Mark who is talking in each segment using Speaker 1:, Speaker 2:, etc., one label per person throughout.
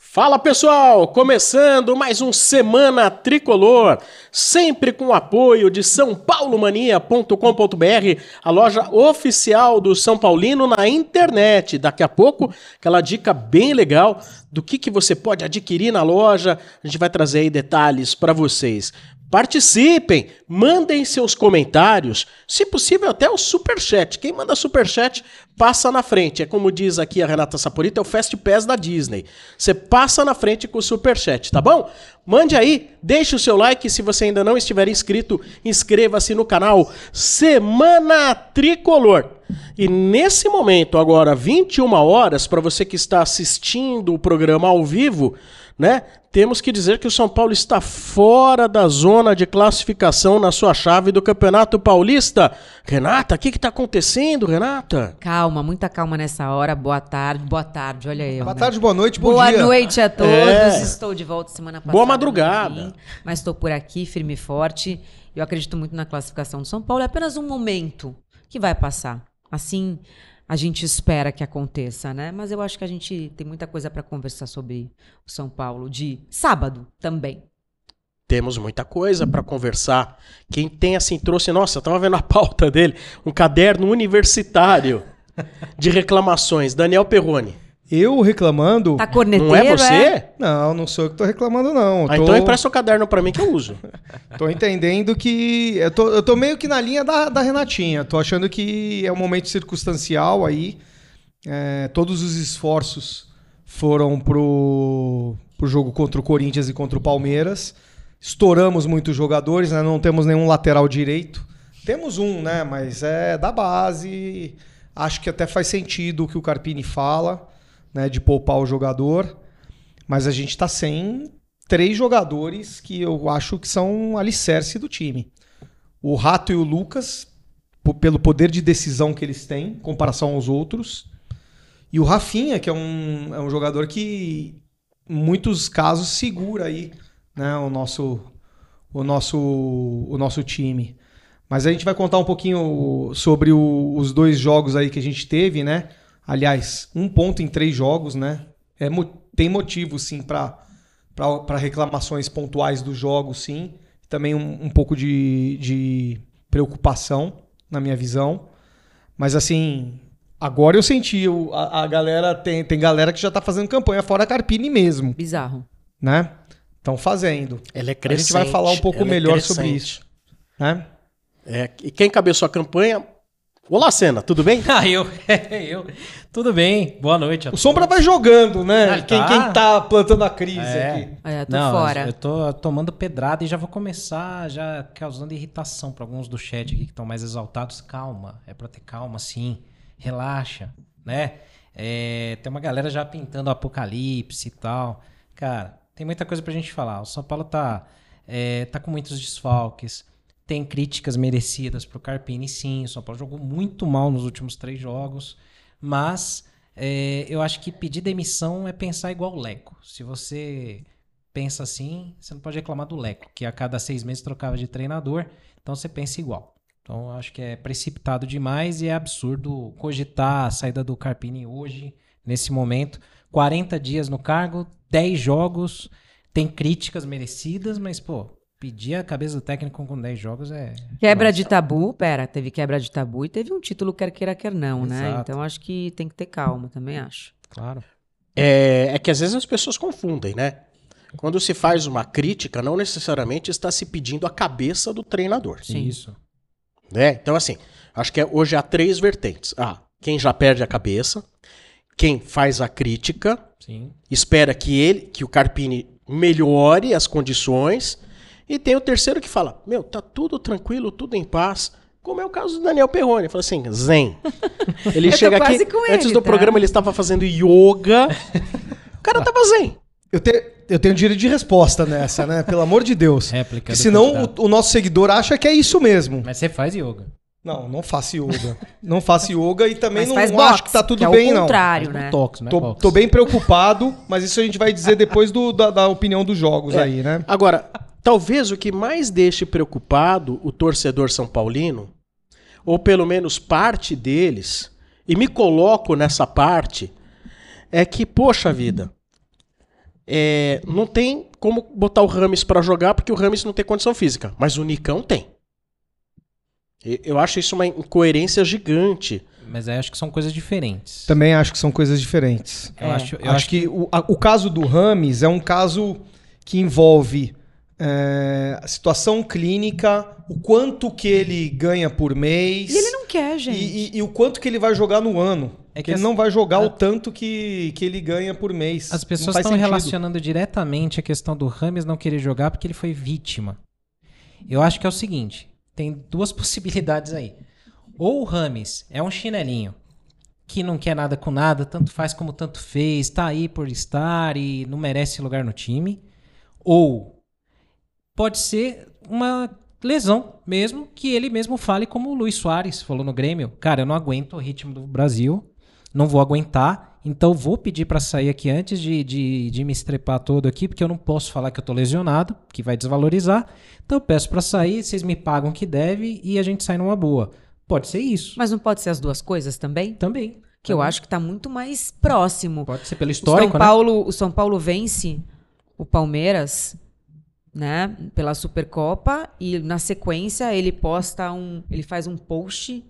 Speaker 1: Fala pessoal, começando mais um Semana Tricolor, sempre com o apoio de sãopaulomania.com.br, a loja oficial do São Paulino na internet. Daqui a pouco, aquela dica bem legal do que, que você pode adquirir na loja, a gente vai trazer aí detalhes para vocês. Participem, mandem seus comentários, se possível até o superchat. Quem manda superchat passa na frente. É como diz aqui a Renata Saporita, é o Fast Pass da Disney. Você passa na frente com o superchat, tá bom? Mande aí, deixe o seu like. Se você ainda não estiver inscrito, inscreva-se no canal Semana Tricolor. E nesse momento, agora 21 horas, para você que está assistindo o programa ao vivo, né? Temos que dizer que o São Paulo está fora da zona de classificação na sua chave do Campeonato Paulista. Renata, o que está acontecendo, Renata?
Speaker 2: Calma, muita calma nessa hora. Boa tarde, boa tarde. Olha eu.
Speaker 3: Boa
Speaker 2: né?
Speaker 3: tarde, boa noite, bom
Speaker 2: Boa
Speaker 3: dia.
Speaker 2: noite a todos.
Speaker 1: É.
Speaker 2: Estou de volta semana passada.
Speaker 1: Boa madrugada.
Speaker 2: não vim, Mas estou por aqui, firme e forte. Eu acredito muito na classificação do São Paulo. É apenas um momento que vai passar. Assim, a gente espera que aconteça, né? Mas eu acho que a gente tem muita coisa para conversar sobre o São Paulo de sábado também.
Speaker 1: Temos muita coisa para conversar. Quem tem assim trouxe, nossa, eu tava vendo a pauta dele, um caderno universitário de reclamações, Daniel Perrone.
Speaker 3: Eu reclamando?
Speaker 2: Tá corneteiro,
Speaker 1: Não é você?
Speaker 3: Não, não sou eu que tô reclamando, não. Eu
Speaker 1: Ah,
Speaker 3: tô,
Speaker 1: então empresta o caderno para mim que eu uso.
Speaker 3: tô entendendo que. Eu tô, eu tô meio que na linha da, da Renatinha. Tô achando que é um momento circunstancial aí. É, todos os esforços foram pro, pro jogo contra o Corinthians e contra o Palmeiras. Estouramos muitos jogadores, né? Não temos nenhum lateral direito. Temos um, né? Mas é da base. Acho que até faz sentido o que o Carpini fala, né? De poupar o jogador. Mas a gente tá sem três jogadores que eu acho que são um alicerce do time. O Rato e o Lucas, po- pelo poder de decisão que eles têm, em comparação aos outros. E o Rafinha, que é um, é um jogador que, em muitos casos, segura aí né, o, nosso, o, nosso, o nosso time. Mas a gente vai contar um pouquinho sobre o- os dois jogos aí que a gente teve, né? Aliás, um ponto em três jogos, né? É, mo- tem motivo, sim, para para reclamações pontuais do jogo, sim. Também um, um pouco de, de preocupação, na minha visão. Mas assim, agora eu senti. o- A, a galera tem, tem galera que já tá fazendo campanha fora Carpini mesmo,
Speaker 2: Bizarro.
Speaker 3: né? Estão fazendo,
Speaker 1: Ela é
Speaker 3: A
Speaker 1: crescente.
Speaker 3: gente vai falar um pouco
Speaker 1: ela é
Speaker 3: melhor sobre
Speaker 1: crescente.
Speaker 3: isso. né?
Speaker 1: É, e quem cabeçou a campanha? Olá, Senna, tudo bem?
Speaker 4: Ah, eu, eu. Tudo bem, boa noite. a
Speaker 3: O Sombra vai jogando, né?
Speaker 4: Ah,
Speaker 3: quem,
Speaker 4: tá.
Speaker 3: quem tá plantando a crise
Speaker 4: É.
Speaker 3: aqui.
Speaker 2: É, tô
Speaker 4: Não,
Speaker 2: fora.
Speaker 4: Eu tô tomando pedrada e já vou começar já causando irritação pra alguns do chat aqui que estão mais exaltados. Calma, é pra ter calma, sim. Relaxa, né? É, tem uma galera já pintando o apocalipse e tal. Cara, tem muita coisa pra gente falar. O São Paulo tá, é, tá com muitos desfalques. Tem críticas merecidas pro Carpini, sim. O São Paulo jogou muito mal nos últimos três jogos. Mas é, eu acho que pedir demissão é pensar igual o Leco. Se você pensa assim, você não pode reclamar do Leco, que a cada seis meses trocava de treinador, então você pensa igual. Então eu acho que é precipitado demais e é absurdo cogitar a saída do Carpini hoje, nesse momento. 40 dias no cargo, 10 jogos, tem críticas merecidas, mas pô, pedir a cabeça do técnico com 10 jogos é.
Speaker 2: Quebra
Speaker 4: Nossa.
Speaker 2: de tabu, pera, teve quebra de tabu e teve um título quer queira, quer não, né?
Speaker 4: Exato.
Speaker 2: Então acho que tem que ter calma, também acho.
Speaker 4: Claro.
Speaker 1: É, é que às vezes as pessoas confundem, né? Quando se faz uma crítica, não necessariamente está se pedindo a cabeça do treinador.
Speaker 2: Sim.
Speaker 4: Isso.
Speaker 1: Né? Então, assim, acho que é- hoje há três vertentes. Ah, quem já perde a cabeça, quem faz a crítica,
Speaker 4: Sim.
Speaker 1: espera que ele, que o Carpini melhore as condições, e tem o terceiro que fala: "Meu, tá tudo tranquilo, tudo em paz". Como é o caso do Daniel Perrone, fala assim, zen. Ele
Speaker 2: Eu tô
Speaker 1: chega aqui,
Speaker 2: quase com ele,
Speaker 1: antes do
Speaker 2: tá?
Speaker 1: programa ele estava fazendo yoga. O cara tava zen.
Speaker 3: Eu, te- eu tenho direito de resposta nessa, né? Pelo amor de Deus.
Speaker 4: Réplica.
Speaker 3: Porque
Speaker 4: do
Speaker 3: senão
Speaker 4: É, candidato.
Speaker 3: o, o nosso seguidor acha que é isso mesmo.
Speaker 4: Mas você faz yoga.
Speaker 3: Não, não faço yoga. não faço yoga e também
Speaker 2: Mas
Speaker 3: não,
Speaker 2: faz
Speaker 3: não
Speaker 2: boxe,
Speaker 3: acho que tá tudo
Speaker 2: que é
Speaker 3: bem,
Speaker 2: o
Speaker 3: não.
Speaker 2: contrário,
Speaker 4: Faz
Speaker 2: né?
Speaker 4: botox, não é
Speaker 3: Tô,
Speaker 4: box.
Speaker 3: tô bem preocupado, mas isso a gente vai dizer depois do- da, da opinião dos jogos
Speaker 1: É.
Speaker 3: aí, né?
Speaker 1: Agora, talvez o que mais deixe preocupado o torcedor são paulino, ou pelo menos parte deles, e me coloco nessa parte, é que, poxa vida, É, não tem como botar o Rames pra jogar, porque o Rames não tem condição física. Mas o Nicão tem. E- Eu acho isso uma incoerência gigante.
Speaker 4: Mas aí acho que são coisas diferentes.
Speaker 3: Também acho que são coisas diferentes.
Speaker 4: Eu
Speaker 2: É.
Speaker 4: acho, eu
Speaker 3: acho, que, o, a- o caso do Rames é um caso que envolve é, a situação clínica, o quanto que ele ganha por mês.
Speaker 2: E ele não quer, gente.
Speaker 3: E, e- e o quanto que ele vai jogar no ano.
Speaker 4: É
Speaker 3: É
Speaker 4: que
Speaker 3: que ele
Speaker 4: as-
Speaker 3: não vai jogar
Speaker 4: a-
Speaker 3: o tanto que, que ele ganha por mês.
Speaker 4: As
Speaker 3: Não
Speaker 4: pessoas
Speaker 3: faz
Speaker 4: estão
Speaker 3: sentido.
Speaker 4: relacionando diretamente a questão do Rames não querer jogar porque ele foi vítima. Eu acho que é o seguinte: tem duas possibilidades aí. Ou o Rames é um chinelinho que não quer nada com nada, tanto faz como tanto fez, tá aí por estar e não merece lugar no time. Ou pode ser uma lesão mesmo, que ele mesmo fale como o Luiz Soares falou no Grêmio. Cara, eu não aguento o ritmo do Brasil, não vou aguentar, então vou pedir pra sair aqui antes de, de, de me estrepar todo aqui, porque eu não posso falar que eu tô lesionado, que vai desvalorizar. Então eu peço pra sair, vocês me pagam o que deve e a gente sai numa boa. Pode ser isso.
Speaker 2: Mas não pode ser as duas coisas também?
Speaker 4: Também.
Speaker 2: Que eu acho que tá muito mais próximo.
Speaker 4: Pode ser pelo
Speaker 2: o São
Speaker 4: histórico, né?
Speaker 2: Paulo, o São Paulo vence o Palmeiras, né, pela Supercopa e na sequência ele posta um, ele faz um post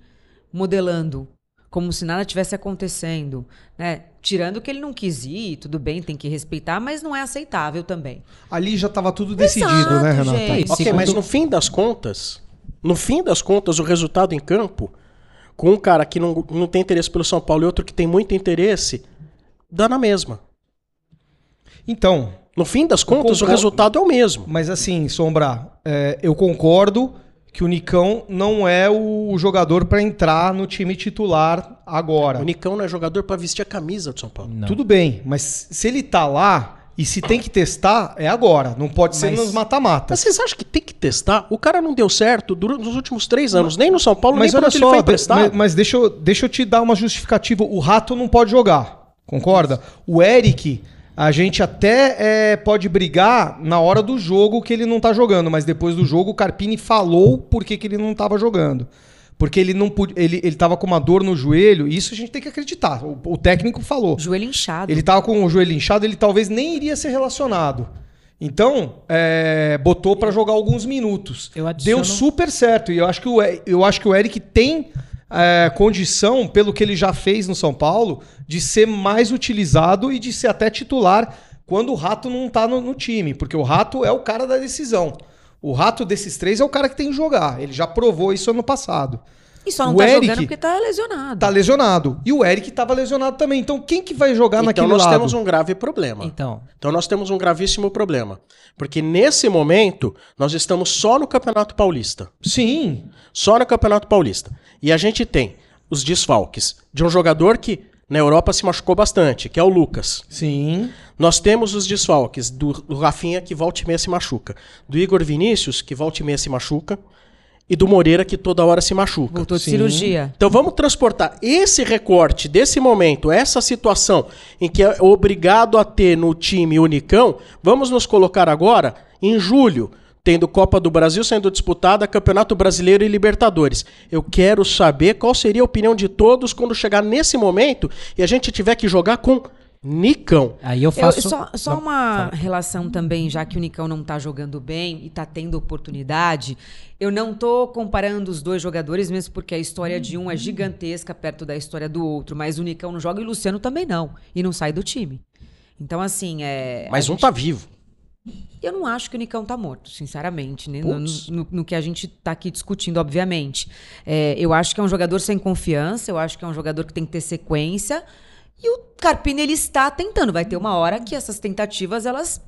Speaker 2: modelando como se nada tivesse acontecendo, né? Tirando que ele não quis ir, tudo bem, tem que respeitar, mas não é aceitável também.
Speaker 3: Ali já estava tudo decidido,
Speaker 2: Exato,
Speaker 3: né, Renata?
Speaker 2: gente.
Speaker 1: Ok, mas no fim das contas, no fim das contas, o resultado em campo, com um cara que não, não tem interesse pelo São Paulo e outro que tem muito interesse, dá na mesma.
Speaker 3: Então,
Speaker 1: No fim das contas, o
Speaker 3: concordo.
Speaker 1: resultado é o mesmo.
Speaker 3: mas assim, Sombra, é, eu concordo que o Nicão não é o jogador pra entrar no time titular agora.
Speaker 1: O Nicão não é jogador pra vestir a camisa do São Paulo.
Speaker 4: Não.
Speaker 3: Tudo bem, mas se ele tá lá e se tem que testar, é agora. Não pode ser
Speaker 4: Mas-
Speaker 3: nos
Speaker 1: Mas
Speaker 3: mata-matas.
Speaker 1: vocês acham que tem que testar? O cara não deu certo durante os últimos três anos, nem no São Paulo,
Speaker 3: Mas
Speaker 1: nem
Speaker 3: olha
Speaker 1: quando ele
Speaker 3: só,
Speaker 1: foi
Speaker 3: de- mas,
Speaker 1: emprestado.
Speaker 3: mas deixa, eu, deixa eu te dar uma justificativa. O Rato não pode jogar, concorda? O Eric, a gente até é, pode brigar na hora do jogo que ele não tá jogando, mas depois do jogo o Carpini falou por que, que ele não tava jogando. Porque ele não pude, ele, ele tava com uma dor no joelho, e isso a gente tem que acreditar. O, o técnico falou.
Speaker 2: Joelho inchado.
Speaker 3: Ele tava com o joelho inchado, ele talvez nem iria ser relacionado. Então, é, botou pra jogar alguns minutos.
Speaker 4: Eu adiciono-
Speaker 3: Deu super certo. E eu acho que o, E- eu acho que o Eric tem é, condição, pelo que ele já fez no São Paulo, de ser mais utilizado e de ser até titular quando o Rato não tá no, no time. Porque o Rato é o cara da decisão. O Rato desses três é o cara que tem que jogar. Ele já provou isso ano passado.
Speaker 2: e só não
Speaker 3: o
Speaker 2: tá
Speaker 3: Eric-
Speaker 2: jogando porque tá lesionado.
Speaker 3: Tá lesionado. E o Eric tava lesionado também. Então, quem que vai jogar
Speaker 1: Então
Speaker 3: naquele
Speaker 1: nós
Speaker 3: lado?
Speaker 1: temos um grave problema.
Speaker 4: Então,
Speaker 1: Então nós temos um gravíssimo problema. Porque nesse momento, nós estamos só no Campeonato Paulista.
Speaker 3: Sim,
Speaker 1: Só no Campeonato Paulista. E a gente tem os desfalques de um jogador que na Europa se machucou bastante, que é o Lucas.
Speaker 3: Sim.
Speaker 1: Nós temos os desfalques do, do Rafinha, que volta e meia se machuca. Do Igor Vinícius, que volta e meia se machuca. E do Moreira, que toda hora se machuca.
Speaker 2: Voltou de
Speaker 3: Sim.
Speaker 2: cirurgia.
Speaker 1: Então vamos transportar esse recorte desse momento, essa situação em que é obrigado a ter no time unicão, vamos nos colocar agora em julho, tendo Copa do Brasil sendo disputada, Campeonato Brasileiro e Libertadores. Eu quero saber qual seria a opinião de todos quando chegar nesse momento e a gente tiver que jogar com Nicão.
Speaker 4: aí eu
Speaker 2: Eu-
Speaker 4: faço.
Speaker 2: só só
Speaker 4: Não,
Speaker 2: uma
Speaker 4: fala.
Speaker 2: relação também, já que o Nicão não tá jogando bem e tá tendo oportunidade. Eu não tô comparando os dois jogadores, mesmo porque a história de um é gigantesca perto da história do outro. Mas o Nicão não joga e o Luciano também não. E não sai do time. Então, assim, é. a
Speaker 1: Mas um
Speaker 2: gente-
Speaker 1: tá vivo.
Speaker 2: Eu não acho que o Nicão tá morto, sinceramente, né? No,
Speaker 1: Putz.
Speaker 2: no- no que a gente tá aqui discutindo, obviamente. É, eu acho que é um jogador sem confiança, eu acho que é um jogador que tem que ter sequência. E o Carpini, ele está tentando. Vai ter uma hora que essas tentativas, elas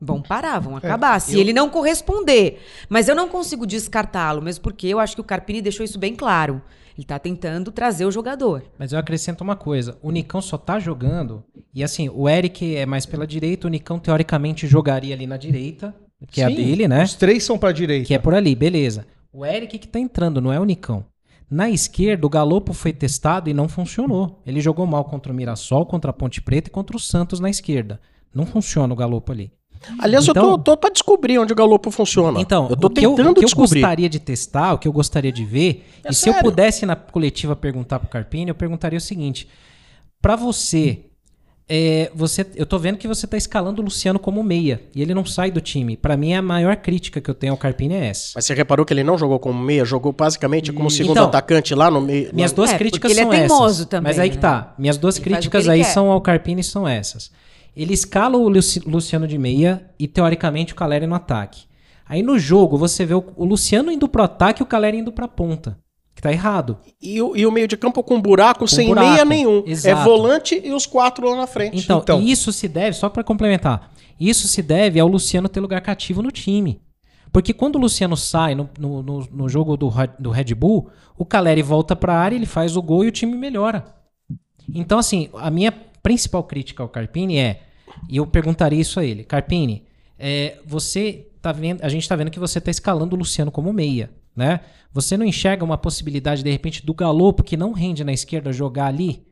Speaker 2: vão parar,
Speaker 4: É,
Speaker 2: vão acabar. se ele não corresponder. Mas eu não consigo descartá-lo, mesmo porque eu acho que o Carpini deixou isso bem claro. Ele tá tentando trazer o jogador.
Speaker 4: Mas eu acrescento uma coisa: o Nicão só tá jogando. E assim, o Eric é mais pela direita, o Nicão teoricamente jogaria ali na direita, que é a
Speaker 3: Sim,
Speaker 4: dele, né?
Speaker 3: Os três são pra direita.
Speaker 4: Que é por ali, beleza. O Eric que tá entrando, não é o Nicão. Na esquerda, o Galopo foi testado e não funcionou. Ele jogou mal contra o Mirassol, contra a Ponte Preta e contra o Santos na esquerda. Não funciona o Galopo ali.
Speaker 1: Aliás, eu tô,
Speaker 4: Então-
Speaker 1: tô pra descobrir onde o Galopo funciona.
Speaker 4: Então,
Speaker 1: eu tô
Speaker 4: o que eu,
Speaker 1: tentando
Speaker 4: o que eu
Speaker 1: descobrir.
Speaker 4: gostaria de testar, o que eu gostaria de ver,
Speaker 1: É
Speaker 4: e se eu
Speaker 1: sério.
Speaker 4: pudesse na coletiva perguntar pro Carpini, eu perguntaria o seguinte: Pra você, é, você, eu tô vendo que você tá escalando o Luciano como meia e ele não sai do time. Pra mim, a maior crítica que eu tenho ao Carpini é essa.
Speaker 1: Mas você reparou que ele não jogou como meia, jogou basicamente como segundo
Speaker 4: Então,
Speaker 1: atacante lá no meio.
Speaker 4: Minhas duas
Speaker 2: É,
Speaker 4: críticas
Speaker 2: porque ele
Speaker 4: são
Speaker 2: é teimoso
Speaker 4: essas.
Speaker 2: também,
Speaker 4: mas aí que
Speaker 2: né?
Speaker 4: tá. Minhas duas
Speaker 2: Ele faz o
Speaker 4: críticas
Speaker 2: que ele
Speaker 4: aí
Speaker 2: quer.
Speaker 4: são ao Carpini são essas. Ele escala o Luci- Luciano de meia e teoricamente o Caleri no ataque. Aí no jogo você vê o, o Luciano indo pro ataque e o Caleri indo pra ponta. Que tá errado.
Speaker 1: E, o, e o meio de campo com buraco sem
Speaker 4: buraco,
Speaker 1: meia nenhum.
Speaker 4: exato.
Speaker 1: É volante e os quatro lá na frente.
Speaker 4: Então,
Speaker 3: Então.
Speaker 4: isso se deve, só pra complementar, isso se deve ao Luciano ter lugar cativo no time. Porque quando o Luciano sai no, no- no- no jogo do, Ra- do Red Bull, o Caleri volta pra área, ele faz o gol e o time melhora. Então, assim, a minha principal crítica ao Carpini é, e eu perguntaria isso a ele, Carpini, é, você tá vendo, a gente tá vendo que você tá escalando o Luciano como meia, né? Você não enxerga uma possibilidade, de repente, do Galopo, que não rende na esquerda, jogar ali?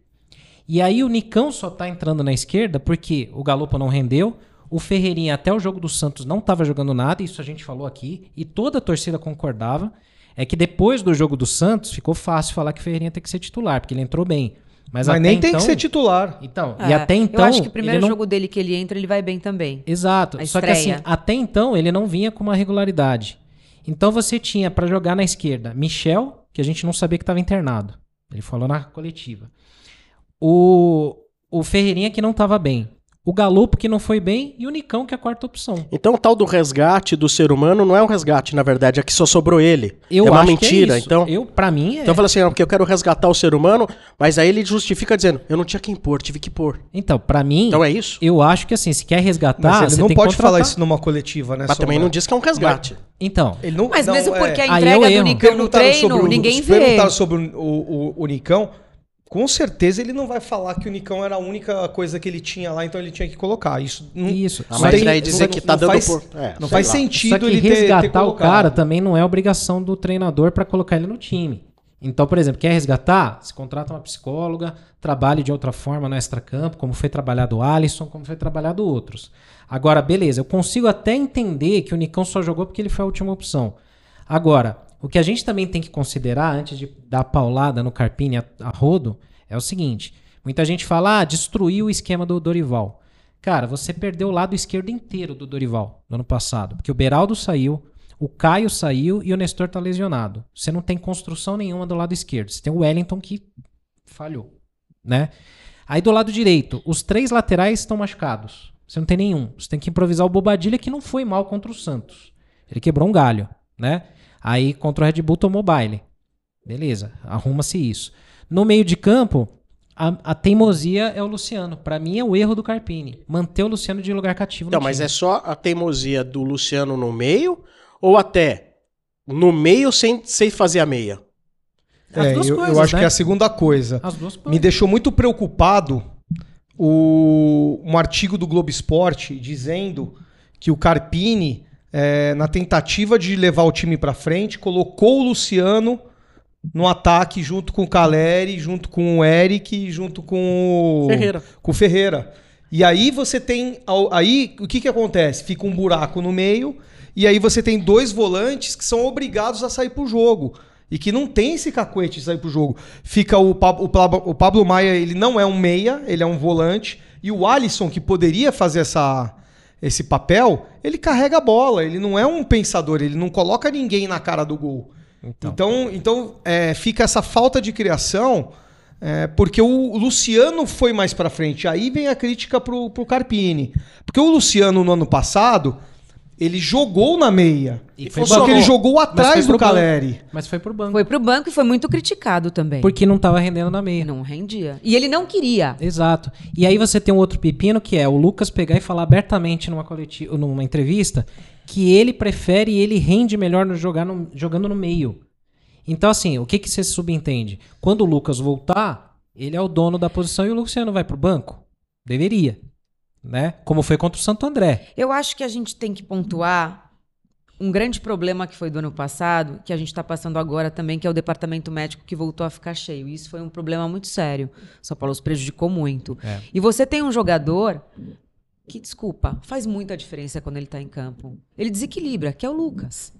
Speaker 4: E aí o Nicão só tá entrando na esquerda porque o Galopo não rendeu, o Ferreirinha até o jogo do Santos não tava jogando nada, isso a gente falou aqui, e toda a torcida concordava. É que depois do jogo do Santos ficou fácil falar que o Ferreirinha tem que ser titular, porque ele entrou bem.
Speaker 3: Mas,
Speaker 4: Mas, até
Speaker 3: nem tem
Speaker 4: então-
Speaker 3: que ser titular.
Speaker 4: Então,
Speaker 2: É,
Speaker 4: e até então.
Speaker 2: Eu acho que o
Speaker 4: ele
Speaker 2: primeiro
Speaker 4: não-
Speaker 2: jogo dele que ele entra, ele vai bem também.
Speaker 4: Exato.
Speaker 2: A
Speaker 4: Só que assim,
Speaker 2: estreia.
Speaker 4: até então ele não vinha com uma regularidade. Então você tinha pra jogar na esquerda Michel, que a gente não sabia que estava internado. Ele falou na coletiva. O, o Ferreirinha que não estava bem. O Galopo que não foi bem e o Nicão que é a quarta opção.
Speaker 1: Então o tal do resgate do ser humano não é um resgate, na verdade, é que só sobrou ele.
Speaker 4: Eu
Speaker 1: é uma
Speaker 4: acho que
Speaker 1: mentira,
Speaker 4: é isso.
Speaker 1: então.
Speaker 4: Eu, para mim é.
Speaker 1: Então fala assim, não, porque eu quero resgatar o ser humano, mas aí ele justifica dizendo, eu não tinha quem pôr, tive que pôr.
Speaker 4: Então, para mim,
Speaker 1: Então é isso?
Speaker 4: eu acho que assim, se quer resgatar,
Speaker 3: Mas
Speaker 4: você
Speaker 3: ele não
Speaker 4: tem
Speaker 3: pode
Speaker 4: que contratar.
Speaker 3: falar isso numa coletiva, né?
Speaker 1: Mas também
Speaker 3: Sombra?
Speaker 1: não diz que é um resgate.
Speaker 4: Então,
Speaker 3: Ele não,
Speaker 2: Mas
Speaker 3: não,
Speaker 2: mesmo
Speaker 3: é,
Speaker 2: porque a
Speaker 4: Aí é o
Speaker 2: entrega do
Speaker 4: erro.
Speaker 2: Nicão no
Speaker 3: perguntaram sobre
Speaker 2: treino,
Speaker 3: o-
Speaker 2: ninguém vê.
Speaker 3: Perguntaram sobre o, o- o Nicão. Com certeza ele não vai falar que o Nicão era a única coisa que ele tinha lá, então ele tinha que colocar. Isso não,
Speaker 4: isso.
Speaker 1: Ah,
Speaker 3: Só
Speaker 1: mas
Speaker 3: tem-
Speaker 1: daí dizer
Speaker 3: não-
Speaker 1: que tá
Speaker 3: não
Speaker 1: dando
Speaker 3: faz-
Speaker 1: por... é,
Speaker 3: não
Speaker 1: sei
Speaker 3: faz
Speaker 1: lá.
Speaker 3: sentido
Speaker 4: Só que
Speaker 3: ele ter- ter
Speaker 4: resgatar o
Speaker 3: colocado.
Speaker 4: cara também não é obrigação do treinador pra colocar ele no time. Então, por exemplo, quer resgatar? Se contrata uma psicóloga, trabalhe de outra forma no extracampo, como foi trabalhado o Alisson, como foi trabalhado outros. Agora, beleza, eu consigo até entender que o Nicão só jogou porque ele foi a última opção. Agora, o que a gente também tem que considerar antes de dar a paulada no Carpini a, a rodo é o seguinte: muita gente fala, ah, destruiu o esquema do Dorival. Cara, você perdeu o lado esquerdo inteiro do Dorival no ano passado, porque o Beraldo saiu, o Caio saiu e o Nestor tá lesionado. Você não tem construção nenhuma do lado esquerdo. Você tem o Wellington que falhou, né? Aí do lado direito, os três laterais estão machucados. Você não tem nenhum. Você tem que improvisar o Bobadilha que não foi mal contra o Santos. Ele quebrou um galho, né? Aí contra o Red Bull tomou baile. Beleza, arruma-se isso. No meio de campo, a, a teimosia é o Luciano. Pra mim é o erro do Carpini. Manter o Luciano de lugar cativo
Speaker 1: Então,
Speaker 4: no
Speaker 1: mas
Speaker 4: time.
Speaker 1: é só a teimosia do Luciano no meio ou até no meio sem, sem fazer a meia?
Speaker 4: As
Speaker 3: É, eu,
Speaker 4: duas
Speaker 3: eu
Speaker 4: coisas,
Speaker 3: acho
Speaker 4: né?
Speaker 3: que é a segunda coisa.
Speaker 4: As duas
Speaker 3: Me deixou muito preocupado o, um artigo do Globo Esporte dizendo que o Carpini, eh, na tentativa de levar o time pra frente, colocou o Luciano no ataque junto com o Caleri, junto com o Eric, junto com o
Speaker 1: Ferreira.
Speaker 3: Com o Ferreira. E aí você tem. ao- Aí o que, que acontece? Fica um buraco no meio, e aí você tem dois volantes que são obrigados a sair pro jogo. E que não tem esse cacuete de sair pro jogo. Fica o, Pa- o Pablo, o Pablo Maia, ele não é um meia, ele é um volante. E o Alisson, que poderia fazer essa, esse papel, ele carrega a bola, ele não é um pensador, ele não coloca ninguém na cara do gol. Então, então, é, fica essa falta de criação, é, porque o Luciano foi mais pra frente. Aí vem a crítica pro, pro Carpini. Porque o Luciano, no ano passado, ele jogou na meia.
Speaker 4: E foi
Speaker 3: Só
Speaker 1: bom.
Speaker 3: que ele jogou
Speaker 4: foi
Speaker 3: atrás do
Speaker 4: pro banco.
Speaker 3: Caleri.
Speaker 4: Mas foi pro banco.
Speaker 2: Foi pro banco e foi muito criticado também.
Speaker 4: Porque não tava rendendo na meia.
Speaker 2: Não rendia. E ele não queria.
Speaker 4: Exato. E aí você tem um outro pepino que é o Lucas pegar e falar abertamente numa coletiva, numa entrevista, que ele prefere e ele rende melhor no jogar no- jogando no meio. Então, assim, o que, que você subentende? Quando o Lucas voltar, ele é o dono da posição e o Luciano vai pro banco? Deveria. Né? Como foi contra o Santo André.
Speaker 2: Eu acho que a gente tem que pontuar um grande problema que foi do ano passado, que a gente está passando agora também, que é o departamento médico que voltou a ficar cheio. Isso foi um problema muito sério. O São Paulo os prejudicou muito.
Speaker 4: É.
Speaker 2: E você tem um jogador tá que, desculpa, faz muita diferença quando ele está em campo. Ele desequilibra, que é o Lucas.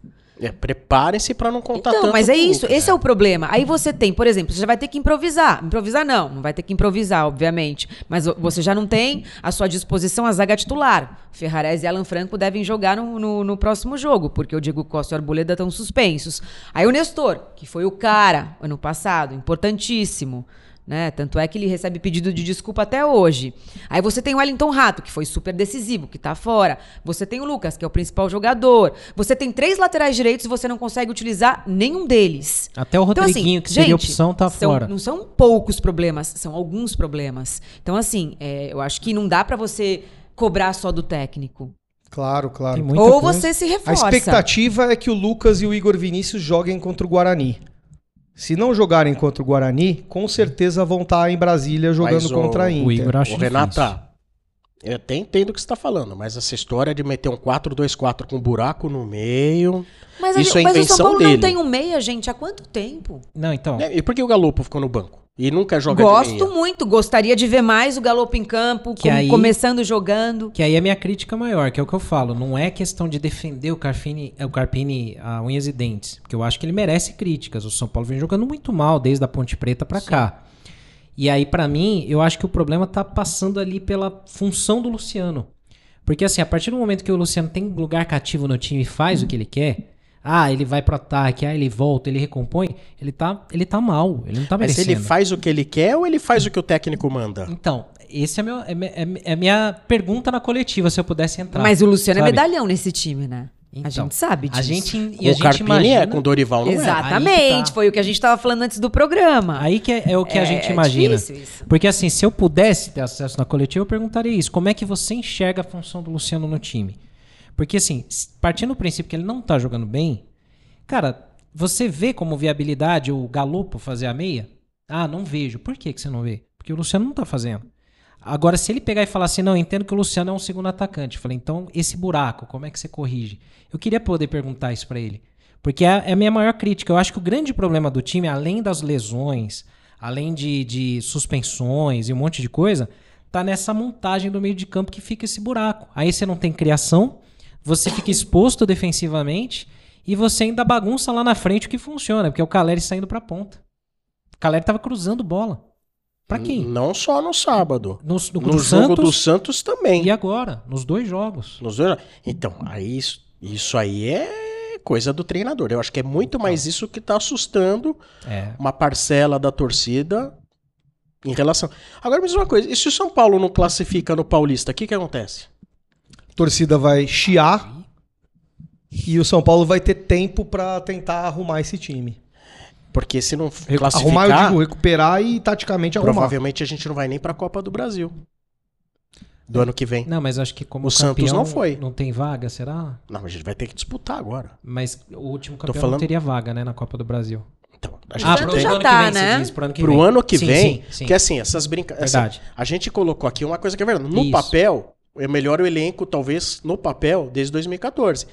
Speaker 1: É, Preparem-se para não contar
Speaker 2: Então,
Speaker 1: tanto.
Speaker 2: mas é
Speaker 1: com o
Speaker 2: isso,
Speaker 1: Lucas.
Speaker 2: esse é o problema. Aí você tem, por exemplo, você já vai ter que improvisar. Improvisar não, não vai ter que improvisar, obviamente. Mas o- você já não tem à sua disposição a zaga titular. Ferrarese e Alan Franco devem jogar no, no- no próximo jogo, porque o Diego Costa e o Arboleda estão suspensos. Aí o Nestor, que foi o cara ano passado, importantíssimo. Né? Tanto é que ele recebe pedido de desculpa até hoje. Aí você tem o Wellington Rato, que foi super decisivo, que tá fora. Você tem o Lucas, que é o principal jogador. Você tem três laterais direitos e você não consegue utilizar nenhum deles.
Speaker 4: Até Ah, o
Speaker 2: Então, assim,
Speaker 4: Rodriguinho, que seria
Speaker 2: gente,
Speaker 4: opção, tá
Speaker 2: são-
Speaker 4: fora.
Speaker 2: Não são poucos problemas, são alguns problemas. Então, assim, é, eu acho que não dá pra você cobrar só do técnico.
Speaker 3: Claro,
Speaker 4: Tem
Speaker 3: claro.
Speaker 4: muita
Speaker 2: Ou
Speaker 4: coisa.
Speaker 2: você se
Speaker 3: A
Speaker 2: reforça.
Speaker 3: expectativa é que o Lucas e o Igor Vinícius joguem contra o Guarani. Se não jogarem contra o Guarani, com certeza vão estar em Brasília jogando
Speaker 1: Mas o-
Speaker 3: contra a
Speaker 4: O
Speaker 3: Inter.
Speaker 4: Igor acho
Speaker 1: Ô, tá.
Speaker 4: difícil.
Speaker 1: Renata, eu até entendo o que você tá falando, mas essa história de meter um 4-2-4 com um buraco no meio.
Speaker 2: Mas, a
Speaker 1: Isso
Speaker 2: gente-
Speaker 1: é
Speaker 2: mas o
Speaker 1: invenção
Speaker 2: São Paulo
Speaker 1: dele.
Speaker 2: não tem um meia, gente, há quanto tempo?
Speaker 4: Não, então.
Speaker 1: Né? E por que o Galopo ficou no banco? E nunca é joga de
Speaker 2: Gosto
Speaker 1: meia?
Speaker 2: muito, gostaria de ver mais o Galopo em campo,
Speaker 4: Que
Speaker 2: como-
Speaker 4: aí-
Speaker 2: começando jogando.
Speaker 4: Que aí é a minha crítica maior, que é o que eu falo. Não é questão de defender o Carpini, o Carpini a unhas e dentes. Porque eu acho que ele merece críticas. O São Paulo vem jogando muito mal desde a Ponte Preta pra cá. E aí, pra mim, eu acho que o problema tá passando ali pela função do Luciano. Porque assim, a partir do momento que o Luciano tem lugar cativo no time e faz o que ele quer, ah, ele vai pro ataque, ah, ele volta, ele recompõe, ele tá, ele tá mal, ele não tá
Speaker 1: Mas
Speaker 4: merecendo.
Speaker 1: ele faz o que ele quer ou ele faz o que o técnico manda?
Speaker 4: Então, esse é, meu, é, me- é me- é minha pergunta na coletiva, se eu pudesse entrar.
Speaker 2: Mas o Luciano
Speaker 4: Tá. sabe?
Speaker 2: é medalhão nesse time, né? a
Speaker 4: Então,
Speaker 2: gente sabe disso.
Speaker 4: A gente, e a
Speaker 1: Com o
Speaker 4: gente
Speaker 1: Carpini
Speaker 4: imagina,
Speaker 1: é, com o Dorival não é.
Speaker 2: Exatamente,
Speaker 4: Aí que tá.
Speaker 2: foi o que a gente estava falando antes do programa.
Speaker 4: Aí que é, é o que a
Speaker 2: É-
Speaker 4: gente
Speaker 2: é
Speaker 4: imagina.
Speaker 2: difícil isso.
Speaker 4: Porque assim, se eu pudesse ter acesso na coletiva, eu perguntaria isso. Como é que você enxerga a função do Luciano no time? Porque assim, s- partindo do princípio que ele não tá jogando bem, cara, você vê como viabilidade o Galopo fazer a meia? Ah, não vejo. Por que, que você não vê? Porque o Luciano não tá fazendo. Agora, se ele pegar e falar assim, não, eu entendo que o Luciano é um segundo atacante. Eu falei, então, esse buraco, como é que você corrige? Eu queria poder perguntar isso pra ele. Porque é é a minha maior crítica. Eu acho que o grande problema do time, além das lesões, além de, de suspensões e um monte de coisa, tá nessa montagem do meio de campo que fica esse buraco. Aí você não tem criação, você fica exposto defensivamente e você ainda bagunça lá na frente o que funciona, porque é o Caleri saindo pra ponta. O Caleri tava cruzando bola. Pra quem?
Speaker 1: Não só no sábado.
Speaker 4: No, no,
Speaker 1: Hum, No,
Speaker 4: do
Speaker 1: jogo
Speaker 4: Santos
Speaker 1: do Santos também.
Speaker 4: e agora, nos dois jogos.
Speaker 1: Nos dois- Então, aí isso, isso aí é coisa do treinador. Eu acho que é muito mais isso que tá assustando
Speaker 4: É.
Speaker 1: uma parcela da torcida em relação. Agora me diz uma coisa, e se o São Paulo não classifica no Paulista, o que que acontece?
Speaker 3: A torcida vai chiar e o São Paulo vai ter tempo pra tentar arrumar esse time.
Speaker 1: Porque se não
Speaker 3: Arrumar, eu
Speaker 1: classificar,
Speaker 3: digo, recuperar e taticamente arrumar.
Speaker 1: provavelmente a gente não vai nem pra Copa do Brasil do ano que vem.
Speaker 4: Não, mas acho que como
Speaker 1: O Santos
Speaker 4: campeão
Speaker 1: não foi.
Speaker 4: Não tem vaga, será?
Speaker 1: Não, mas a gente vai ter que disputar agora.
Speaker 4: Mas o último campeão
Speaker 1: falando-
Speaker 4: não teria vaga, né, na Copa do Brasil.
Speaker 1: Então, a gente
Speaker 2: Ah,
Speaker 1: tem-
Speaker 2: pro já tá,
Speaker 4: você
Speaker 2: né?
Speaker 4: diz, pro ano que
Speaker 1: pro
Speaker 4: vem.
Speaker 1: ano que
Speaker 4: Sim,
Speaker 1: vem,
Speaker 4: sim, sim.
Speaker 1: que assim, essas brincadeiras.
Speaker 4: Verdade.
Speaker 1: a gente colocou aqui uma coisa que é verdade. No
Speaker 4: Isso.
Speaker 1: papel, é melhor o elenco, talvez, no papel, desde 2014.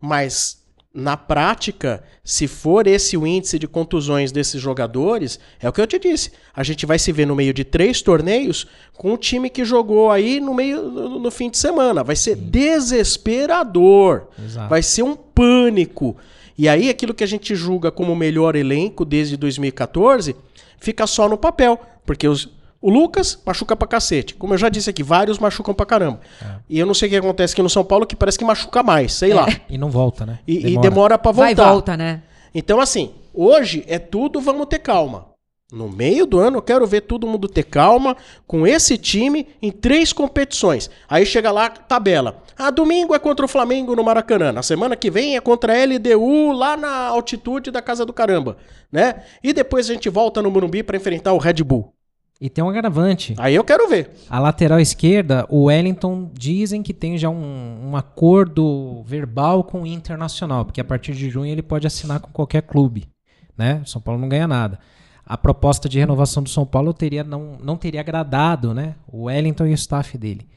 Speaker 1: Mas, na prática, se for esse o índice de contusões desses jogadores, é o que eu te disse. A gente vai se ver no meio de três torneios com o time que jogou aí no meio no, no fim de semana. Vai ser desesperador.
Speaker 4: Exato.
Speaker 1: Vai ser um pânico. E aí, aquilo que a gente julga como o melhor elenco desde 2014 fica só no papel. Porque os- o Lucas machuca pra cacete. Como eu já disse aqui, vários machucam pra caramba. E eu não sei o que acontece aqui no São Paulo, que parece que machuca mais, sei lá.
Speaker 4: E não volta, né?
Speaker 1: E e demora, pra
Speaker 2: Vai e
Speaker 1: voltar.
Speaker 2: volta, né?
Speaker 1: Então, assim, hoje é tudo, vamos ter calma. No meio do ano, eu quero ver todo mundo ter calma com esse time em três competições. Aí chega lá, tabela. Ah, domingo é contra o Flamengo no Maracanã. Na semana que vem é contra a LDU lá na altitude da Casa do Caramba, né? E depois a gente volta no Morumbi pra enfrentar o Red Bull.
Speaker 4: E tem um agravante.
Speaker 1: Aí eu quero ver.
Speaker 4: A lateral esquerda, o Wellington dizem que tem já um, um acordo verbal com o Internacional, porque a partir de junho ele pode assinar com qualquer clube, né? O São Paulo não ganha nada. A proposta de renovação do São Paulo teria não, não teria agradado, né? O Wellington e o staff dele.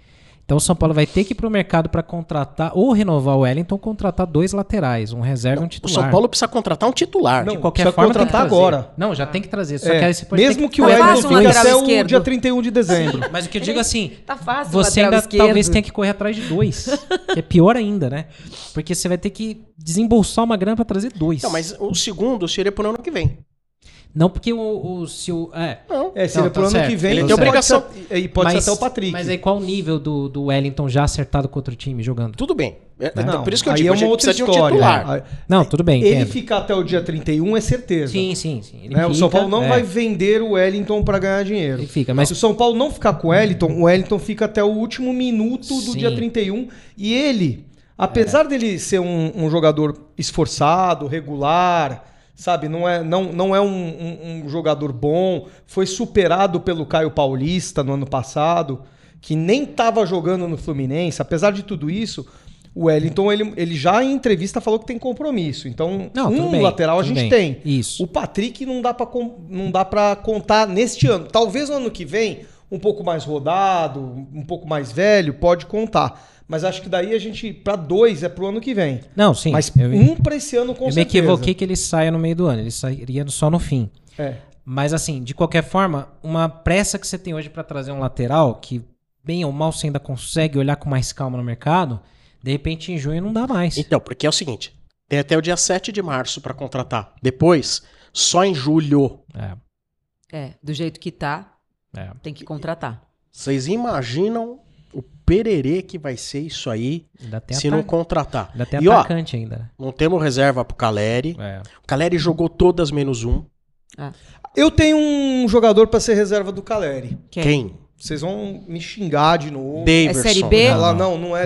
Speaker 4: Então o São Paulo vai ter que ir para o mercado para contratar ou renovar o Wellington, contratar dois laterais, um reserva e um
Speaker 1: O
Speaker 4: titular.
Speaker 1: São Paulo precisa contratar um titular.
Speaker 4: de qualquer
Speaker 3: precisa
Speaker 4: forma tem que
Speaker 3: contratar
Speaker 4: trazer.
Speaker 3: agora.
Speaker 4: Não, já tem que trazer. Só
Speaker 3: É,
Speaker 4: que aí você pode ter
Speaker 3: mesmo que, o
Speaker 4: Mas
Speaker 2: Wellington
Speaker 4: faz
Speaker 3: Everton
Speaker 4: um
Speaker 2: Edson
Speaker 3: fique
Speaker 4: lateral-
Speaker 3: até o
Speaker 2: esquerdo.
Speaker 3: dia 31 de dezembro.
Speaker 4: Mas o que eu digo assim,
Speaker 2: Tá fácil,
Speaker 4: você
Speaker 2: lateral
Speaker 4: ainda
Speaker 2: esquerdo.
Speaker 4: talvez tenha que correr atrás de dois, que é pior ainda, né? Porque você vai ter que desembolsar uma grana para trazer dois.
Speaker 1: Não, mas o segundo seria pro ano que vem.
Speaker 4: Não porque o, o se o é,
Speaker 1: Não.
Speaker 3: É, seria
Speaker 4: Não,
Speaker 3: pro
Speaker 4: tá
Speaker 3: ano que
Speaker 4: certo.
Speaker 3: vem.
Speaker 4: Ele
Speaker 3: então
Speaker 4: tem
Speaker 3: pode
Speaker 1: obrigação.
Speaker 3: ser- E pode
Speaker 4: mas,
Speaker 3: ser até o Patrick.
Speaker 4: Mas é aí qual o nível do, do Wellington já acertado com outro time jogando?
Speaker 1: Tudo bem. É,
Speaker 3: Não,
Speaker 1: então, por isso que eu
Speaker 3: aí
Speaker 1: digo,
Speaker 3: é
Speaker 1: a gente
Speaker 3: uma outra
Speaker 1: precisa
Speaker 3: história.
Speaker 1: de um titular.
Speaker 4: Não, tudo bem,
Speaker 3: Ele
Speaker 4: entendo.
Speaker 3: ficar até o dia 31 é certeza.
Speaker 4: Sim, sim, sim. Ele
Speaker 3: Né, O São
Speaker 4: fica,
Speaker 3: Paulo não
Speaker 4: é.
Speaker 3: vai vender o Wellington para ganhar dinheiro.
Speaker 4: Ele fica, mas-
Speaker 3: Se o São Paulo não ficar com o Wellington, o Wellington fica até o último minuto do
Speaker 4: Sim. É.
Speaker 3: dia 31. E ele, apesar dele ser um, um jogador esforçado, regular, sabe, não é, não, não é um, um- um jogador bom, foi superado pelo Caio Paulista no ano passado, que nem estava jogando no Fluminense, apesar de tudo isso. O Wellington, ele, ele já em entrevista falou que tem compromisso. Então,
Speaker 4: Não, tudo
Speaker 3: um
Speaker 4: bem,
Speaker 3: lateral a
Speaker 4: tudo
Speaker 3: gente
Speaker 4: bem.
Speaker 3: tem.
Speaker 4: Isso.
Speaker 3: O Patrick não dá pra com- não dá para contar neste ano. Talvez no ano que vem, um pouco mais rodado, um pouco mais velho, pode contar. Mas acho que daí a gente pra dois é pro ano que vem.
Speaker 4: Não, sim.
Speaker 3: Mas
Speaker 4: eu, eu
Speaker 3: um pra esse ano com
Speaker 4: me
Speaker 3: certeza.
Speaker 4: equivoquei que ele saia no meio do ano, ele sairia só no fim.
Speaker 3: É.
Speaker 4: Mas assim, de qualquer forma, uma pressa que você tem hoje pra trazer um lateral que bem ou mal você ainda consegue olhar com mais calma no mercado, de repente em junho não dá mais.
Speaker 1: Então, porque é o seguinte, tem até o dia 7 de março pra contratar. Depois, só em julho.
Speaker 4: É,
Speaker 2: É, do jeito que tá,
Speaker 4: é.
Speaker 2: tem que contratar.
Speaker 1: Vocês imaginam o pererê que vai ser isso aí
Speaker 4: Ainda tem,
Speaker 1: se
Speaker 4: ata-
Speaker 1: não contratar?
Speaker 4: ainda tem
Speaker 1: E ó,
Speaker 4: atacante ainda. né?
Speaker 1: não temos reserva pro Caleri.
Speaker 4: É.
Speaker 1: O Caleri jogou todas menos um.
Speaker 3: Eu tenho um jogador pra ser reserva do Caleri.
Speaker 2: é
Speaker 1: Quem?
Speaker 3: Vocês vão me xingar de novo.
Speaker 1: Daverson.
Speaker 2: Série B?
Speaker 3: Falar, não, não é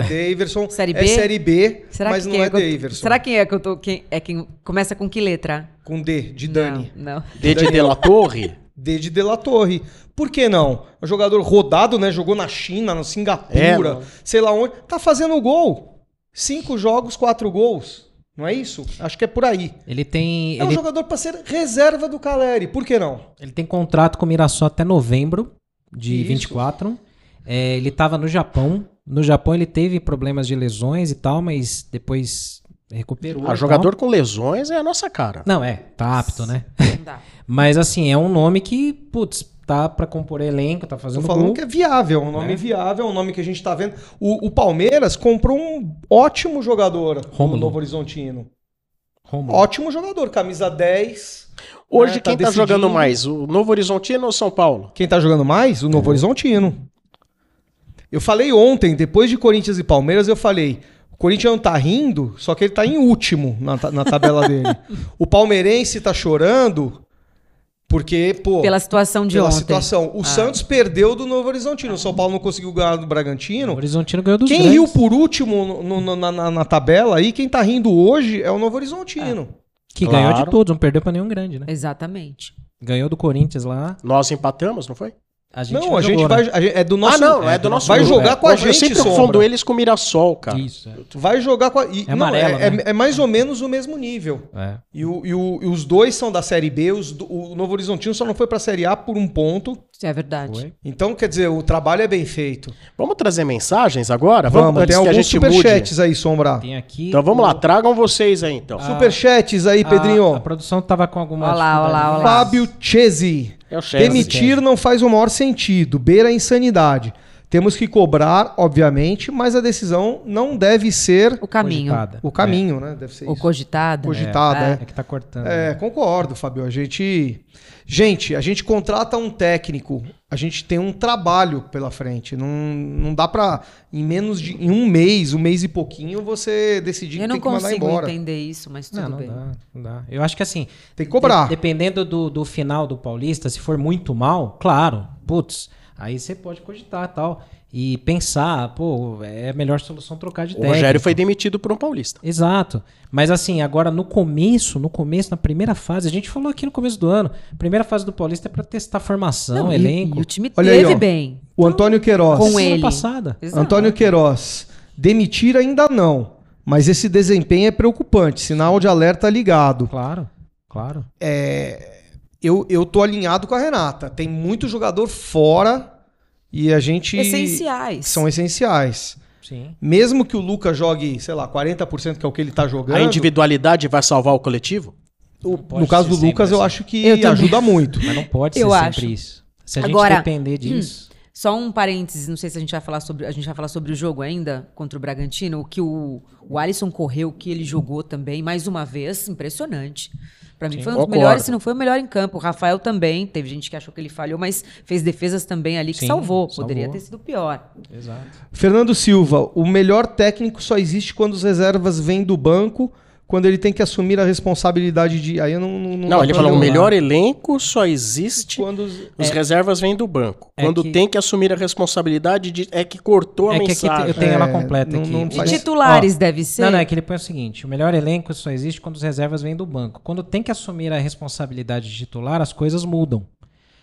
Speaker 3: Daverson.
Speaker 2: Série
Speaker 3: É
Speaker 2: B?
Speaker 3: Série B,
Speaker 2: Será
Speaker 3: mas
Speaker 2: que
Speaker 3: não
Speaker 2: quem
Speaker 3: é
Speaker 2: que eu-
Speaker 3: Daverson.
Speaker 2: Será quem é que eu tô. Quem, é quem começa com que letra?
Speaker 3: Com D, de Dani.
Speaker 2: Não. não.
Speaker 1: D de De La Torre?
Speaker 3: D de De La Torre. Por que não? É um jogador rodado, né? Jogou na China, na
Speaker 1: É,
Speaker 3: Singapura,
Speaker 1: mano.
Speaker 3: sei lá onde. Tá fazendo gol. Cinco jogos, quatro gols. Não é isso? Acho que é por aí.
Speaker 4: Ele tem
Speaker 3: É um
Speaker 4: ele,
Speaker 3: jogador pra ser reserva do Caleri. Por que não?
Speaker 4: ele tem contrato com o Mirassol até novembro de
Speaker 3: Isso.
Speaker 4: 24. É, ele tava no Japão. No Japão ele teve problemas de lesões e tal, mas depois recuperou. e
Speaker 1: Ah,
Speaker 4: tal.
Speaker 1: jogador com lesões é a nossa cara.
Speaker 4: Não, é, tá apto, né?
Speaker 2: Não dá.
Speaker 4: Mas assim, é um nome que, putz, tá pra compor elenco, tá
Speaker 3: Tô
Speaker 4: fazendo
Speaker 3: falando
Speaker 4: gol.
Speaker 3: que é viável, é um nome
Speaker 4: Né?
Speaker 3: viável, é um nome que a gente tá vendo. O, o Palmeiras comprou um ótimo jogador no
Speaker 4: Rômulo.
Speaker 3: Novo Horizontino.
Speaker 4: Rômulo.
Speaker 3: Ótimo jogador, camisa 10.
Speaker 1: Hoje,
Speaker 3: É, tá
Speaker 1: quem tá,
Speaker 3: decidindo.
Speaker 1: jogando mais? O Novo Horizontino ou São Paulo?
Speaker 3: Quem tá jogando mais? O Novo Horizontino. Eu falei ontem, depois de Corinthians e Palmeiras, eu falei: o Corinthians tá rindo, só que ele tá em último na, ta- na tabela dele. O palmeirense tá chorando porque, pô,
Speaker 2: Pela situação de
Speaker 3: pela
Speaker 2: ontem.
Speaker 3: situação. O Santos perdeu do Novo Horizontino, o São Paulo não conseguiu ganhar do
Speaker 4: O
Speaker 3: Bragantino.
Speaker 4: Horizontino ganhou dos
Speaker 3: Quem
Speaker 4: grandes.
Speaker 3: riu por último no- no- na, na- na tabela aí, quem tá rindo hoje é o Novo Horizontino.
Speaker 4: Que
Speaker 1: Claro.
Speaker 4: ganhou de todos, não perdeu pra nenhum grande, né?
Speaker 2: Exatamente.
Speaker 4: Ganhou do Corinthians lá.
Speaker 1: Nós empatamos, não foi?
Speaker 4: A gente
Speaker 3: Não, a gente
Speaker 4: jogou,
Speaker 3: vai.
Speaker 4: né?
Speaker 3: a gente- é do nosso.
Speaker 1: ah, não, é, do nosso
Speaker 3: Vai
Speaker 1: grupo,
Speaker 3: jogar
Speaker 1: é.
Speaker 3: com a
Speaker 1: Eu
Speaker 3: gente.
Speaker 1: sempre
Speaker 3: Sombra.
Speaker 1: confundo eles com o Mirassol, cara.
Speaker 4: Isso, é.
Speaker 3: Tu vai jogar com a. e-
Speaker 4: É amarelo,
Speaker 3: é,
Speaker 4: né?
Speaker 3: é- é mais ou menos o mesmo nível.
Speaker 4: É.
Speaker 3: E, o- e o- e os dois são da Série B, os do- o Novo Horizontino só não foi pra Série A por um ponto.
Speaker 2: Isso é verdade.
Speaker 4: Foi.
Speaker 3: Então, quer dizer, o trabalho é bem feito.
Speaker 1: Vamos trazer mensagens agora?
Speaker 3: tem
Speaker 1: Tá, antes que a
Speaker 3: alguns
Speaker 1: gente mude.
Speaker 3: superchats aí, Sombra.
Speaker 4: Tem aqui.
Speaker 1: Então vamos lá, tragam vocês aí,
Speaker 3: Ah.
Speaker 1: então.
Speaker 3: Superchats aí,
Speaker 4: A-
Speaker 3: Pedrinho.
Speaker 4: A produção tava com alguma. né?
Speaker 2: Olha lá, olha lá, olha lá.
Speaker 3: Fábio Chesi.
Speaker 1: É o Chelsea.
Speaker 3: Demitir não faz o maior sentido, beira a insanidade. Temos que cobrar, obviamente, mas a decisão não deve ser
Speaker 2: O caminho.
Speaker 3: o caminho, né? Deve ser
Speaker 2: Ou
Speaker 3: isso.
Speaker 2: cogitada. né?
Speaker 3: Cogitada, é.
Speaker 4: É. que tá cortando.
Speaker 3: É, concordo, Fabio. A gente. Gente, a gente contrata um técnico, a gente tem um trabalho pela frente. Não, não dá pra, em menos de. Em um mês, um mês e pouquinho, você decidir
Speaker 2: Eu
Speaker 3: que
Speaker 2: não
Speaker 3: tem que mandar
Speaker 2: consigo
Speaker 3: embora.
Speaker 2: entender isso, mas tudo
Speaker 4: Não, não
Speaker 2: bem.
Speaker 4: dá, não dá. Eu acho que assim,
Speaker 3: Tem que cobrar.
Speaker 4: de- dependendo do, do final do Paulista, se for muito mal, claro, putz, aí você pode cogitar tal. E pensar, pô, é a melhor solução trocar de
Speaker 1: O Rogério
Speaker 4: técnico.
Speaker 1: foi demitido por um paulista.
Speaker 4: Exato. Mas assim, agora no começo, no começo, na primeira fase, a gente falou aqui no começo do ano, primeira fase do Paulista é pra testar formação,
Speaker 2: Não, e-
Speaker 4: elenco.
Speaker 2: E, o time
Speaker 3: Olha aí,
Speaker 2: teve
Speaker 3: ó.
Speaker 2: bem.
Speaker 3: O Antônio Queiroz.
Speaker 2: Com
Speaker 4: Semana
Speaker 2: ele.
Speaker 4: passada.
Speaker 2: Exato.
Speaker 3: Antônio Queiroz, demitir ainda não, mas esse desempenho é preocupante, sinal de alerta ligado.
Speaker 4: Claro, claro.
Speaker 3: Eu, eu tô alinhado com a Renata. Tem muito jogador fora E a gente.
Speaker 2: Essenciais.
Speaker 3: São essenciais.
Speaker 4: Sim.
Speaker 3: Mesmo que o Lucas jogue, sei lá, 40%, que é o que ele tá jogando.
Speaker 1: A individualidade vai salvar o coletivo?
Speaker 3: o-
Speaker 4: pode
Speaker 3: no caso
Speaker 4: ser
Speaker 3: do Lucas,
Speaker 4: sempre
Speaker 3: eu
Speaker 4: assim.
Speaker 3: acho que
Speaker 2: Eu também.
Speaker 3: ajuda muito.
Speaker 4: Mas não pode
Speaker 2: Eu
Speaker 4: ser
Speaker 2: acho.
Speaker 4: sempre isso. Se a gente
Speaker 2: Agora,
Speaker 4: depender disso.
Speaker 2: Só um parênteses, não sei se a gente vai falar sobre, a gente vai falar sobre o jogo ainda contra o Bragantino, o que o, o Alisson correu, o que ele jogou também, mais uma vez, impressionante. Pra mim
Speaker 4: Sim,
Speaker 2: foi um dos
Speaker 1: concordo.
Speaker 2: melhores, se não foi o melhor em campo. O Rafael também, teve gente que achou que ele falhou, mas fez defesas também ali que
Speaker 4: Sim,
Speaker 2: salvou.
Speaker 4: salvou.
Speaker 2: Poderia ter sido pior.
Speaker 4: Exato.
Speaker 3: Fernando Silva, o melhor técnico só existe quando os reservas vêm do banco, quando ele tem que assumir a responsabilidade de. Aí eu não. Não,
Speaker 1: Não,
Speaker 3: dá
Speaker 1: ele
Speaker 3: pra
Speaker 1: falou: o
Speaker 3: ler
Speaker 1: melhor elenco só existe
Speaker 3: Quando é os-
Speaker 1: Os reservas vêm do banco.
Speaker 4: É
Speaker 1: Quando
Speaker 4: que-
Speaker 1: tem que assumir a responsabilidade de é que cortou a
Speaker 4: É que aqui te-
Speaker 1: mensagem.
Speaker 4: eu tenho ela
Speaker 3: É,
Speaker 4: completa
Speaker 3: não-
Speaker 4: aqui.
Speaker 3: não
Speaker 2: De
Speaker 3: Mas-
Speaker 2: titulares deve ser.
Speaker 4: Não, não, é que ele põe o seguinte: o melhor elenco só existe quando os reservas vêm do banco. Quando tem que assumir a responsabilidade de titular, as coisas mudam.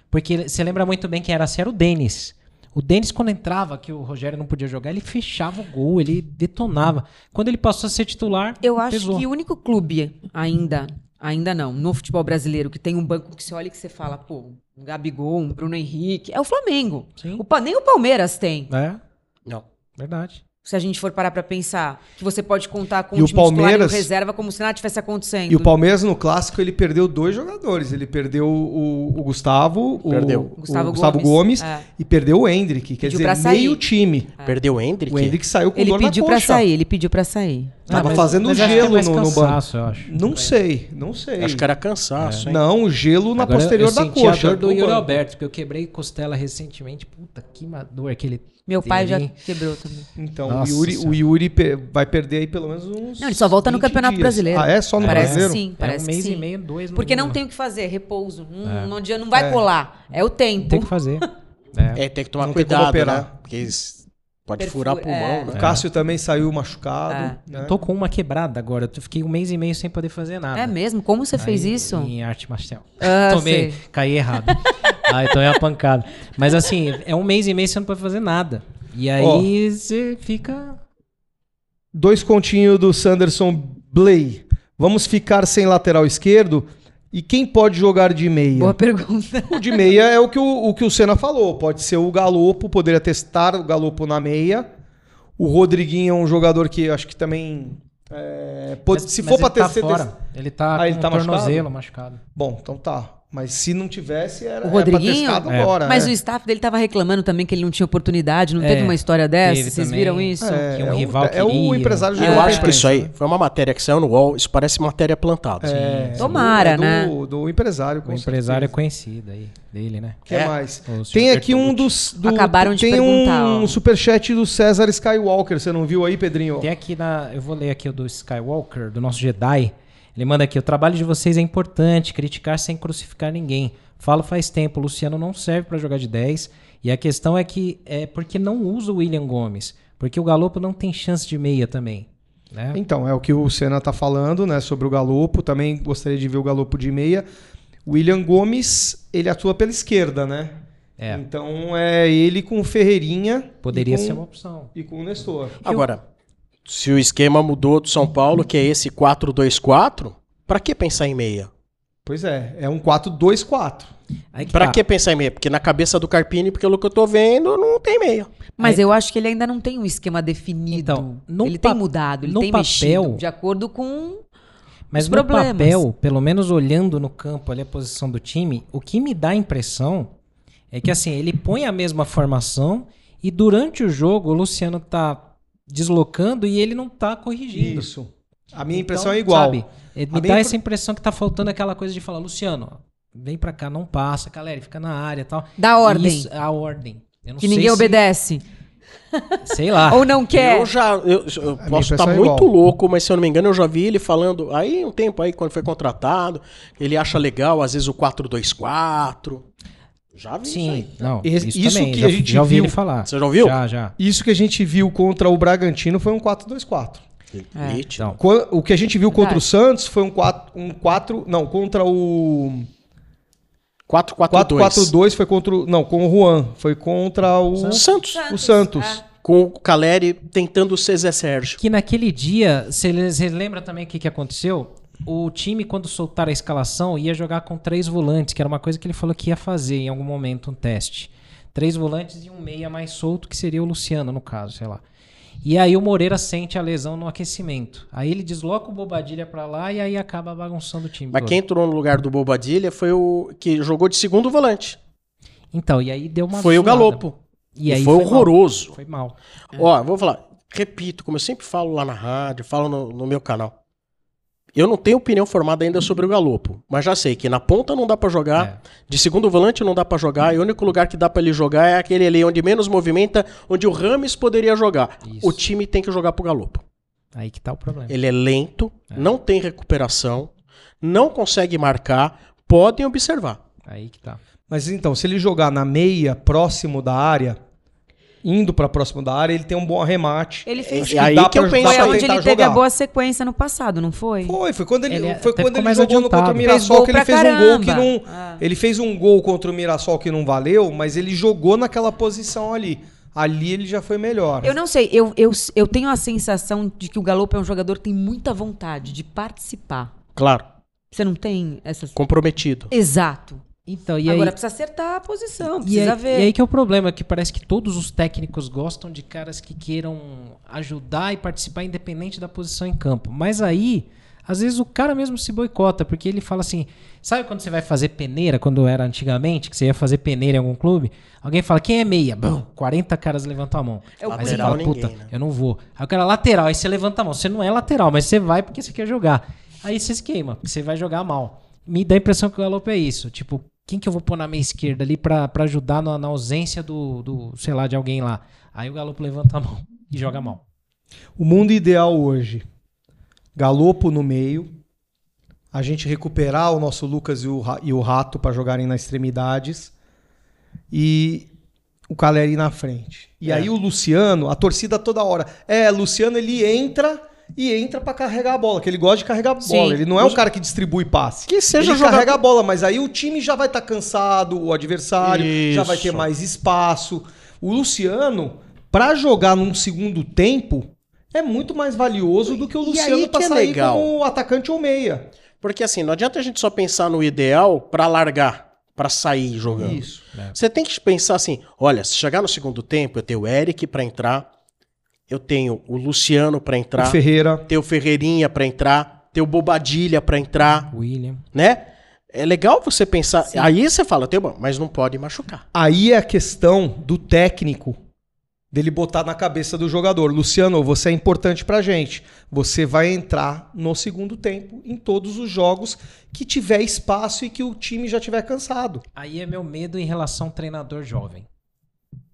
Speaker 4: Porque você lembra muito bem quem era assim, era o Denis. O Denis, quando entrava, que o Rogério não podia jogar, ele fechava o gol, ele detonava. Quando ele passou a ser titular,
Speaker 2: Eu acho
Speaker 4: pesou.
Speaker 2: que o único clube ainda, ainda não, no futebol brasileiro, que tem um banco que você olha e que você fala, pô, um Gabigol, um Bruno Henrique, é o Flamengo.
Speaker 4: Sim.
Speaker 2: O Pa- nem o Palmeiras tem.
Speaker 4: É,
Speaker 1: Não.
Speaker 4: verdade.
Speaker 2: Se a gente for parar pra pensar que você pode contar com
Speaker 3: E
Speaker 2: o
Speaker 3: o
Speaker 2: time titular
Speaker 3: Palmeiras-
Speaker 2: e o reserva como se nada tivesse acontecendo.
Speaker 3: E o Palmeiras no clássico ele perdeu dois jogadores. Ele perdeu o, o Gustavo, o,
Speaker 1: Perdeu.
Speaker 3: o Gustavo, Gomes,
Speaker 2: É.
Speaker 3: e perdeu o Hendrick. Quer
Speaker 2: Pediu
Speaker 3: dizer,
Speaker 2: pra sair.
Speaker 3: meio time.
Speaker 1: Perdeu o Hendrick?
Speaker 3: Ah. O Hendrick saiu com
Speaker 2: Ele
Speaker 3: dor na
Speaker 2: pediu pra
Speaker 3: coxa.
Speaker 2: sair, ele pediu pra sair.
Speaker 3: Tava
Speaker 4: mas-
Speaker 3: Tá, fazendo
Speaker 4: mas acho que é
Speaker 3: gelo
Speaker 4: mais
Speaker 3: no- no
Speaker 4: cansaço, eu acho.
Speaker 3: Não sei, não sei.
Speaker 1: Acho que era cansaço, hein?
Speaker 3: É. Não, o gelo na
Speaker 4: Agora,
Speaker 3: posterior
Speaker 4: eu
Speaker 3: da
Speaker 4: senti a
Speaker 3: coxa.
Speaker 4: dor do Yuri
Speaker 3: Concordo.
Speaker 4: Alberto, porque eu quebrei costela recentemente. Puta, que ma- dor que ele
Speaker 2: Meu
Speaker 4: teve,
Speaker 2: pai já
Speaker 4: hein?
Speaker 2: quebrou também.
Speaker 3: Então,
Speaker 4: Nossa
Speaker 3: o Yuri, o
Speaker 4: Senhora.
Speaker 3: Yuri pe- vai perder aí pelo menos uns.
Speaker 2: Não, ele só volta no
Speaker 3: 20
Speaker 2: Campeonato
Speaker 3: dias.
Speaker 2: Brasileiro.
Speaker 3: Ah, é? Só no
Speaker 2: parece
Speaker 3: Brasileiro?
Speaker 2: que sim,
Speaker 4: é
Speaker 2: parece
Speaker 4: um
Speaker 2: que
Speaker 4: mês
Speaker 2: sim.
Speaker 4: e meio, dois no
Speaker 2: Porque não
Speaker 4: mínimo.
Speaker 2: tem o que fazer, repouso. Hum,
Speaker 3: É.
Speaker 2: Não, dia- não vai colar. É o tempo.
Speaker 4: Tem que fazer. É.
Speaker 1: É, tem que tomar
Speaker 3: Não tem como
Speaker 1: cuidado, né?
Speaker 3: operar.
Speaker 1: Porque eles- pode
Speaker 2: Perfura-
Speaker 1: furar pulmão,
Speaker 2: é.
Speaker 1: né?
Speaker 3: O Cássio também saiu machucado. né?
Speaker 4: Eu tô com uma quebrada agora. Eu fiquei um mês e meio sem poder fazer nada.
Speaker 2: É mesmo? Como você fez
Speaker 4: Aí,
Speaker 2: isso?
Speaker 4: Em arte marcial.
Speaker 2: Ah,
Speaker 4: Tomei,
Speaker 2: sei.
Speaker 4: caí errado. aí tomei uma pancada. Mas assim, é um mês e meio que você não pode fazer nada. E aí você fica.
Speaker 3: Dois continhos do Sanderson Blay. Vamos ficar sem lateral esquerdo? E quem pode jogar de meia?
Speaker 2: Boa pergunta.
Speaker 3: O de meia é o que o, o que o Senna falou. Pode ser o Galopo, poderia testar o Galopo na meia. O Rodriguinho é um jogador que eu acho que também. é, pode-
Speaker 4: Mas-
Speaker 3: se
Speaker 4: mas
Speaker 3: for pra
Speaker 4: ele tá
Speaker 3: testar.
Speaker 4: fora. Ele tá
Speaker 3: Ah,
Speaker 4: com
Speaker 3: ele tá
Speaker 4: um tornozelo machucado.
Speaker 3: Bom, então tá. Mas se não tivesse, era,
Speaker 2: O
Speaker 3: era pra
Speaker 2: Rodriguinho?
Speaker 3: testar agora.
Speaker 2: Mas
Speaker 3: é.
Speaker 2: o staff dele tava reclamando também que ele não tinha oportunidade, não teve uma história dessa?
Speaker 4: É, teve
Speaker 2: É, Vocês
Speaker 4: também.
Speaker 2: viram isso?
Speaker 3: É,
Speaker 4: que um
Speaker 3: é o-
Speaker 4: rival
Speaker 3: é o
Speaker 4: queria.
Speaker 3: empresário
Speaker 1: Eu
Speaker 3: geral da
Speaker 1: acho que isso
Speaker 3: imprensa,
Speaker 1: aí
Speaker 3: né?
Speaker 1: foi uma matéria que saiu no UOL. Isso parece matéria plantada.
Speaker 4: É,
Speaker 2: Tomara,
Speaker 3: é do,
Speaker 2: né?
Speaker 3: Do empresário. com
Speaker 4: O empresário é
Speaker 3: certeza.
Speaker 4: conhecido aí, dele, né?
Speaker 3: que
Speaker 1: É.
Speaker 3: mais?
Speaker 4: O senhor
Speaker 3: Tem aqui um
Speaker 4: Bertolucci.
Speaker 3: dos. Do,
Speaker 2: Acabaram de
Speaker 3: tem
Speaker 2: perguntar,
Speaker 3: um
Speaker 2: ó.
Speaker 3: superchat do César Skywalker. Você não viu aí, Pedrinho?
Speaker 4: Tem aqui na. Eu vou ler aqui o do Skywalker, do nosso Jedi. Ele manda aqui: o trabalho de vocês é importante, criticar sem crucificar ninguém. Falo faz tempo, o Luciano não serve pra jogar de 10. E a questão é que é porque não usa o William Gomes. Porque o Galopo não tem chance de meia também. Né?
Speaker 3: Então, é o que o Senna tá falando, né? Sobre o Galopo. Também gostaria de ver o Galopo de meia. William Gomes, ele atua pela esquerda, né?
Speaker 4: É.
Speaker 3: Então é ele com o Ferreirinha.
Speaker 4: Poderia
Speaker 3: e com,
Speaker 4: ser uma opção.
Speaker 3: E com o Nestor.
Speaker 1: Agora, se o esquema mudou do São Paulo, que é esse 4-2-4, pra que pensar em meia?
Speaker 3: Pois é, é um 4-2-4.
Speaker 4: Aí que
Speaker 1: Pra
Speaker 4: tá.
Speaker 1: que pensar em meia? Porque na cabeça do Carpini, pelo que eu tô vendo, não tem meia.
Speaker 2: Mas eu acho que ele ainda não tem um esquema definido.
Speaker 4: Então, no
Speaker 2: ele
Speaker 4: pa-
Speaker 2: tem mudado, ele
Speaker 4: no
Speaker 2: tem
Speaker 4: papel-
Speaker 2: mexido de acordo com.
Speaker 4: Mas
Speaker 2: os
Speaker 4: no
Speaker 2: problemas.
Speaker 4: papel, pelo menos olhando no campo ali a posição do time, o que me dá a impressão é que assim, ele põe a mesma formação e durante o jogo o Luciano tá deslocando e ele não tá corrigindo.
Speaker 3: Isso. A minha
Speaker 4: Então,
Speaker 3: impressão é igual.
Speaker 4: sabe, eh,
Speaker 3: A minha
Speaker 4: me dá
Speaker 3: impre-
Speaker 4: essa impressão que tá faltando aquela coisa de falar, Luciano, ó, vem pra cá, não passa, galera, fica na área e tal.
Speaker 2: Da ordem.
Speaker 4: Isso, a ordem. Eu não
Speaker 2: Que
Speaker 4: sei
Speaker 2: ninguém
Speaker 4: se- Ah,
Speaker 2: obedece.
Speaker 4: Sei lá.
Speaker 2: Ou não quer.
Speaker 1: Eu já. Eu, eu posso estar
Speaker 3: impressão é
Speaker 1: muito
Speaker 3: igual.
Speaker 1: louco, mas se eu não me engano, eu já vi ele falando. Aí, um tempo aí, quando foi contratado, ele acha legal, às vezes, o 4-2-4. Já vi isso
Speaker 4: Sim,
Speaker 1: aí.
Speaker 4: não.
Speaker 3: Esse-
Speaker 4: Isso,
Speaker 3: isso
Speaker 4: também,
Speaker 3: que
Speaker 4: já,
Speaker 3: a gente
Speaker 4: já ouvi
Speaker 3: viu-
Speaker 4: ele falar.
Speaker 1: Você já ouviu?
Speaker 4: Já, já.
Speaker 3: Isso que a gente viu contra o Bragantino foi um 4-2-4.
Speaker 2: É.
Speaker 1: Nítido.
Speaker 4: Então,
Speaker 3: Qua- O que a gente viu contra o
Speaker 1: É.
Speaker 2: Verdade.
Speaker 3: Santos foi um 4, um 4 não, contra o
Speaker 1: 4-4-2.
Speaker 3: 4-4-2 foi contra o, não, com o Juan, foi contra o
Speaker 1: O Santos.
Speaker 3: o Santos.
Speaker 2: é.
Speaker 1: Com o Caleri tentando ser Zé Sérgio.
Speaker 4: Que naquele dia, você lembra também o que, que aconteceu? O time, quando soltaram a escalação, ia jogar com três volantes, que era uma coisa que ele falou que ia fazer em algum momento, um teste. Três volantes e um meia mais solto, que seria o Luciano, no caso, sei lá. E aí o Moreira sente a lesão no aquecimento. Aí ele desloca o Bobadilha pra lá e aí acaba bagunçando o time.
Speaker 1: Mas
Speaker 4: todo.
Speaker 1: quem entrou no lugar do Bobadilha foi o que jogou de segundo volante.
Speaker 4: Então, e aí deu uma
Speaker 1: foi o
Speaker 4: zoada.
Speaker 1: Galopo.
Speaker 4: E aí
Speaker 1: foi,
Speaker 4: mal. É.
Speaker 1: horroroso.
Speaker 4: Foi mal.
Speaker 1: Ó, vou falar, repito, como eu sempre falo lá na rádio, falo no, no meu canal. Eu não tenho opinião formada ainda sobre o Galopo, mas já sei que na ponta não dá pra jogar,
Speaker 4: É.
Speaker 1: de segundo volante não dá pra jogar, e o único lugar que dá pra ele jogar é aquele ali onde menos movimenta, onde o Rames poderia jogar.
Speaker 4: Isso.
Speaker 1: O time tem que jogar pro Galopo.
Speaker 4: Aí que tá o problema.
Speaker 1: Ele é lento, não tem recuperação, não consegue marcar, podem observar.
Speaker 4: Aí que tá.
Speaker 3: Mas então, se ele jogar na meia, próximo da área, indo pra próximo da área, ele tem um bom arremate.
Speaker 2: Ele fez.
Speaker 1: Acho que É aí
Speaker 3: dá
Speaker 1: que eu
Speaker 3: pra-
Speaker 1: penso-
Speaker 3: dá
Speaker 2: Foi
Speaker 3: pra
Speaker 2: onde
Speaker 3: tentar
Speaker 2: ele teve a
Speaker 3: jogar.
Speaker 2: boa sequência no passado, não foi?
Speaker 3: Foi, foi quando ele,
Speaker 4: Ele
Speaker 3: foi
Speaker 4: até
Speaker 3: quando
Speaker 4: ficou
Speaker 3: ele
Speaker 4: mais
Speaker 3: jogou no
Speaker 4: adiantado.
Speaker 3: contra o
Speaker 4: Fez
Speaker 3: Mirassol,
Speaker 2: gol
Speaker 3: que ele
Speaker 2: pra
Speaker 3: fez um gol que
Speaker 2: caramba.
Speaker 3: não.
Speaker 2: Ah.
Speaker 3: Ele fez um gol contra o Mirassol que não valeu, mas ele jogou naquela posição ali. Ali ele já foi melhor.
Speaker 2: Eu não sei, eu, eu, eu tenho a sensação de que o Galopo é um jogador que tem muita vontade de participar.
Speaker 1: Claro,
Speaker 2: Você não tem essas.
Speaker 1: comprometido.
Speaker 2: Exato.
Speaker 4: Então, e aí...
Speaker 2: Agora precisa acertar a posição,
Speaker 4: E
Speaker 2: precisa
Speaker 4: aí,
Speaker 2: ver.
Speaker 4: e aí que é o problema, que parece que todos os técnicos gostam de caras que queiram ajudar e participar independente da posição em campo. Mas aí, às vezes o cara mesmo se boicota, porque ele fala assim, sabe quando você vai fazer peneira, quando era antigamente, que você ia fazer peneira em algum clube? Alguém fala, quem é meia? Bum, 40 caras levantam a mão.
Speaker 2: É o
Speaker 4: aí você
Speaker 1: lateral,
Speaker 4: fala, então puta,
Speaker 1: ninguém, né?
Speaker 4: eu não vou. Aí o cara lateral, aí você levanta a mão. Você não é lateral, mas você vai porque você quer jogar. Aí você se queima, porque você vai jogar mal. Me dá a impressão que o Galope é isso. Tipo, quem que eu vou pôr na minha esquerda ali pra, pra ajudar na, na ausência do, do, sei lá, de alguém lá? Aí o Galope levanta a mão e joga mal.
Speaker 3: O mundo ideal hoje. Galopo no meio. A gente recuperar o nosso Lucas e o, Ra- e o Rato para jogarem nas extremidades. E o Caleri na frente. E
Speaker 1: É.
Speaker 3: aí o Luciano, a torcida toda hora. É, Luciano ele entra e entra para carregar a bola, que ele gosta de carregar a bola.
Speaker 2: Sim.
Speaker 3: Ele não é um cara que distribui passe.
Speaker 1: Que seja
Speaker 3: ele
Speaker 1: jogador-
Speaker 3: carrega a bola, mas aí o time já vai estar cansado, o adversário já vai ter
Speaker 1: Isso.
Speaker 3: mais espaço. O Luciano, pra jogar num segundo tempo, é muito mais valioso do que o
Speaker 1: E
Speaker 3: Luciano
Speaker 1: aí
Speaker 3: pra
Speaker 1: que é
Speaker 3: sair
Speaker 1: legal.
Speaker 3: como atacante ou meia.
Speaker 1: Porque assim, não adianta a gente só pensar no ideal pra largar, pra sair jogando. né?
Speaker 3: Isso.
Speaker 1: Você tem que pensar assim: olha, se chegar no segundo tempo, eu tenho o Eric pra entrar, eu tenho o Luciano pra
Speaker 3: O
Speaker 1: entrar,
Speaker 3: Ferreira.
Speaker 1: tenho o Ferreirinha pra entrar, tenho o Bobadilha pra entrar,
Speaker 4: William.
Speaker 1: né? É legal você pensar. Aí você fala, tem, mas não pode machucar.
Speaker 3: Aí é a questão do técnico dele botar na cabeça do jogador. Luciano, você é importante pra gente. Você vai entrar no segundo tempo em todos os jogos que tiver espaço e que o time já tiver cansado.
Speaker 4: Aí é meu medo em relação ao treinador jovem.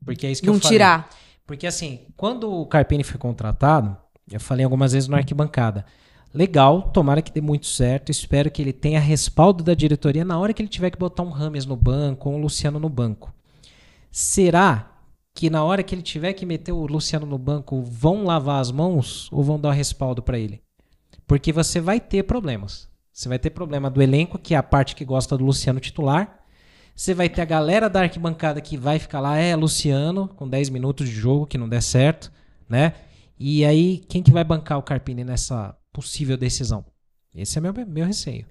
Speaker 4: Porque é isso que
Speaker 2: não
Speaker 4: eu falei.
Speaker 2: tirar.
Speaker 4: Porque assim, quando o Carpini foi contratado, eu falei algumas vezes na arquibancada. Legal, tomara que dê muito certo. Espero que ele tenha respaldo da diretoria na hora que ele tiver que botar um Rames no banco ou um Luciano no banco. Será que na hora que ele tiver que meter o Luciano no banco, vão lavar as mãos ou vão dar respaldo pra ele? Porque você vai ter problemas. Você vai ter problema do elenco, que é a parte que gosta do Luciano titular. Você vai ter a galera da arquibancada que vai ficar lá, é Luciano, com 10 minutos de jogo que não der certo, né? E aí, quem que vai bancar o Carpini nessa possível decisão? Esse é meu, meu receio.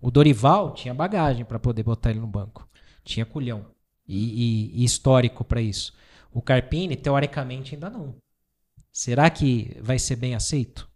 Speaker 4: O Dorival tinha bagagem pra poder botar ele no banco. Tinha culhão e, e- e histórico pra isso. O Carpini, teoricamente, ainda não. Será que vai ser bem aceito?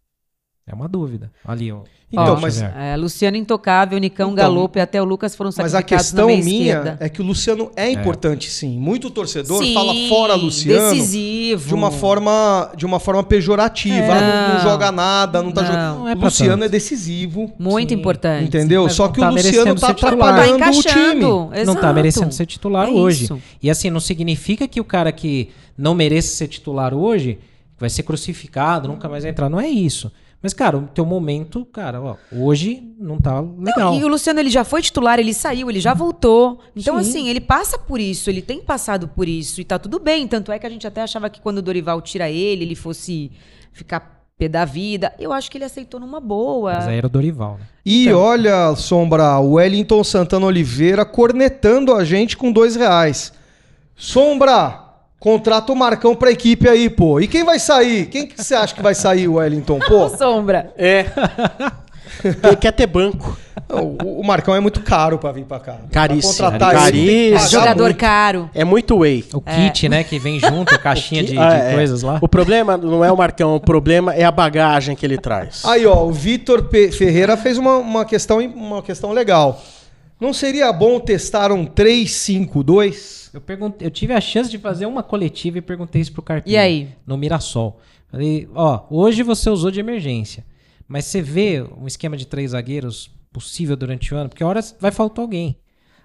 Speaker 4: É uma dúvida. Ali, ó.
Speaker 3: Então,
Speaker 4: Ó,
Speaker 3: mas-
Speaker 4: Xavier.
Speaker 2: É, Luciano Intocável, Nicão
Speaker 3: Então,
Speaker 2: Galopo e até o Lucas foram
Speaker 3: Mas a
Speaker 2: sacrificados
Speaker 3: questão
Speaker 2: na
Speaker 3: minha
Speaker 2: meia esquerda.
Speaker 3: é que o Luciano é importante, sim. Muito torcedor
Speaker 2: Sim,
Speaker 3: fala fora Luciano
Speaker 2: Decisivo.
Speaker 3: de uma forma de uma forma pejorativa.
Speaker 4: É.
Speaker 3: Ah, não, não
Speaker 2: Não.
Speaker 3: joga nada, não tá
Speaker 2: Não.
Speaker 4: Não
Speaker 3: jogando.
Speaker 4: é
Speaker 3: o
Speaker 4: pra
Speaker 3: Luciano
Speaker 4: tanto.
Speaker 3: é decisivo,
Speaker 2: Muito
Speaker 4: Sim.
Speaker 2: importante.
Speaker 3: entendeu?
Speaker 4: mas
Speaker 3: Só
Speaker 4: não
Speaker 3: que
Speaker 4: tá
Speaker 3: o Luciano
Speaker 4: merecendo
Speaker 3: tá
Speaker 4: ser titular.
Speaker 2: Tá
Speaker 3: atrapalhando o time.
Speaker 2: encaixando. Exato.
Speaker 4: Não tá merecendo ser titular
Speaker 2: É
Speaker 4: hoje.
Speaker 2: isso.
Speaker 4: E assim, não significa que o cara que não merece ser titular hoje vai ser crucificado, nunca mais vai entrar. Não é isso. Mas, cara, o teu momento, cara, ó, hoje não tá legal.
Speaker 2: E o Luciano, ele já foi titular, ele saiu, ele já voltou. Então,
Speaker 4: Sim.
Speaker 2: assim, ele passa por isso, ele tem passado por isso e tá tudo bem. Tanto é que a gente até achava que quando o Dorival tira ele, ele fosse ficar pé da vida. Eu acho que ele aceitou numa boa.
Speaker 4: Mas aí era o Dorival, né?
Speaker 3: E olha, Sombra, o Wellington Santana Oliveira cornetando a gente com dois reais. Sombra, contrata o Marcão pra equipe aí, pô. E quem vai sair? Quem que você acha que vai sair, Wellington, pô?
Speaker 2: Ô, Sombra.
Speaker 1: É. Ele quer ter banco.
Speaker 3: O, o Marcão é muito caro pra vir pra cá.
Speaker 1: Caríssimo. né?
Speaker 3: Pra contratar ele, tem que
Speaker 1: Caríssimo.
Speaker 3: pagar
Speaker 2: Jogador
Speaker 3: muito.
Speaker 2: caro.
Speaker 1: É muito whey.
Speaker 4: O kit, né? Que vem junto, a caixinha de, de
Speaker 1: Ah, é.
Speaker 4: coisas lá.
Speaker 1: O problema não é o Marcão, o problema é a bagagem que ele traz.
Speaker 3: Aí, ó, o Vitor Pe- Ferreira fez uma, uma, questão, uma questão legal. Não seria bom testar um 352?
Speaker 4: Eu, perguntei, eu tive a chance de fazer uma coletiva e perguntei isso pro Carpinho.
Speaker 2: E aí?
Speaker 4: No Mirassol. Falei, ó, hoje você usou de emergência, mas você vê um esquema de três zagueiros possível durante o ano, porque horas vai faltar alguém.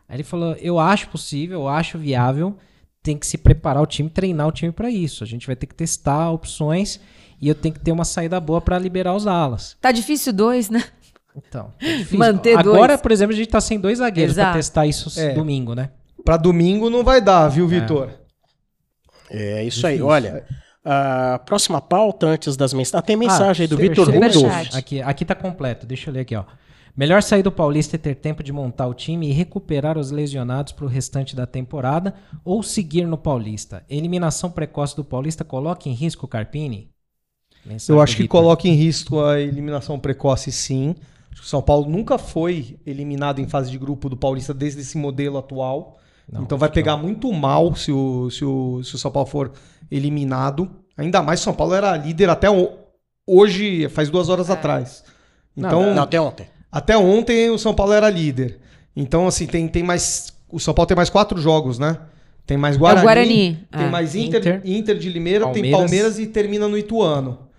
Speaker 4: Aí ele falou, eu acho possível, eu acho viável, tem que se preparar o time, treinar o time para isso. A gente vai ter que testar opções e eu tenho que ter uma saída boa para liberar os alas.
Speaker 2: Tá difícil dois, né?
Speaker 4: Então, é difícil.
Speaker 2: Manter dois.
Speaker 4: Agora, por exemplo, a gente tá sem dois zagueiros para
Speaker 2: Exato.
Speaker 4: testar isso
Speaker 3: É.
Speaker 4: domingo, né?
Speaker 3: Pra domingo não vai dar, viu, Vitor?
Speaker 1: É isso aí. Olha, a próxima pauta antes das mensagens. Ah, tem mensagem aí do
Speaker 4: super-
Speaker 1: Vitor
Speaker 4: super
Speaker 1: Rudolph.
Speaker 3: Ah,
Speaker 2: chat.
Speaker 4: Aqui, aqui tá completo, deixa eu ler aqui, ó. Melhor sair do Paulista e ter tempo de montar o time e recuperar os lesionados pro restante da temporada ou seguir no Paulista. Eliminação precoce do Paulista coloca em risco o Carpini? Mensagem
Speaker 3: Eu
Speaker 4: do
Speaker 3: acho que
Speaker 4: Vitor.
Speaker 3: coloca em risco a eliminação precoce, sim. Acho que o São Paulo nunca foi eliminado em fase de grupo do Paulista desde esse modelo atual.
Speaker 4: Não,
Speaker 3: então vai
Speaker 4: acho que
Speaker 3: pegar muito mal se o, se, o, se o São Paulo for eliminado. Ainda mais São Paulo era líder até o- hoje, faz duas horas atrás.
Speaker 4: Não,
Speaker 3: Então,
Speaker 1: Não, até ontem.
Speaker 3: até ontem o São Paulo era líder. Então, assim, tem, tem mais. O São Paulo tem mais quatro jogos, né? Tem mais Guarani.
Speaker 2: É o Guarani.
Speaker 3: Tem
Speaker 2: é.
Speaker 3: mais Inter, Inter,
Speaker 4: Ah, Inter.
Speaker 3: de Limeira, tem
Speaker 4: Palmeiras.
Speaker 3: Palmeiras e termina no Ituano.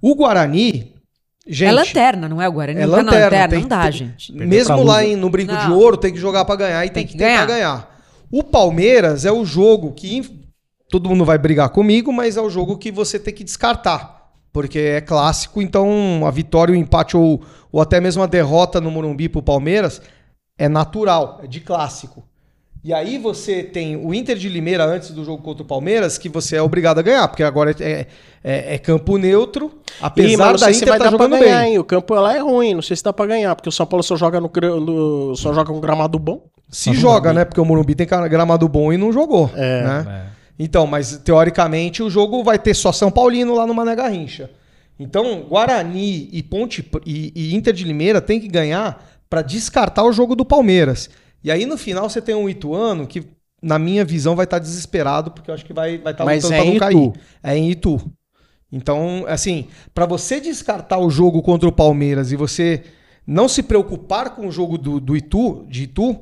Speaker 3: O Guarani, gente,
Speaker 2: é lanterna, não é o Guarani?
Speaker 3: É
Speaker 2: Não tá na
Speaker 3: lanterna,
Speaker 2: lanterna,
Speaker 3: tem-
Speaker 2: não dá,
Speaker 3: tem-
Speaker 2: gente.
Speaker 3: mesmo
Speaker 4: pra
Speaker 3: lá
Speaker 4: Lusa.
Speaker 3: em- no Brinco de
Speaker 2: Não.
Speaker 3: Ouro, tem que jogar pra ganhar e tem,
Speaker 2: Tem
Speaker 3: que,
Speaker 2: que
Speaker 3: tentar ganhar. O Palmeiras é o jogo que inf- todo mundo vai brigar comigo, mas é o jogo que você tem que descartar. Porque é clássico, então a vitória, o empate ou, ou até mesmo a derrota no Morumbi pro Palmeiras é natural, é de clássico. E aí você tem o Inter de Limeira antes do jogo contra o Palmeiras, que você é obrigado a ganhar, porque agora é, é- é campo neutro,
Speaker 1: Ih, mas
Speaker 3: apesar
Speaker 1: não
Speaker 3: da
Speaker 1: sei se
Speaker 3: Inter
Speaker 1: vai
Speaker 3: tá
Speaker 1: dar pra
Speaker 3: jogando
Speaker 1: ganhar,
Speaker 3: bem.
Speaker 1: hein? O campo lá é ruim, não sei se dá pra ganhar, porque o São Paulo só joga no, gra- no- só joga um gramado bom.
Speaker 3: Se joga, né? Porque o Morumbi tem cara- gramado bom e não jogou. né?
Speaker 4: É.
Speaker 3: Então, mas teoricamente o jogo vai ter só São Paulino lá no Mané Garrincha. Então, Guarani e Ponte Pr- e, e Inter de Limeira tem que ganhar pra descartar o jogo do Palmeiras. E aí no final você tem um Ituano que, na minha visão, vai estar desesperado porque eu acho que vai estar vai tá
Speaker 1: Mas é
Speaker 3: lutando
Speaker 1: em
Speaker 3: pra não
Speaker 1: Itu.
Speaker 3: cair. É em Itu. Então, assim, pra você descartar o jogo contra o Palmeiras e você não se preocupar com o jogo do, do Itu, de Itu,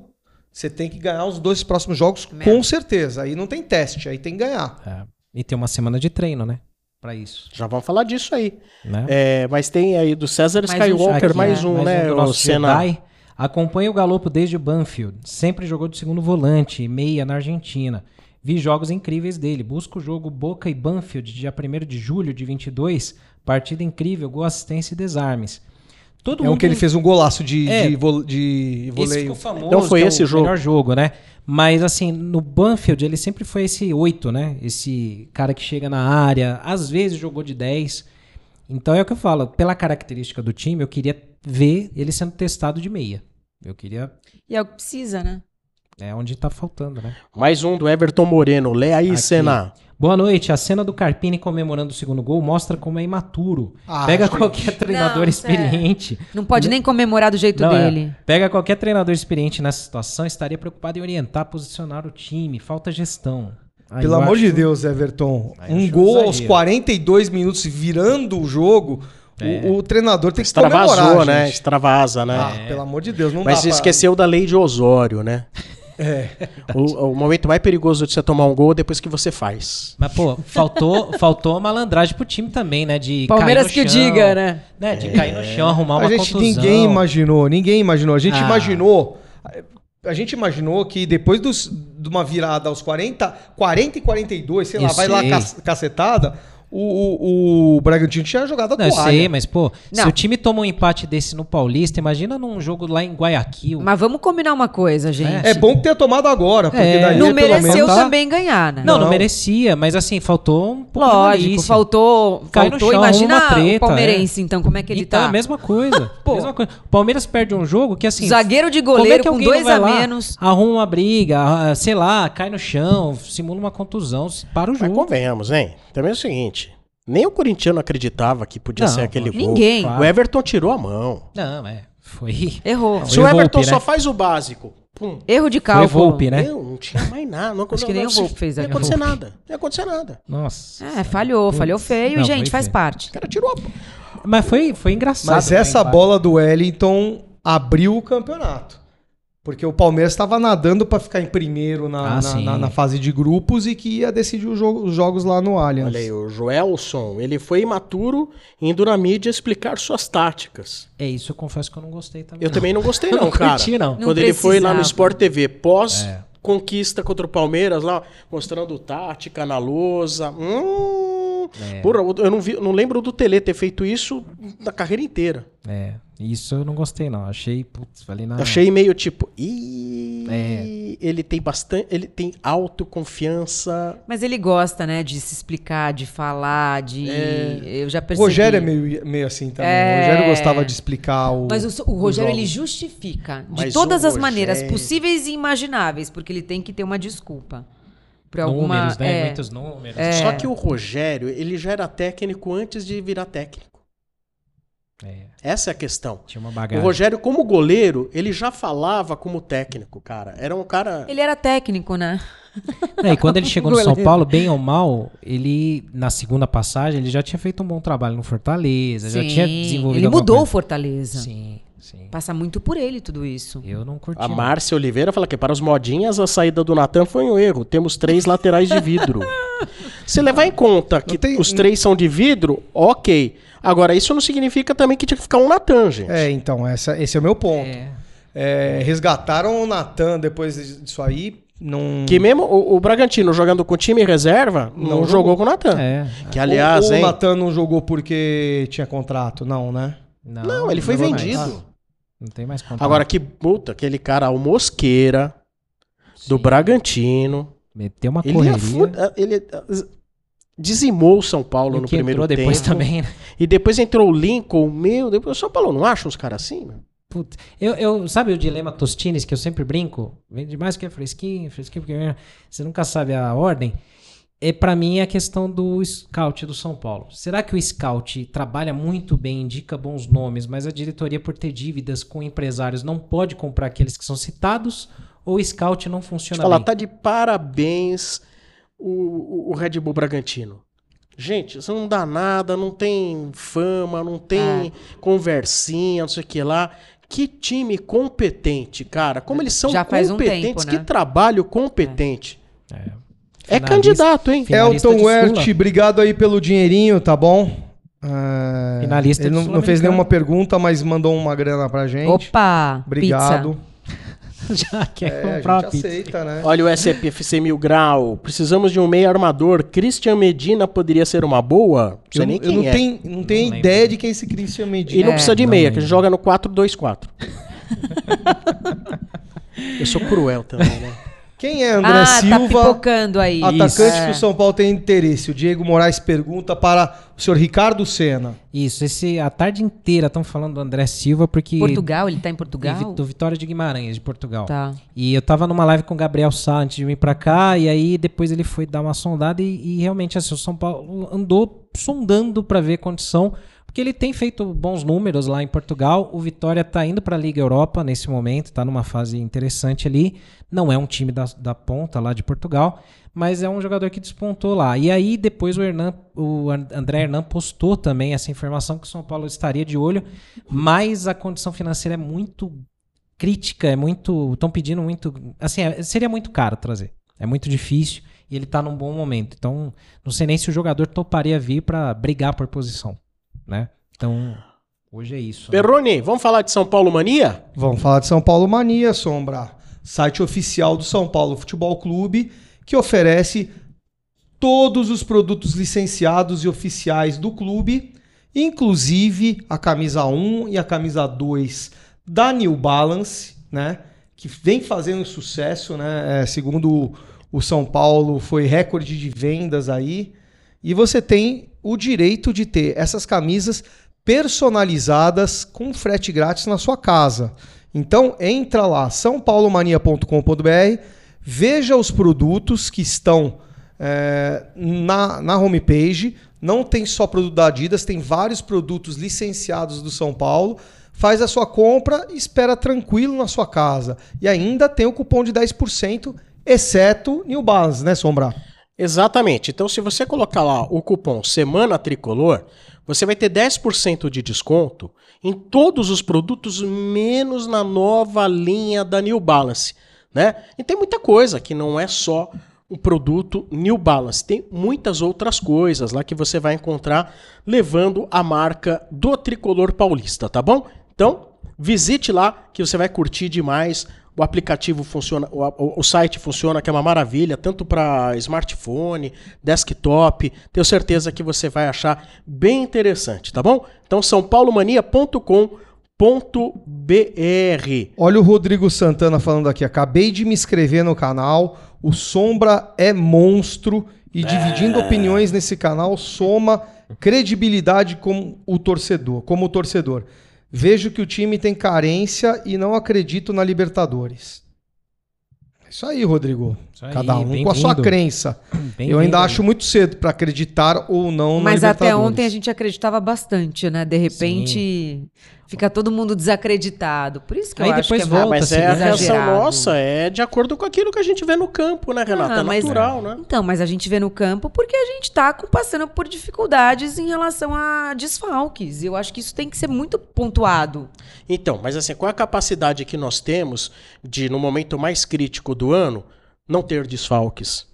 Speaker 3: você tem que ganhar os dois próximos jogos com certeza. Aí não tem teste, aí tem que ganhar.
Speaker 4: É. E tem uma semana de treino, né? Pra isso,
Speaker 1: Já vamos falar disso aí.
Speaker 4: né?
Speaker 1: É, mas tem aí do César
Speaker 2: Mais um
Speaker 1: Skywalker,
Speaker 2: aqui,
Speaker 1: mais
Speaker 2: né?
Speaker 1: um, né?
Speaker 4: é, do
Speaker 1: o
Speaker 4: nosso
Speaker 1: Senna.
Speaker 4: Jedi. Acompanha o Galopo desde o Banfield. Sempre jogou de segundo volante e meia na Argentina. Vi jogos incríveis dele. Busca o jogo Boca e Banfield, dia 1 de julho de 22. Partida incrível, gol, assistência e desarmes. Todo
Speaker 3: É um
Speaker 4: mundo
Speaker 3: que ele fez um golaço de,
Speaker 4: É.
Speaker 3: de, vo- de
Speaker 4: esse
Speaker 3: voleio.
Speaker 4: ficou famoso,
Speaker 1: Então foi
Speaker 4: que é
Speaker 1: esse
Speaker 4: o
Speaker 1: jogo.
Speaker 4: melhor jogo, né? Mas assim, no Banfield ele sempre foi esse 8, né? Esse cara que chega na área, às vezes jogou de 10. Então é o que eu falo, pela característica do time, eu queria ver ele sendo testado de meia. Eu queria
Speaker 2: E é o que precisa, né?
Speaker 4: é onde tá faltando, né?
Speaker 1: Mais um do Everton Moreno. Lê aí,
Speaker 4: Aqui.
Speaker 1: Senna.
Speaker 4: Boa noite. A cena do Carpini comemorando o segundo gol mostra como é imaturo.
Speaker 3: Ah,
Speaker 4: Pega
Speaker 3: gente.
Speaker 4: qualquer treinador
Speaker 2: Não, sério.
Speaker 4: experiente.
Speaker 2: Não pode
Speaker 3: Né?
Speaker 2: nem comemorar do jeito
Speaker 4: Não, é.
Speaker 2: dele.
Speaker 4: Pega qualquer treinador experiente nessa situação, estaria preocupado em orientar, posicionar o time. Falta gestão. Aí
Speaker 3: Pelo
Speaker 4: eu
Speaker 3: amor
Speaker 4: acho-
Speaker 3: de Deus, Everton.
Speaker 4: Aí é. eu
Speaker 3: Um
Speaker 4: acho
Speaker 3: gol
Speaker 4: exagero.
Speaker 3: aos 42 minutos virando o jogo, o-
Speaker 4: É.
Speaker 3: o, treinador tem que
Speaker 1: Extravasou,
Speaker 3: comemorar,
Speaker 1: né?
Speaker 3: gente.
Speaker 1: Extravasa, né?
Speaker 3: Ah, pelo amor de Deus, não dá
Speaker 1: Mas
Speaker 3: pra-
Speaker 1: esqueceu da lei de Osório, né? É. O, o momento mais perigoso de você tomar um gol é depois que você faz.
Speaker 4: Mas, pô, faltou, faltou a malandragem pro time também, né? De
Speaker 2: Palmeiras
Speaker 4: cair
Speaker 2: que
Speaker 4: no
Speaker 2: o
Speaker 4: chão,
Speaker 2: diga, né?
Speaker 4: né? De cair no chão, arrumar uma
Speaker 3: a gente
Speaker 4: contusão.
Speaker 3: ninguém imaginou, ninguém imaginou. A gente
Speaker 4: Ah.
Speaker 3: imaginou, a gente imaginou que depois dos- de uma virada aos 40, 40 e 42, sei lá,
Speaker 4: Eu
Speaker 3: vai lá
Speaker 4: sei.
Speaker 3: ca- cacetada, o, o, o Bragantino tinha jogado a
Speaker 4: Não, eu
Speaker 3: toalha.
Speaker 4: sei, mas, pô, se
Speaker 2: Não.
Speaker 4: o time toma um empate desse no Paulista, imagina num jogo lá em Guayaquil.
Speaker 2: Mas vamos combinar uma coisa, gente.
Speaker 3: É bom que tenha tomado agora, porque
Speaker 4: É.
Speaker 3: daí
Speaker 2: Não
Speaker 3: pelo
Speaker 2: mereceu
Speaker 3: menos, tá-
Speaker 2: também ganhar, né?
Speaker 4: Não, não,
Speaker 3: Não.
Speaker 4: merecia, mas assim, faltou um pouco de
Speaker 2: Lógico,
Speaker 4: malícia.
Speaker 2: faltou.
Speaker 4: Cai no
Speaker 2: faltou
Speaker 4: chão,
Speaker 2: imagina
Speaker 4: uma treta,
Speaker 2: o palmeirense, então, como é que ele
Speaker 4: então,
Speaker 2: tá?
Speaker 4: a mesma coisa.
Speaker 2: Pô.
Speaker 4: mesma coisa. O Palmeiras perde um jogo que assim.
Speaker 2: Zagueiro de
Speaker 4: como
Speaker 2: goleiro com
Speaker 4: alguém
Speaker 2: dois
Speaker 4: não vai
Speaker 2: a
Speaker 4: lá,
Speaker 2: menos.
Speaker 4: Arruma uma briga, ah, sei lá, cai no chão, simula uma contusão, se- para o
Speaker 1: Mas
Speaker 4: jogo.
Speaker 1: convenhamos, hein? Também é o seguinte: Nem o corintiano acreditava que podia
Speaker 4: Não,
Speaker 1: ser aquele gol.
Speaker 2: Ninguém.
Speaker 4: Claro.
Speaker 1: O Everton tirou a mão.
Speaker 4: Não, é. Foi.
Speaker 2: Errou.
Speaker 4: Não,
Speaker 1: Se
Speaker 4: Foi
Speaker 1: o
Speaker 4: o
Speaker 1: Everton
Speaker 4: Volpe,
Speaker 1: só
Speaker 4: né?
Speaker 1: faz o básico, pum.
Speaker 2: Erro de
Speaker 4: Foi
Speaker 2: cálculo.
Speaker 4: Volpe, né?
Speaker 1: Não, não tinha mais nada. Não,
Speaker 2: Acho que nem
Speaker 1: não-
Speaker 2: o
Speaker 1: se-
Speaker 2: Volpe fez
Speaker 1: Não ia
Speaker 2: aquela-
Speaker 1: acontecer nada. Não ia acontecer nada.
Speaker 4: Nossa.
Speaker 2: É, falhou,
Speaker 4: Putz.
Speaker 2: falhou feio.
Speaker 4: Não,
Speaker 2: e, gente,
Speaker 4: foi
Speaker 2: faz
Speaker 4: feio.
Speaker 2: parte.
Speaker 1: O cara tirou a
Speaker 4: Mas foi, foi engraçado.
Speaker 3: Mas
Speaker 4: né,
Speaker 3: essa
Speaker 4: empate.
Speaker 3: bola do Wellington abriu o campeonato. Porque o Palmeiras estava nadando para ficar em primeiro na,
Speaker 4: Ah,
Speaker 3: na-
Speaker 4: sim.
Speaker 3: na- na fase de grupos e que ia decidir o jogo- os jogos lá no Allianz.
Speaker 1: Olha aí, o Joelson, ele foi imaturo indo na mídia explicar suas táticas.
Speaker 4: É isso, eu confesso que eu não gostei também.
Speaker 1: Eu também não gostei
Speaker 4: Eu
Speaker 1: não,
Speaker 4: não
Speaker 1: cara.
Speaker 4: curti, não.
Speaker 1: Quando ele foi lá no
Speaker 2: precisava.
Speaker 1: Sport TV, pós
Speaker 4: É.
Speaker 1: conquista contra o Palmeiras lá, mostrando tática na lousa. Hum.
Speaker 4: É.
Speaker 1: Porra, eu não, vi- não lembro do Tele ter feito isso na carreira inteira.
Speaker 4: É, isso eu não gostei, não. Achei, putz, falei na.
Speaker 1: Eu Achei meio tipo, "Ih,
Speaker 4: Ah. É.
Speaker 1: ele tem bastante, ele tem autoconfiança.
Speaker 2: Mas ele gosta, né, de se explicar, de falar, de. Eu já
Speaker 3: O
Speaker 2: percebi.
Speaker 3: Rogério é meio, meio assim também.
Speaker 2: É.
Speaker 3: O Rogério gostava de explicar o.
Speaker 2: Mas o, o Rogério,
Speaker 3: jogo.
Speaker 2: ele justifica de
Speaker 1: Mas
Speaker 2: todas
Speaker 1: o
Speaker 2: as maneiras
Speaker 1: Rogério-
Speaker 2: possíveis e imagináveis, porque ele tem que ter uma desculpa. Por alguma.
Speaker 4: Números, né?
Speaker 2: é,
Speaker 4: Muitos números.
Speaker 1: Só que o Rogério, ele já era técnico antes de virar técnico.
Speaker 4: É,
Speaker 1: Essa é a questão.
Speaker 4: tinha uma
Speaker 1: O
Speaker 4: bagagem.
Speaker 1: Rogério, como goleiro, ele já falava como técnico, cara. Era um cara.
Speaker 2: Ele era técnico, né?
Speaker 4: É, e quando ele chegou no São
Speaker 2: Goleiro.
Speaker 4: Paulo, bem ou mal, ele, na segunda passagem, ele já tinha feito um bom trabalho no Fortaleza, já tinha desenvolvido.
Speaker 2: ele
Speaker 4: alguma
Speaker 2: mudou o
Speaker 4: coisa.
Speaker 2: Fortaleza.
Speaker 4: Sim, sim.
Speaker 2: Passa muito por ele tudo isso.
Speaker 4: Eu não curti.
Speaker 1: A
Speaker 4: não.
Speaker 1: Márcia Oliveira fala que para os modinhas a saída do Natan foi um erro. Temos três laterais de vidro. Se levar em conta que
Speaker 3: tem-
Speaker 1: os três são de vidro, ok. Agora, isso não significa também que tinha que ficar um Natan, gente.
Speaker 3: É, então, essa- esse é o meu ponto.
Speaker 4: É.
Speaker 3: É, resgataram o Natan depois disso aí. Não...
Speaker 1: Que mesmo o, o Bragantino jogando com time reserva, não,
Speaker 3: Não
Speaker 1: jogou com o Natan.
Speaker 4: É.
Speaker 1: Que aliás,
Speaker 3: ou, ou
Speaker 1: hein?
Speaker 3: o Natan não jogou porque tinha contrato, não, né?
Speaker 4: Não,
Speaker 1: Não, ele foi
Speaker 4: jogou
Speaker 1: vendido.
Speaker 4: mais. Não tem mais contato.
Speaker 1: Agora, que puta, aquele cara, o Mosqueira, do Bragantino.
Speaker 4: Meteu uma
Speaker 1: Ele,
Speaker 4: correria.
Speaker 1: afu- ele eh, dizimou o São Paulo
Speaker 4: e
Speaker 1: no
Speaker 4: que
Speaker 1: primeiro
Speaker 4: entrou depois
Speaker 1: tempo.
Speaker 4: também, né?
Speaker 1: E depois entrou o Lincoln, meu Deus. O São Paulo não acha uns caras assim? meu?
Speaker 4: Puta, eu, eu, sabe o dilema Tostines que eu sempre brinco? Vende mais que é fresquinho, fresquinho, porque você nunca sabe a ordem. É, para mim é a questão do scout do São Paulo. Será que o scout trabalha muito bem, indica bons nomes, mas a diretoria, por ter dívidas com empresários, não pode comprar aqueles que são citados? Ou o scout não funciona
Speaker 1: Fala,
Speaker 4: bem?
Speaker 1: tá de parabéns o, o- o Red Bull Bragantino. Gente, isso não dá nada, não tem fama, não tem conversinha, não sei o que lá. Que time competente, cara. Como eles são
Speaker 2: Já faz um tempo,
Speaker 1: competentes,
Speaker 2: né?
Speaker 1: que trabalho competente. É,
Speaker 4: Finalista-
Speaker 1: candidato, hein?
Speaker 4: Finalista de
Speaker 3: Elton
Speaker 4: Sula.
Speaker 3: Wert, obrigado aí pelo dinheirinho, tá bom? Ah,
Speaker 4: Finalista
Speaker 3: ele
Speaker 4: de
Speaker 3: não, não fez
Speaker 4: Sul-Americano.
Speaker 3: nenhuma pergunta, mas mandou uma grana pra gente.
Speaker 2: Opa!
Speaker 3: Obrigado.
Speaker 2: Pizza.
Speaker 4: Já quer
Speaker 3: É,
Speaker 4: comprar
Speaker 3: a
Speaker 4: uma
Speaker 3: gente
Speaker 4: pizza.
Speaker 3: aceita, né?
Speaker 1: Olha o SPFC Mil Grau. Precisamos de um meio armador. Christian Medina poderia ser uma boa? Não sei
Speaker 3: Eu,
Speaker 1: nem
Speaker 3: eu
Speaker 1: quem
Speaker 3: não
Speaker 1: é.
Speaker 3: tenho, não tenho
Speaker 4: lembro.
Speaker 3: ideia de quem é esse Christian
Speaker 1: E
Speaker 3: Medina.
Speaker 1: não precisa de
Speaker 4: não
Speaker 1: meia,
Speaker 4: lembro.
Speaker 1: que a gente joga no 4-2-4. eu sou cruel também, né?
Speaker 3: Quem é André
Speaker 2: Ah, tá
Speaker 3: Silva,
Speaker 2: pipocando aí.
Speaker 3: atacante
Speaker 2: É.
Speaker 3: que o São Paulo tem interesse? O Diego Moraes pergunta para o senhor Ricardo Senna.
Speaker 4: Isso, esse, a tarde inteira estão falando do André Silva porque.
Speaker 2: Portugal, ele tá em
Speaker 4: e Vi-
Speaker 2: Portugal?
Speaker 4: Do Vitória de Guimarães, de Portugal.
Speaker 2: Tá.
Speaker 4: E eu tava numa live com o Gabriel Sá antes de vir pra cá, e aí depois ele foi dar uma sondada e, e realmente assim, o São Paulo andou sondando pra ver condição, porque ele tem feito bons números lá em Portugal. O Vitória tá indo pra Liga Europa nesse momento, tá numa fase interessante ali. Não é um time da, da ponta lá de Portugal, mas é um jogador que despontou lá. E aí depois o, Hernan, o An- André Hernan postou também essa informação que o São Paulo estaria de olho, mas a condição financeira é muito crítica, é muito. Estão pedindo muito. Assim, é- seria muito caro trazer. É muito difícil e ele tá num bom momento. Então, não sei nem se o jogador toparia vir pra brigar por posição, né? Então, hoje é isso. né?
Speaker 1: Perrone, vamos falar de São Paulo Mania?
Speaker 3: Vamos falar de São Paulo Mania, Sombra. Site oficial do São Paulo Futebol Clube, que oferece todos os produtos licenciados e oficiais do clube, inclusive a camisa 1 e a camisa 2 da New Balance, né? Que vem fazendo sucesso, né? É, segundo o São Paulo, foi recorde de vendas aí. E você tem o direito de ter essas camisas personalizadas com frete grátis na sua casa. Então entra lá, sãopaulomania.com.br, veja os produtos que estão eh, na, na é, homepage, Não tem só produto da Adidas, tem vários produtos licenciados do São Paulo. Faz a sua compra e espera tranquilo na sua casa. E ainda tem o cupom de 10%, exceto New Balance, né, Sombra?
Speaker 1: Exatamente. Então, se você colocar lá o cupom Semana Tricolor, você vai ter 10% de desconto em todos os produtos, menos na nova linha da New Balance. Né? E tem muita coisa que não é só o produto New Balance. Tem muitas outras coisas lá que você vai encontrar levando a marca do Tricolor Paulista, tá bom? Então, visite lá que você vai curtir demais o aplicativo funciona, o, o site funciona, que é uma maravilha, tanto para smartphone, desktop. Tenho certeza que você vai achar bem interessante, tá bom? Então, sãopaulomania.com.br.
Speaker 3: Olha o Rodrigo Santana falando aqui. Acabei de me inscrever no canal. O Sombra é monstro. E dividindo opiniões nesse canal soma credibilidade com o torcedor, como o torcedor. Vejo que o time tem carência e não acredito na Libertadores. É Isso aí, Rodrigo.
Speaker 4: Isso aí,
Speaker 3: Cada um com
Speaker 4: bem-vindo.
Speaker 3: a sua crença.
Speaker 4: Bem-vindo.
Speaker 3: Eu ainda acho muito cedo para acreditar ou não na
Speaker 2: Mas
Speaker 3: Libertadores.
Speaker 2: até ontem a gente acreditava bastante, né? De repente fica todo mundo desacreditado. Por isso que
Speaker 4: Aí
Speaker 2: eu acho que
Speaker 4: depois
Speaker 2: é
Speaker 1: Ah,
Speaker 4: volta,
Speaker 2: mais-
Speaker 1: mas é a
Speaker 2: exagerado.
Speaker 1: reação nossa, é de acordo com aquilo que a gente vê no campo, né, Renata?
Speaker 2: Ah,
Speaker 1: é
Speaker 2: mas-
Speaker 1: natural, né?
Speaker 2: Então, mas a gente vê no campo porque a gente tá com- passando por dificuldades em relação a desfalques. Eu acho que isso tem que ser muito pontuado.
Speaker 1: Então, mas assim, qual é a capacidade que nós temos de, no momento mais crítico do ano, não ter desfalques?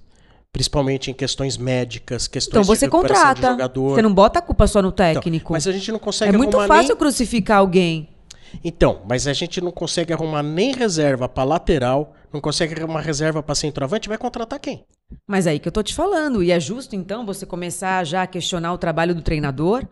Speaker 1: Principalmente em questões médicas,
Speaker 2: Então
Speaker 1: questões
Speaker 2: você
Speaker 1: de recuperação de
Speaker 2: contrata.
Speaker 1: jogador.
Speaker 2: Você não bota a culpa só no
Speaker 1: Então,
Speaker 2: técnico.
Speaker 1: mas a gente não consegue
Speaker 2: é muito
Speaker 1: arrumar
Speaker 2: fácil crucificar alguém.
Speaker 1: nem... Então, mas a gente não consegue arrumar nem reserva para lateral, não consegue arrumar reserva para centroavante, vai contratar quem?
Speaker 2: Mas aí que eu tô te falando. E é justo, então, você começar já a questionar o trabalho do treinador,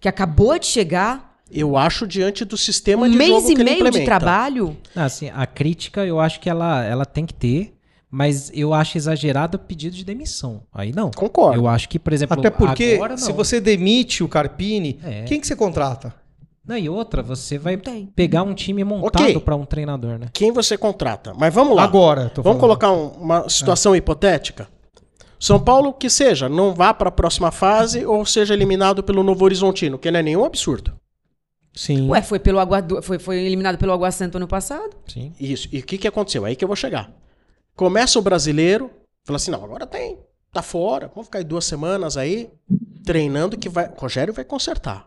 Speaker 2: que acabou de chegar,
Speaker 1: Eu acho diante do sistema
Speaker 2: um
Speaker 1: de
Speaker 2: mês
Speaker 1: jogo
Speaker 2: e
Speaker 1: que ele
Speaker 2: meio de
Speaker 1: implementa.
Speaker 2: trabalho.
Speaker 4: Não, assim, a crítica eu acho que ela, ela tem que ter, mas eu acho exagerado o pedido de demissão. Aí não.
Speaker 1: Concordo.
Speaker 4: Eu acho que, por exemplo,
Speaker 3: Até porque
Speaker 4: agora não.
Speaker 3: se você demite o Carpini,
Speaker 4: É.
Speaker 3: quem que você contrata?
Speaker 4: Não, e outra, você vai
Speaker 2: Não tem.
Speaker 4: pegar um time montado
Speaker 1: Ok.
Speaker 4: pra um treinador, né?
Speaker 1: Quem você contrata? Mas vamos lá.
Speaker 3: Agora, tô
Speaker 1: Vamos
Speaker 3: falando.
Speaker 1: colocar um-
Speaker 2: É.
Speaker 1: uma situação hipotética? São Paulo, que seja, não vá para a próxima fase ou seja eliminado pelo Novo Horizontino, que não é nenhum absurdo.
Speaker 3: Sim.
Speaker 2: Ué, foi, pelo Água Do- foi, foi eliminado pelo Água Santa ano passado?
Speaker 4: Sim.
Speaker 1: Isso. E o que, que aconteceu? É Aí que eu vou chegar. Começa o brasileiro, fala assim: não, agora tem, tá fora, vamos ficar aí duas semanas aí treinando que vai. O Rogério vai consertar.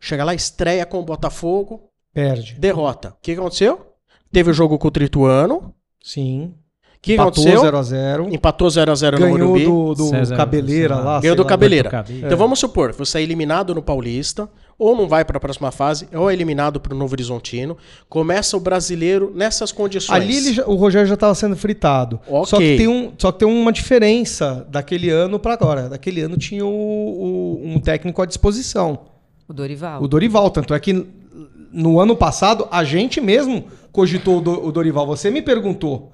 Speaker 1: Chega lá, estreia com o Botafogo,
Speaker 3: Perde.
Speaker 1: derrota. O que, que aconteceu? Teve o jogo com o Trituano.
Speaker 3: Sim.
Speaker 1: O que, que
Speaker 3: Empatou
Speaker 1: aconteceu?
Speaker 3: 0x0.
Speaker 1: Empatou 0x0 no
Speaker 3: Ganhou
Speaker 1: Morumbi.
Speaker 3: do, do
Speaker 4: César,
Speaker 3: Cabeleira
Speaker 4: sei lá.
Speaker 3: lá.
Speaker 1: Ganhou
Speaker 3: sei
Speaker 1: do Cabeleira.
Speaker 3: lá.
Speaker 1: Cabeleira.
Speaker 4: Cabeleira.
Speaker 1: Então vamos supor, você é eliminado no Paulista, ou não vai para a próxima fase, ou é eliminado para o Novo Horizontino. Começa o brasileiro nessas condições.
Speaker 3: Ali ele já- o Rogério já estava sendo fritado.
Speaker 1: Ok.
Speaker 3: Só, que tem um, só que tem uma diferença daquele ano para agora. Daquele ano tinha o- o- um técnico à disposição,
Speaker 2: O Dorival.
Speaker 3: o Dorival. Tanto é que no ano passado a gente mesmo cogitou o, Do- o Dorival. Você me perguntou.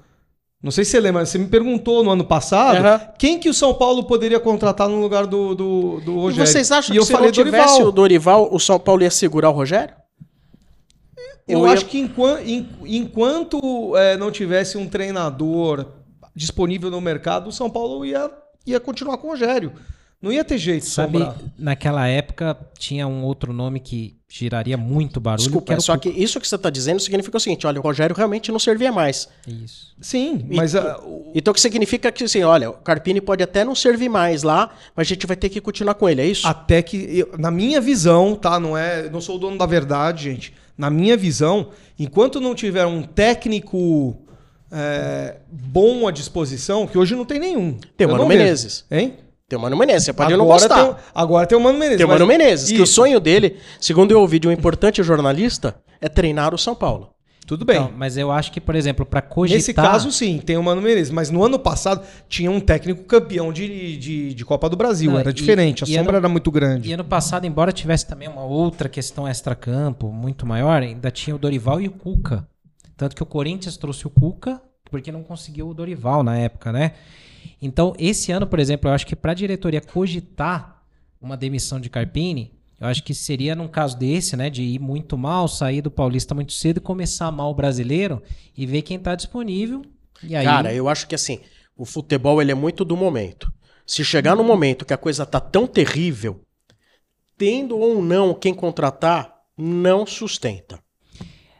Speaker 3: Não sei se você lembra, você me perguntou no ano passado
Speaker 1: Aham.
Speaker 3: quem que o São Paulo poderia contratar no lugar do, do, do
Speaker 1: E
Speaker 3: Rogério.
Speaker 1: vocês acham
Speaker 3: E
Speaker 1: que se não tivesse
Speaker 3: Dorival.
Speaker 1: o Dorival, o São Paulo ia segurar o Rogério?
Speaker 3: Eu
Speaker 1: Ou ia-
Speaker 3: acho que enquan- en- enquanto, eh, não tivesse um treinador disponível no mercado, o São Paulo ia, ia continuar com o Rogério. Não ia ter jeito,
Speaker 4: Sabe,
Speaker 3: Sombra.
Speaker 4: naquela época tinha um outro nome que giraria muito barulho. que
Speaker 1: Desculpa,
Speaker 4: era
Speaker 3: é
Speaker 4: o
Speaker 1: só
Speaker 4: Cuca.
Speaker 1: que isso que você está dizendo significa o seguinte: olha, o Rogério realmente não servia mais.
Speaker 4: Isso.
Speaker 3: Sim,
Speaker 1: E-
Speaker 3: mas ah, o-
Speaker 1: Então o que significa que assim, olha, o Carpini pode até não servir mais lá, mas a gente vai ter que continuar com ele, é isso?
Speaker 3: até que, eu- na minha visão, tá? Não é, não sou o dono da verdade, gente. Na minha visão, enquanto não tiver um técnico eh, bom à disposição, que hoje não tem nenhum.
Speaker 1: Tem o
Speaker 3: Eu
Speaker 1: Mano
Speaker 3: não vejo.
Speaker 1: Menezes.
Speaker 3: Hein?
Speaker 1: Tem o Mano Menezes, você pode não
Speaker 3: Agora
Speaker 1: gostar.
Speaker 3: tem o- agora tem o Mano Menezes.
Speaker 1: Tem o
Speaker 3: mas-
Speaker 1: Mano Menezes, que o
Speaker 3: Isso.
Speaker 1: sonho dele, segundo eu ouvi de um importante jornalista, é treinar o São Paulo.
Speaker 3: Tudo bem.
Speaker 4: Então, mas eu acho que, por exemplo, pra cogitar...
Speaker 3: Nesse
Speaker 1: tá.
Speaker 3: caso, sim, tem o Mano Menezes. Mas no ano passado tinha um técnico campeão de, de, de Copa do Brasil.
Speaker 4: Não,
Speaker 3: era
Speaker 4: e-
Speaker 3: diferente, a
Speaker 4: e
Speaker 1: um
Speaker 3: sombra
Speaker 4: ano-
Speaker 3: era muito
Speaker 4: E
Speaker 3: grande.
Speaker 4: ano passado, embora tivesse também uma outra questão extra-campo muito maior, ainda tinha o Dorival e o Cuca. Tanto que o Corinthians trouxe o Cuca porque não conseguiu o Dorival na época, né? Então, esse ano, por exemplo, eu acho que para a diretoria cogitar uma demissão de Carpini, eu acho que seria num caso desse, né, de ir muito mal, sair do Paulista muito cedo e começar mal o brasileiro e ver quem tá disponível. E aí,
Speaker 1: Cara, eu acho que assim, o futebol ele é muito do momento. Se chegar no momento que a coisa tá tão terrível, tendo ou não quem contratar, não sustenta.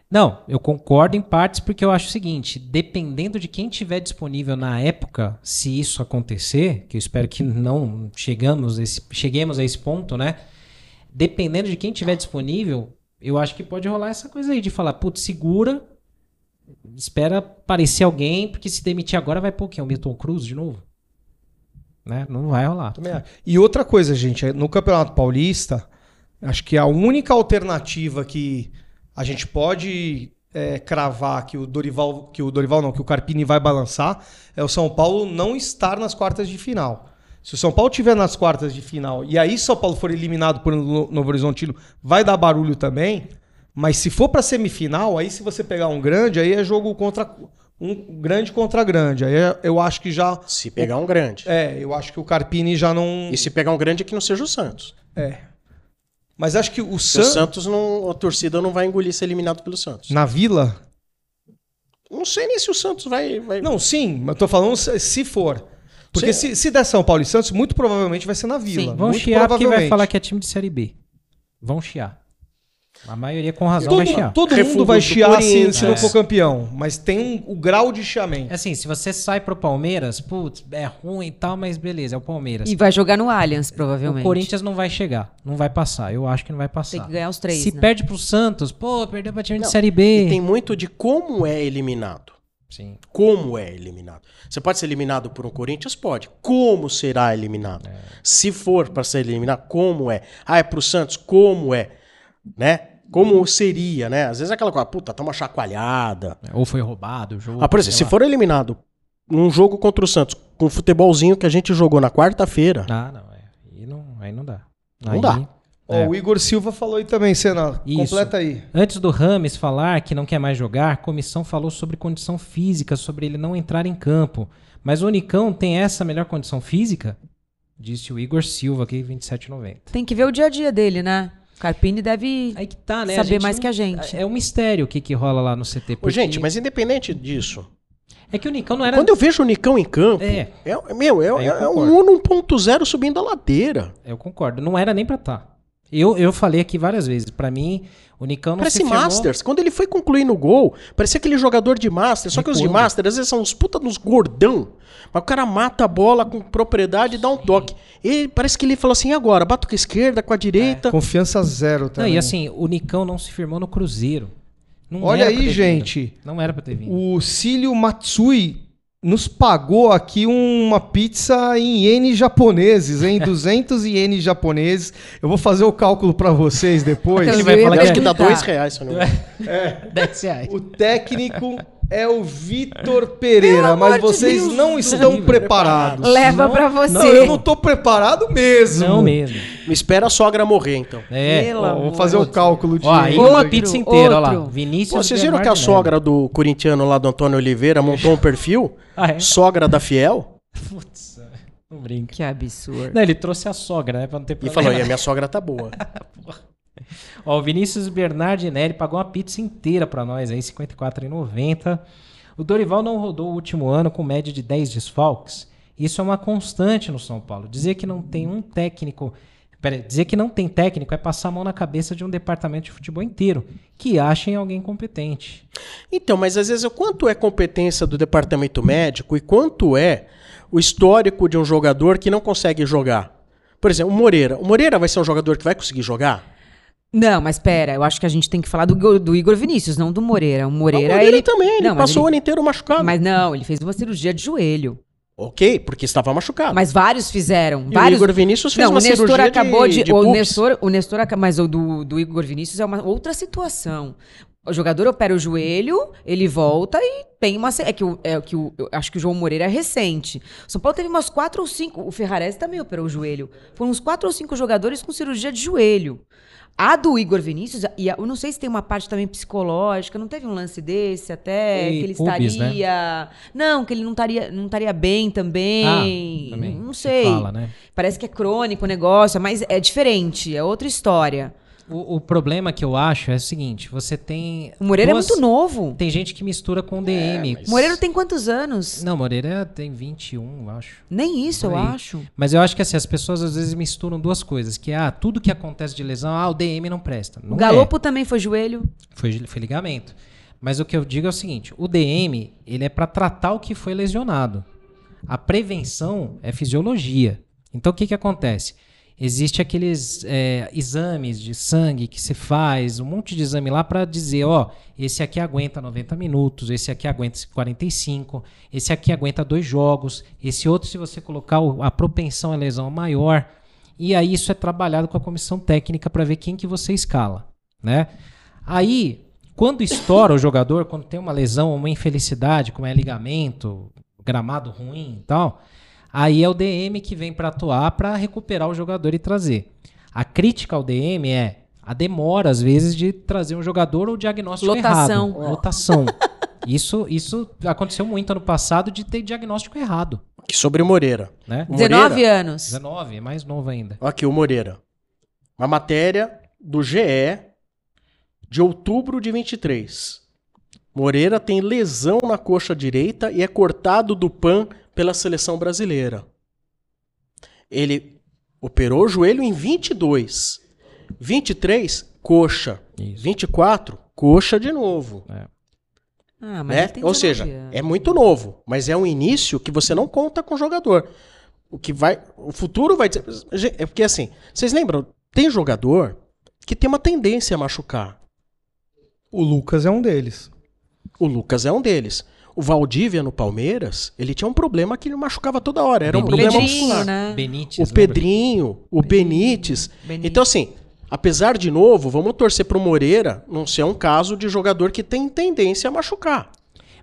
Speaker 4: Não, eu concordo em partes porque eu acho o seguinte, dependendo de quem tiver disponível na época, se isso acontecer, que eu espero que não chegamos a esse- cheguemos a esse ponto, né? Dependendo de quem tiver disponível, eu acho que pode rolar essa coisa aí de falar, putz, segura, espera aparecer alguém, porque se demitir agora vai pôr quem? O Milton Cruz de novo? Né? Não vai rolar.
Speaker 3: Também acho. E outra coisa, gente, é, no Campeonato Paulista, acho que a única alternativa que a gente pode é, cravar que o Dorival, que o Dorival não, que o Carpini vai balançar, é o São Paulo não estar nas quartas de final. Se o São Paulo tiver nas quartas de final e aí São Paulo for eliminado por no- Novo Horizontino, vai dar barulho também. Mas se for para semifinal, aí se você pegar um grande, aí é jogo contra um grande contra grande. Aí é- eu acho que já
Speaker 1: Se pegar um grande.
Speaker 3: é, eu acho que o Carpini já não.
Speaker 1: E se pegar um grande que não seja o Santos.
Speaker 3: Mas acho que o
Speaker 1: Porque O
Speaker 3: Santos.
Speaker 1: Santos não. A torcida não vai engolir ser eliminado pelo Santos.
Speaker 3: Na vila?
Speaker 1: Não sei nem se o Santos vai. vai...
Speaker 3: Não, sim, mas eu tô falando se se for. Porque se, se der São Paulo e Santos, muito provavelmente vai ser na vila.
Speaker 2: Sim.
Speaker 4: Vão
Speaker 3: muito
Speaker 4: chiar porque vai
Speaker 3: provavelmente.
Speaker 4: falar que é time de Série B. Vão chiar. A maioria com razão vai chiar.
Speaker 3: Todo, todo mundo
Speaker 1: Refúgio
Speaker 3: vai
Speaker 1: do
Speaker 3: chiar se,
Speaker 1: Corinthians.
Speaker 3: se não
Speaker 4: É.
Speaker 3: for campeão. Mas tem um, o grau de chiamento.
Speaker 4: Assim, se você sai pro Palmeiras, putz, é ruim e tal, mas beleza, é o Palmeiras.
Speaker 2: E vai jogar no Allianz,
Speaker 4: o
Speaker 2: provavelmente.
Speaker 4: Corinthians não vai chegar, não vai passar. Eu acho que não vai passar.
Speaker 2: Tem que ganhar os três,
Speaker 4: Se
Speaker 2: né?
Speaker 4: perde pro Santos, pô, perdeu pra time
Speaker 1: Não,
Speaker 4: de Série B.
Speaker 1: E tem muito de como é eliminado.
Speaker 4: Sim.
Speaker 1: Como é eliminado? Você pode ser eliminado por um Corinthians? Pode. Como será eliminado?
Speaker 4: É.
Speaker 1: Se for para ser eliminado, como é? Ah, é pro Santos? Como é? Né? Como seria, né? Às vezes é aquela coisa, puta, tá uma chacoalhada.
Speaker 4: Ou foi roubado o jogo.
Speaker 1: Ah, por exemplo,
Speaker 4: sei
Speaker 1: se for eliminado num jogo contra o Santos, com o futebolzinho que a gente jogou na quarta-feira,
Speaker 4: lá. Ah, não, é. Aí não, aí não dá.
Speaker 1: Não
Speaker 4: Aí-
Speaker 1: dá.
Speaker 3: Ó, o Igor Silva falou aí também, Senna.
Speaker 4: É. Isso.
Speaker 3: Completa aí.
Speaker 4: Antes do Rames falar que não quer mais jogar, a comissão falou sobre condição física, sobre ele não entrar em campo. Mas o Unicão tem essa melhor condição física? Disse o Igor Silva aqui, 27,90.
Speaker 2: Tem que ver o dia a dia dele, né? Carpini deve
Speaker 4: Aí que tá, né? A
Speaker 2: saber
Speaker 4: gente
Speaker 2: mais
Speaker 4: não-
Speaker 2: que a gente.
Speaker 4: É um mistério o que, que rola lá no CT.
Speaker 1: Ô,
Speaker 4: porque-
Speaker 1: gente, mas independente disso,
Speaker 4: É que o Nicão não era.
Speaker 1: quando eu vejo o Nicão em campo, é,
Speaker 4: É,
Speaker 1: meu, é,
Speaker 4: Aí eu
Speaker 1: é um
Speaker 4: concordo.
Speaker 1: Uno 1.0 subindo a ladeira.
Speaker 4: eu concordo. Não era nem pra estar. Eu, eu falei aqui várias vezes. Pra mim, o Nicão não
Speaker 1: Parece
Speaker 4: se firmou-
Speaker 1: Masters. Quando ele foi concluir no gol, parecia aquele jogador de Masters. Só que os de
Speaker 4: Recuando.
Speaker 1: Masters, às vezes, são uns puta dos gordão. Mas o cara mata a bola com propriedade e dá um toque. E parece que ele falou assim, e agora? Bato com a esquerda, com a direita.
Speaker 4: É,
Speaker 3: Confiança zero
Speaker 4: Não,
Speaker 3: também.
Speaker 4: e assim, o Nicão não se firmou no Cruzeiro. Não
Speaker 3: Olha
Speaker 4: era pra
Speaker 3: aí,
Speaker 4: ter vindo.
Speaker 3: gente.
Speaker 4: Não era pra ter vindo.
Speaker 3: O Cílio Matsui nos pagou aqui uma pizza em ienes japoneses, hein? 200 ienes japoneses. Eu vou fazer o cálculo pra vocês depois.
Speaker 2: Ele
Speaker 4: vai
Speaker 2: Eu ia
Speaker 4: falar
Speaker 1: Acho que dá
Speaker 2: perguntar.
Speaker 4: Ah.
Speaker 1: dois reais, se eu não
Speaker 4: É.
Speaker 1: me engano.
Speaker 4: 10 reais.
Speaker 3: O técnico é o Vitor Pereira, mas vocês
Speaker 4: Deus
Speaker 3: não
Speaker 4: do
Speaker 3: estão
Speaker 4: livro.
Speaker 3: preparados.
Speaker 2: Leva
Speaker 4: Não-
Speaker 2: pra
Speaker 3: Não, eu
Speaker 2: você.
Speaker 3: não tô preparado mesmo.
Speaker 4: Não mesmo.
Speaker 1: Me espera a sogra morrer, então.
Speaker 4: É.
Speaker 2: Pelo
Speaker 3: Ó,
Speaker 2: amor
Speaker 3: vou fazer o
Speaker 2: de
Speaker 3: cálculo de.
Speaker 4: Ó, aí
Speaker 2: Outro,
Speaker 4: uma pizza inteira, olha lá.
Speaker 2: outro.
Speaker 4: Vinícius.
Speaker 1: Pô, vocês viram que
Speaker 4: Bernardo
Speaker 1: a sogra do corintiano lá do Antônio Oliveira montou um perfil?
Speaker 4: Neves. Ah, é?
Speaker 1: Sogra da Fiel?
Speaker 4: Putz, não brinca.
Speaker 2: Que absurdo.
Speaker 4: Não, ele trouxe a sogra, né? Pra não ter
Speaker 1: E
Speaker 4: problema.
Speaker 1: falou, e a minha sogra tá boa.
Speaker 4: Ó, o Vinícius Bernardinelli pagou uma pizza inteira pra nós aí, R$ 54,90. O Dorival não rodou o último ano com média de 10 desfalques. Isso é uma constante no São Paulo. Dizer que não tem um técnico. Pera, aí, dizer que não tem técnico é passar a mão na cabeça de um departamento de futebol inteiro, que achem alguém competente.
Speaker 1: Então, mas às vezes, quanto é competência do departamento médico e quanto é o histórico de um jogador que não consegue jogar? Por exemplo, o Moreira. O Moreira vai ser um jogador que vai conseguir jogar?
Speaker 2: Não, mas pera, eu acho que a gente tem que falar do, Igor- do Igor Vinícius, não do Moreira. O
Speaker 1: Mas
Speaker 2: Moreira,
Speaker 1: o Moreira
Speaker 2: ele...
Speaker 1: também, ele
Speaker 2: Não, mas
Speaker 1: passou o
Speaker 2: ele-
Speaker 1: ano inteiro machucado.
Speaker 2: Mas não, ele fez uma cirurgia de joelho.
Speaker 1: Ok, porque estava machucado.
Speaker 2: Mas vários fizeram.
Speaker 1: E
Speaker 2: vários...
Speaker 1: o Igor Vinícius fez
Speaker 2: não,
Speaker 1: uma
Speaker 2: o Nestor
Speaker 1: cirurgia
Speaker 2: acabou de. o,
Speaker 1: pubis.
Speaker 2: Nestor, o Nestor aca- Mas o do, do Igor Vinícius é uma outra situação. O jogador opera o joelho, ele volta e tem uma. se- É que, o- é que o, eu acho que o João Moreira é recente. O São Paulo teve umas quatro ou cinco. O Ferrarese também operou o joelho. Foram uns quatro ou cinco jogadores com cirurgia de joelho. A do Igor Vinícius, e a- eu não sei se tem uma parte também psicológica, não teve um lance desse até,
Speaker 4: E
Speaker 2: que ele
Speaker 4: pubis, né?
Speaker 2: estaria. Não, que ele não estaria não estaria bem também. não
Speaker 4: se
Speaker 2: sei.
Speaker 4: Ah, Fala, né?
Speaker 2: Parece que é crônico o negócio, mas é diferente, é outra história.
Speaker 4: O, o problema que eu acho é o seguinte: você tem.
Speaker 2: O Moreira
Speaker 4: duas-
Speaker 2: é muito novo.
Speaker 4: Tem gente que mistura com DM.
Speaker 1: mas-
Speaker 2: O Moreira tem quantos anos?
Speaker 4: Não, Moreira tem 21, eu acho.
Speaker 2: Nem isso, eu
Speaker 4: Por aí.
Speaker 2: acho.
Speaker 4: Mas eu acho que assim, as pessoas às vezes misturam duas coisas, que é ah, tudo que acontece de lesão, ah, o DM não presta. Não
Speaker 2: o
Speaker 4: é.
Speaker 2: Galopo também foi joelho.
Speaker 4: Foi, gil- foi ligamento. Mas o que eu digo é o seguinte: o DM ele é para tratar o que foi lesionado. A prevenção é fisiologia. Então o que, que acontece? Existe aqueles é, exames de sangue que se faz, um monte de exame lá para dizer, ó, esse aqui aguenta 90 minutos, esse aqui aguenta 45, esse aqui aguenta dois jogos, esse outro se você colocar o- a propensão à lesão é maior. E aí isso é trabalhado com a comissão técnica para ver quem que você escala, né? Aí, quando estoura o jogador, quando tem uma lesão, uma infelicidade, como é ligamento, gramado ruim e tal, aí é o DM que vem para atuar para recuperar o jogador e trazer. A crítica ao DM é a demora, às vezes, de trazer um jogador ou diagnóstico
Speaker 2: Lotação.
Speaker 4: errado. Lotação. Isso, isso aconteceu muito ano passado de ter diagnóstico errado,
Speaker 1: Que sobre o Moreira.
Speaker 4: né?
Speaker 1: O Moreira-
Speaker 2: 19 anos.
Speaker 4: 19, é mais novo ainda.
Speaker 1: Olha Aqui, o Moreira. Uma matéria do GE de outubro de 23. Moreira tem lesão na coxa direita e é cortado do PAN pela seleção brasileira. Ele operou o joelho em 22. 23, coxa.
Speaker 4: Isso.
Speaker 1: 24, coxa de novo.
Speaker 2: Ah, mas
Speaker 1: né?
Speaker 2: ele tem
Speaker 1: Ou
Speaker 2: 19
Speaker 1: seja,
Speaker 2: anos.
Speaker 1: é muito novo, mas é um início que você não conta com o jogador. O que vai, o futuro vai dizer, Gen- é porque assim, vocês lembram, tem jogador que tem uma tendência a machucar.
Speaker 3: O Lucas é um deles.
Speaker 1: O Lucas é um deles. O Valdívia no Palmeiras, ele tinha um problema que ele machucava toda hora, era um
Speaker 4: Benítez.
Speaker 1: problema
Speaker 2: Pedrinho,
Speaker 1: muscular.
Speaker 2: né?
Speaker 4: Benítez,
Speaker 1: O
Speaker 4: lembra?
Speaker 1: Pedrinho, o Benítez.
Speaker 2: Benítez.
Speaker 1: Então assim, apesar de novo, vamos torcer pro Moreira não ser um caso de jogador que tem tendência a machucar.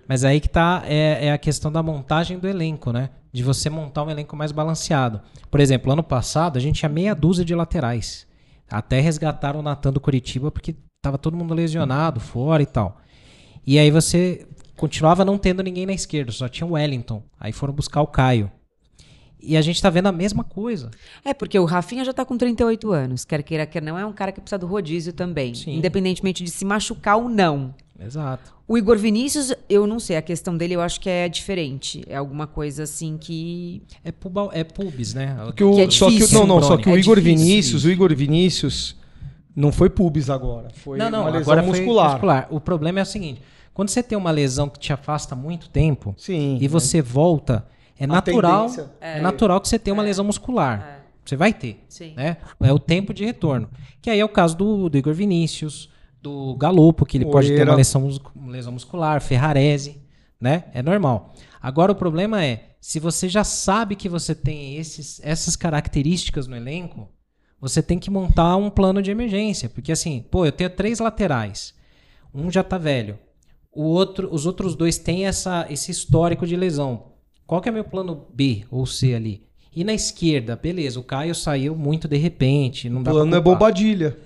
Speaker 4: Mas aí que tá é, é a questão da montagem do elenco, né? De você montar um elenco mais balanceado. Por exemplo, ano passado a gente tinha meia dúzia de laterais. Até resgataram o Natan do Curitiba porque tava todo mundo lesionado, fora e tal. E aí você continuava não tendo ninguém na esquerda, só tinha o Wellington. Aí foram buscar o Caio. E a gente tá vendo a mesma coisa.
Speaker 2: É, porque o Rafinha já tá com 38 anos. Quer queira, quer não, é um cara que precisa do rodízio também.
Speaker 4: Sim.
Speaker 2: Independentemente de se machucar ou não.
Speaker 4: Exato.
Speaker 2: O Igor Vinícius, eu não sei, a questão dele eu acho que é diferente. É alguma coisa assim que.
Speaker 4: É, pubal, é pubis, né?
Speaker 3: Que o,
Speaker 2: Que é
Speaker 3: só que, o-
Speaker 2: difícil.
Speaker 3: não, não, só que o
Speaker 2: É
Speaker 3: Igor
Speaker 2: difícil.
Speaker 3: Vinícius, o Igor Vinícius não foi pubis agora. Foi
Speaker 4: não, não,
Speaker 3: uma lesão
Speaker 4: agora foi
Speaker 3: muscular.
Speaker 4: muscular. O problema é o seguinte: quando você tem uma lesão que te afasta muito tempo
Speaker 3: Sim. né?
Speaker 4: e você volta, é natural,
Speaker 3: tendência
Speaker 4: é, natural que você tenha uma lesão muscular. Você vai ter,
Speaker 2: Sim.
Speaker 4: né? É o tempo de retorno. Que aí é o caso do, do Igor Vinícius, do Galopo, que ele pode ter
Speaker 3: Moreira.
Speaker 4: uma lesão, mus- uma lesão muscular, Ferrarese, né? É normal. Agora o problema é, se você já sabe que você tem esses, essas características no elenco, você tem que montar um plano de emergência. Porque assim, pô, eu tenho três laterais. Um já tá velho. O outro, os outros dois têm essa, esse histórico de lesão. Qual que é meu plano B ou C ali? E na esquerda, beleza, o Caio saiu muito de repente. Não
Speaker 3: O
Speaker 4: dá
Speaker 3: plano
Speaker 4: pra
Speaker 3: é
Speaker 4: culpar.
Speaker 3: bombadilha.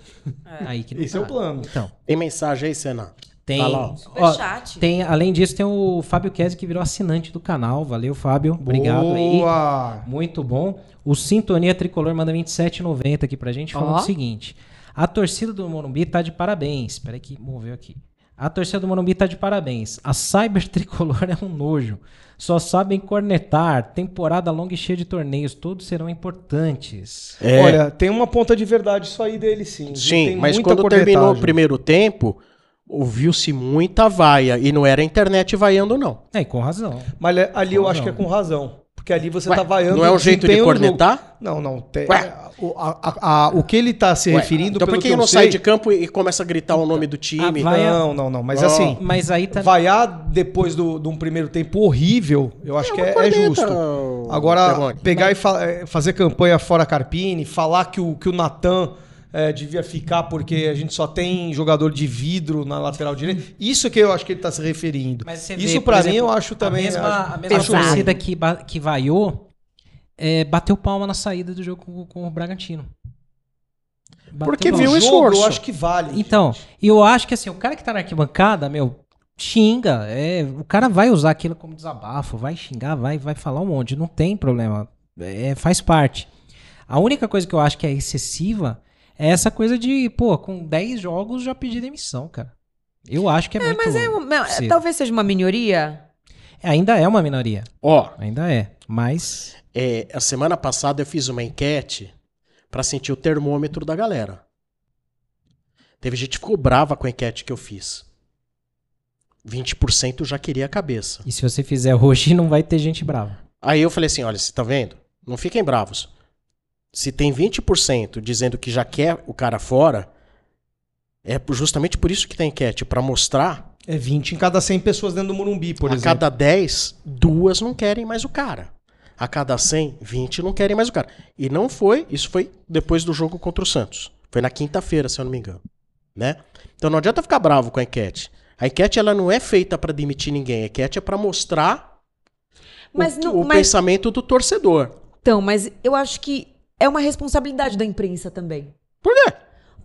Speaker 4: Aí que não
Speaker 3: Esse é o
Speaker 4: dá.
Speaker 3: plano.
Speaker 4: Então,
Speaker 1: Tem mensagem aí, Senna?
Speaker 4: tem.
Speaker 1: Tá lá, ó.
Speaker 4: ó,
Speaker 2: Superchat.
Speaker 4: tem, além disso, tem o Fábio Kese que virou assinante do canal. Valeu, Fábio. Obrigado aí.
Speaker 3: Boa.
Speaker 4: Muito bom. O Sintonia Tricolor manda 27,90 aqui pra gente, falando
Speaker 2: Ó.
Speaker 4: o seguinte: a torcida do Morumbi tá de parabéns. Espera aí que moveu aqui. A torcida do Morumbi tá de parabéns. A Cyber Tricolor é um nojo. Só sabem cornetar. Temporada longa e cheia de torneios. Todos serão importantes.
Speaker 3: Olha, tem uma ponta de verdade isso aí dele, sim. viu?
Speaker 1: É. Sim,
Speaker 3: Tem
Speaker 1: mas
Speaker 3: muita
Speaker 1: quando terminou o
Speaker 3: cornetagem.
Speaker 1: primeiro tempo, ouviu-se muita vaia. E não era a internet vaiando, não.
Speaker 4: É, e com razão.
Speaker 3: Mas ali- ali eu
Speaker 4: Com
Speaker 3: acho que é
Speaker 4: razão.
Speaker 3: com razão. Porque ali você
Speaker 1: Ué,
Speaker 3: tá vaiando.
Speaker 1: não é
Speaker 3: o
Speaker 1: um jeito de
Speaker 3: desempenho do jogo.
Speaker 1: cornetar?
Speaker 3: Não, não. Te-
Speaker 1: Ué.
Speaker 3: o, a- a- a- o que ele tá se
Speaker 1: Ué,
Speaker 3: referindo
Speaker 1: então por
Speaker 3: pelo
Speaker 1: que,
Speaker 3: que eu
Speaker 1: não
Speaker 3: sei-
Speaker 1: sai
Speaker 3: Então,
Speaker 1: de campo e e começa a gritar o nome do time?
Speaker 4: Ah, vai- Vaia-
Speaker 3: Não, não, não. Mas
Speaker 1: Ó.
Speaker 3: assim,
Speaker 4: Mas aí tá.
Speaker 3: vaiar depois do- de um primeiro tempo horrível, eu acho que é, é justo. Agora,
Speaker 1: Perrone.
Speaker 3: pegar e fa- eh, fazer campanha fora Carpini, falar que o, que o Natan eh, devia ficar porque a gente só tem jogador de vidro na lateral direita, isso que eu acho que ele está se referindo.
Speaker 4: Mas você vê,
Speaker 3: Isso
Speaker 4: por
Speaker 3: pra mim
Speaker 4: exemplo,
Speaker 3: eu acho também.
Speaker 4: A mesma,
Speaker 3: acho-
Speaker 4: a mesma
Speaker 2: pesado.
Speaker 3: acho justo.
Speaker 4: torcida que, ba- que vaiou é, bateu palma na saída do jogo com, com o Bragantino. Bateu
Speaker 1: Porque
Speaker 4: palma.
Speaker 1: viu
Speaker 3: Jogo,
Speaker 1: o esforço.
Speaker 3: Eu acho que vale.
Speaker 4: Então, eu acho que assim, o cara que tá na arquibancada, meu, xinga. É, o cara vai usar aquilo como desabafo, vai xingar, vai, vai falar um monte. Não tem problema. É, faz parte. A única coisa que eu acho que é excessiva é essa coisa de, pô, com 10 jogos já pedi demissão, cara. Eu acho que é, muito.
Speaker 2: Mas é um- não, é-
Speaker 4: cedo.
Speaker 2: talvez seja uma minoria.
Speaker 4: Ainda é uma minoria.
Speaker 1: Ó,
Speaker 4: Ainda é. Mas.
Speaker 1: é, a semana passada eu fiz uma enquete pra sentir o termômetro da galera. Teve gente que ficou brava com a enquete que eu fiz. 20% já queria a cabeça.
Speaker 4: E se você fizer hoje, não vai ter gente brava.
Speaker 1: Aí eu falei assim: olha, você tá vendo? Não fiquem bravos. Se tem 20% dizendo que já quer o cara fora, é justamente por isso que tem enquete pra mostrar
Speaker 3: É 20 em cada 100 pessoas dentro do Morumbi, por
Speaker 1: a
Speaker 3: exemplo.
Speaker 1: cada 10, duas não querem mais o cara. A cada 100, 20 não querem mais o cara. E não foi, isso foi depois do jogo contra o Santos. Foi na quinta-feira, se eu não me engano, né? Então não adianta ficar bravo com a enquete. A enquete ela não é feita pra demitir ninguém, a enquete é pra mostrar o
Speaker 2: Mas,
Speaker 1: que-
Speaker 2: não,
Speaker 1: o
Speaker 2: mas
Speaker 1: pensamento do torcedor.
Speaker 2: Então, mas eu acho que é uma responsabilidade da imprensa também.
Speaker 1: Por quê?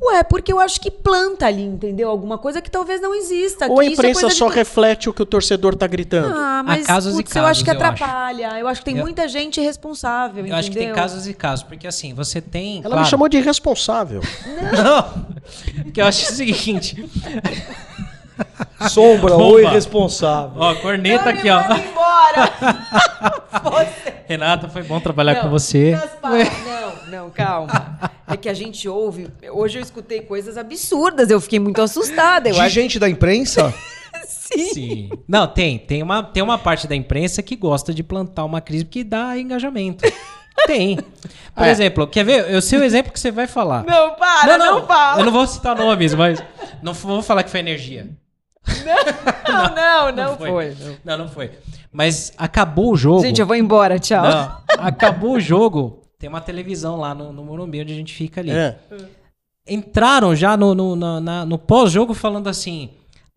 Speaker 2: Ué, porque eu acho que planta ali, entendeu? Alguma coisa que talvez não exista.
Speaker 1: Ou
Speaker 2: que
Speaker 1: a
Speaker 2: isso é
Speaker 1: imprensa
Speaker 2: coisa de-
Speaker 1: só reflete o que o torcedor tá gritando?
Speaker 2: Ah, mas
Speaker 4: Há casos e
Speaker 2: putz, eu
Speaker 4: casos,
Speaker 2: acho que
Speaker 4: eu acho.
Speaker 2: atrapalha. Eu acho que tem
Speaker 4: Eu-
Speaker 2: muita gente responsável,
Speaker 4: Eu acho que tem
Speaker 2: entendeu?
Speaker 4: casos e casos, porque assim, você tem.
Speaker 1: Ela
Speaker 4: claro-
Speaker 1: me chamou de irresponsável.
Speaker 4: Não! Porque eu acho o seguinte.
Speaker 3: Sombra ou
Speaker 4: Bomba.
Speaker 3: irresponsável.
Speaker 4: Ó, corneta aqui, ó.
Speaker 2: embora.
Speaker 4: Renata, foi bom trabalhar com você.
Speaker 2: Tá Não, não, calma. É que a gente ouve. Hoje eu escutei coisas absurdas, eu fiquei muito assustada. Eu
Speaker 3: De
Speaker 2: acho
Speaker 3: gente da imprensa?
Speaker 2: que sim.
Speaker 4: Sim. Não, tem. Tem uma, tem uma parte da imprensa que gosta de plantar uma crise porque dá engajamento. Tem. Por
Speaker 1: É.
Speaker 4: exemplo, quer ver? Eu sei o exemplo que você vai falar.
Speaker 2: Não, para, não, fala.
Speaker 4: Eu não vou citar nomes, mas. Não f- vou falar que foi energia.
Speaker 2: Não, não, não,
Speaker 4: foi.
Speaker 2: foi.
Speaker 4: Não, não foi. Mas acabou o jogo.
Speaker 2: Gente, eu vou embora, tchau.
Speaker 4: Não, acabou o jogo. Tem uma televisão lá no, no Morumbi onde a gente fica ali.
Speaker 1: É.
Speaker 4: entraram já no, no, na- na- no pós-jogo falando assim: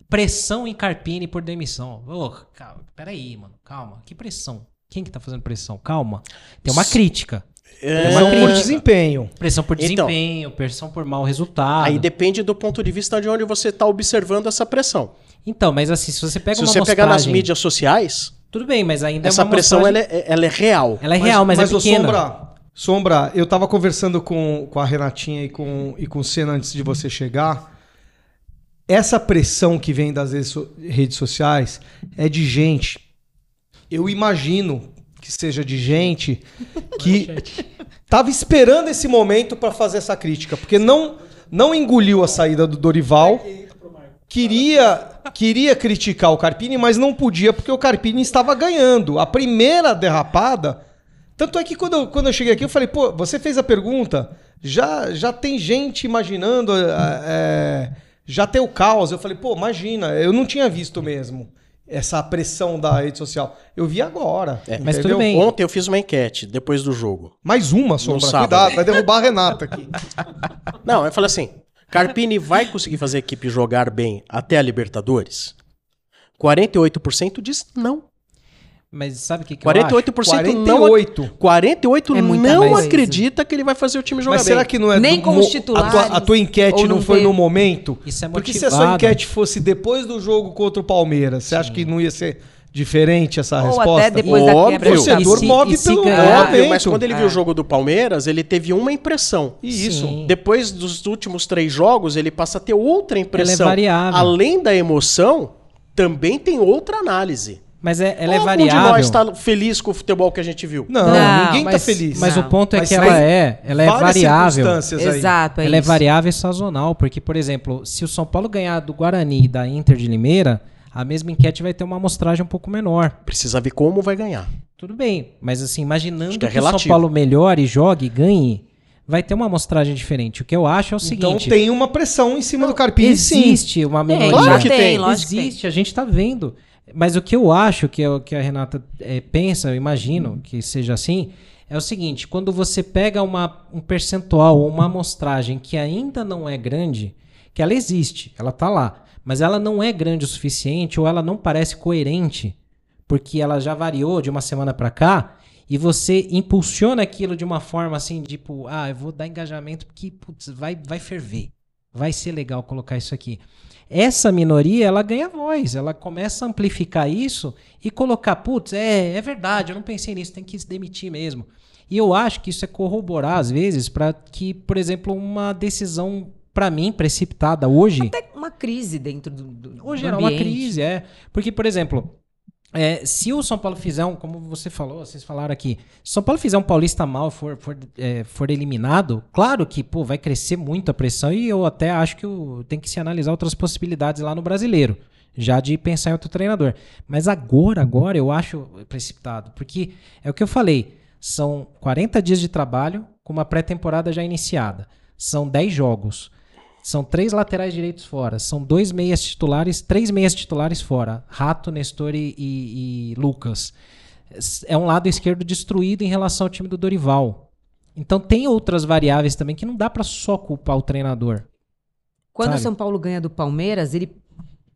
Speaker 4: pressão em Carpini por demissão. Ô, calma, peraí, mano, calma. Que pressão? Quem que tá fazendo pressão? Calma. Tem uma crítica.
Speaker 1: É.
Speaker 3: São por desempenho.
Speaker 4: Pressão por
Speaker 1: Então.
Speaker 4: desempenho, pressão por mau resultado.
Speaker 1: Aí depende do ponto de vista de onde você está observando essa pressão.
Speaker 4: Então, mas assim, se você pega
Speaker 1: Se
Speaker 4: uma
Speaker 1: você pegar nas
Speaker 4: amostragem-
Speaker 1: mídias sociais,
Speaker 4: Tudo bem, mas ainda é
Speaker 1: essa
Speaker 4: uma
Speaker 1: pressão ela
Speaker 4: amostragem-
Speaker 1: é, ela é real.
Speaker 4: ela é real, mas, é
Speaker 3: ô,
Speaker 4: pequena.
Speaker 3: Sombra, Sombra, eu tava conversando com, com a Renatinha e com, e com o Senna antes de você chegar. Essa pressão que vem das redes so- redes sociais é de gente. Eu imagino que seja de gente
Speaker 4: é
Speaker 3: que tava esperando esse momento para fazer essa crítica, porque não não engoliu a saída do Dorival. Queria queria criticar o Carpini, mas não podia porque o Carpini estava ganhando. A primeira derrapada. Tanto é que quando eu, quando eu cheguei aqui, eu falei, pô, você fez a pergunta, já já tem gente imaginando, é, é, já tem o caos. Eu falei, pô, imagina, eu não tinha visto mesmo essa pressão da rede social. Eu vi agora.
Speaker 1: É,
Speaker 4: mas tudo
Speaker 3: entendeu?
Speaker 4: bem.
Speaker 1: Ontem eu fiz uma enquete depois do jogo.
Speaker 3: Mais uma, Sombra.
Speaker 1: sábado.
Speaker 3: Cuidado, vai derrubar a Renata aqui.
Speaker 1: Não, eu falei assim: Carpini vai conseguir fazer a equipe jogar bem até a Libertadores? 48% diz não.
Speaker 4: Mas sabe o que, que eu acho?
Speaker 1: 48% não.
Speaker 3: 48.
Speaker 1: 48
Speaker 2: É muita
Speaker 1: não
Speaker 2: coisa.
Speaker 1: acredita que ele vai fazer o time jogar
Speaker 3: Mas
Speaker 1: bem.
Speaker 3: será que não é
Speaker 2: Nem
Speaker 3: do
Speaker 2: com
Speaker 3: mo-
Speaker 2: os titulares,
Speaker 3: A tua, a tua enquete
Speaker 2: ou
Speaker 3: não
Speaker 2: não
Speaker 3: foi
Speaker 2: tem-
Speaker 3: no momento?
Speaker 4: Isso é
Speaker 3: Porque se a
Speaker 4: motivado.
Speaker 3: sua
Speaker 1: tipo,
Speaker 3: enquete fosse depois do jogo contra o Palmeiras, você acha que não ia ser diferente essa
Speaker 2: Ou
Speaker 3: resposta?
Speaker 2: até depois da
Speaker 1: Óbvio.
Speaker 2: quebra.
Speaker 3: O torcedor
Speaker 4: E se-
Speaker 3: move
Speaker 4: e se
Speaker 3: pelo
Speaker 4: ganhar-
Speaker 1: Óbvio,
Speaker 3: momento.
Speaker 1: mas quando ele É, viu o jogo do Palmeiras, ele teve uma impressão.
Speaker 3: E isso.
Speaker 4: é. Sim.
Speaker 1: Depois dos últimos três jogos, ele passa a ter outra impressão.
Speaker 4: Ela é variável.
Speaker 1: Além da emoção, também tem outra análise.
Speaker 4: Mas é, ela é
Speaker 1: Algum
Speaker 4: variável.
Speaker 1: de nós tá-" está feliz com o futebol que a gente viu?
Speaker 3: Não,
Speaker 2: Não,
Speaker 3: ninguém tá
Speaker 2: mas-
Speaker 3: feliz.
Speaker 4: Mas
Speaker 2: Não.
Speaker 4: o ponto é
Speaker 3: Mas
Speaker 4: que
Speaker 3: tem
Speaker 4: ela é, ela é
Speaker 3: várias
Speaker 4: variável.
Speaker 3: circunstâncias aí.
Speaker 2: Exato, é
Speaker 4: ela é
Speaker 2: isso.
Speaker 4: variável e sazonal, porque, por exemplo, se o São Paulo ganhar do Guarani e da Inter de Limeira, a mesma enquete vai ter uma amostragem um pouco menor.
Speaker 1: Precisa ver como vai ganhar.
Speaker 4: Tudo bem, mas assim, imaginando
Speaker 1: Acho
Speaker 4: que,
Speaker 1: que é
Speaker 4: o São
Speaker 1: relativo.
Speaker 4: Paulo melhore, jogue, ganhe, vai ter uma amostragem diferente. O que eu acho é o
Speaker 3: Então
Speaker 4: seguinte:
Speaker 3: tem uma pressão em cima do Carpini, sim.
Speaker 4: existe uma
Speaker 2: Tem,
Speaker 4: minoria.
Speaker 1: Claro
Speaker 2: já
Speaker 1: que tem,
Speaker 2: tem, lógico que tem.
Speaker 4: Existe, a gente tá vendo. Mas o que eu acho que, é o que a Renata eh, pensa, eu imagino
Speaker 2: Uhum.
Speaker 4: que seja assim, é o seguinte: quando você pega uma, um percentual ou uma amostragem que ainda não é grande, que ela existe, ela tá lá, mas ela não é grande o suficiente ou ela não parece coerente, porque ela já variou de uma semana para cá. E você impulsiona aquilo de uma forma assim, tipo, ah, eu vou dar engajamento porque putz, vai, vai ferver. Vai ser legal colocar isso aqui essa minoria ela ganha voz, ela começa a amplificar isso e colocar, putz, é, é verdade, eu não pensei nisso, tem que se demitir mesmo. E eu acho que isso é corroborar, às vezes, para que, por exemplo, uma decisão, para mim, precipitada hoje.
Speaker 2: Até uma crise dentro do, do
Speaker 4: Hoje
Speaker 2: do
Speaker 4: era uma
Speaker 2: ambiente.
Speaker 4: crise, é. Porque, por exemplo, é, se o São Paulo fizer um, como você falou, vocês falaram aqui, se o São Paulo fizer um paulista mal, for, for, é, for eliminado, claro que, pô, vai crescer muito a pressão e eu até acho que o- tem que se analisar outras possibilidades lá no brasileiro. Já de pensar em outro treinador. Mas agora, agora, eu acho precipitado. Porque é o que eu falei. São 40 dias de trabalho com uma pré-temporada já iniciada. São 10 jogos. São três laterais direitos fora. São dois meias titulares, três meias titulares fora. Rato, Nestor e, e- e Lucas. S- É um lado esquerdo destruído em relação ao time do Dorival. Então tem outras variáveis também que não dá pra só culpar o treinador.
Speaker 2: Quando o
Speaker 4: sabe?
Speaker 2: São Paulo ganha do Palmeiras, ele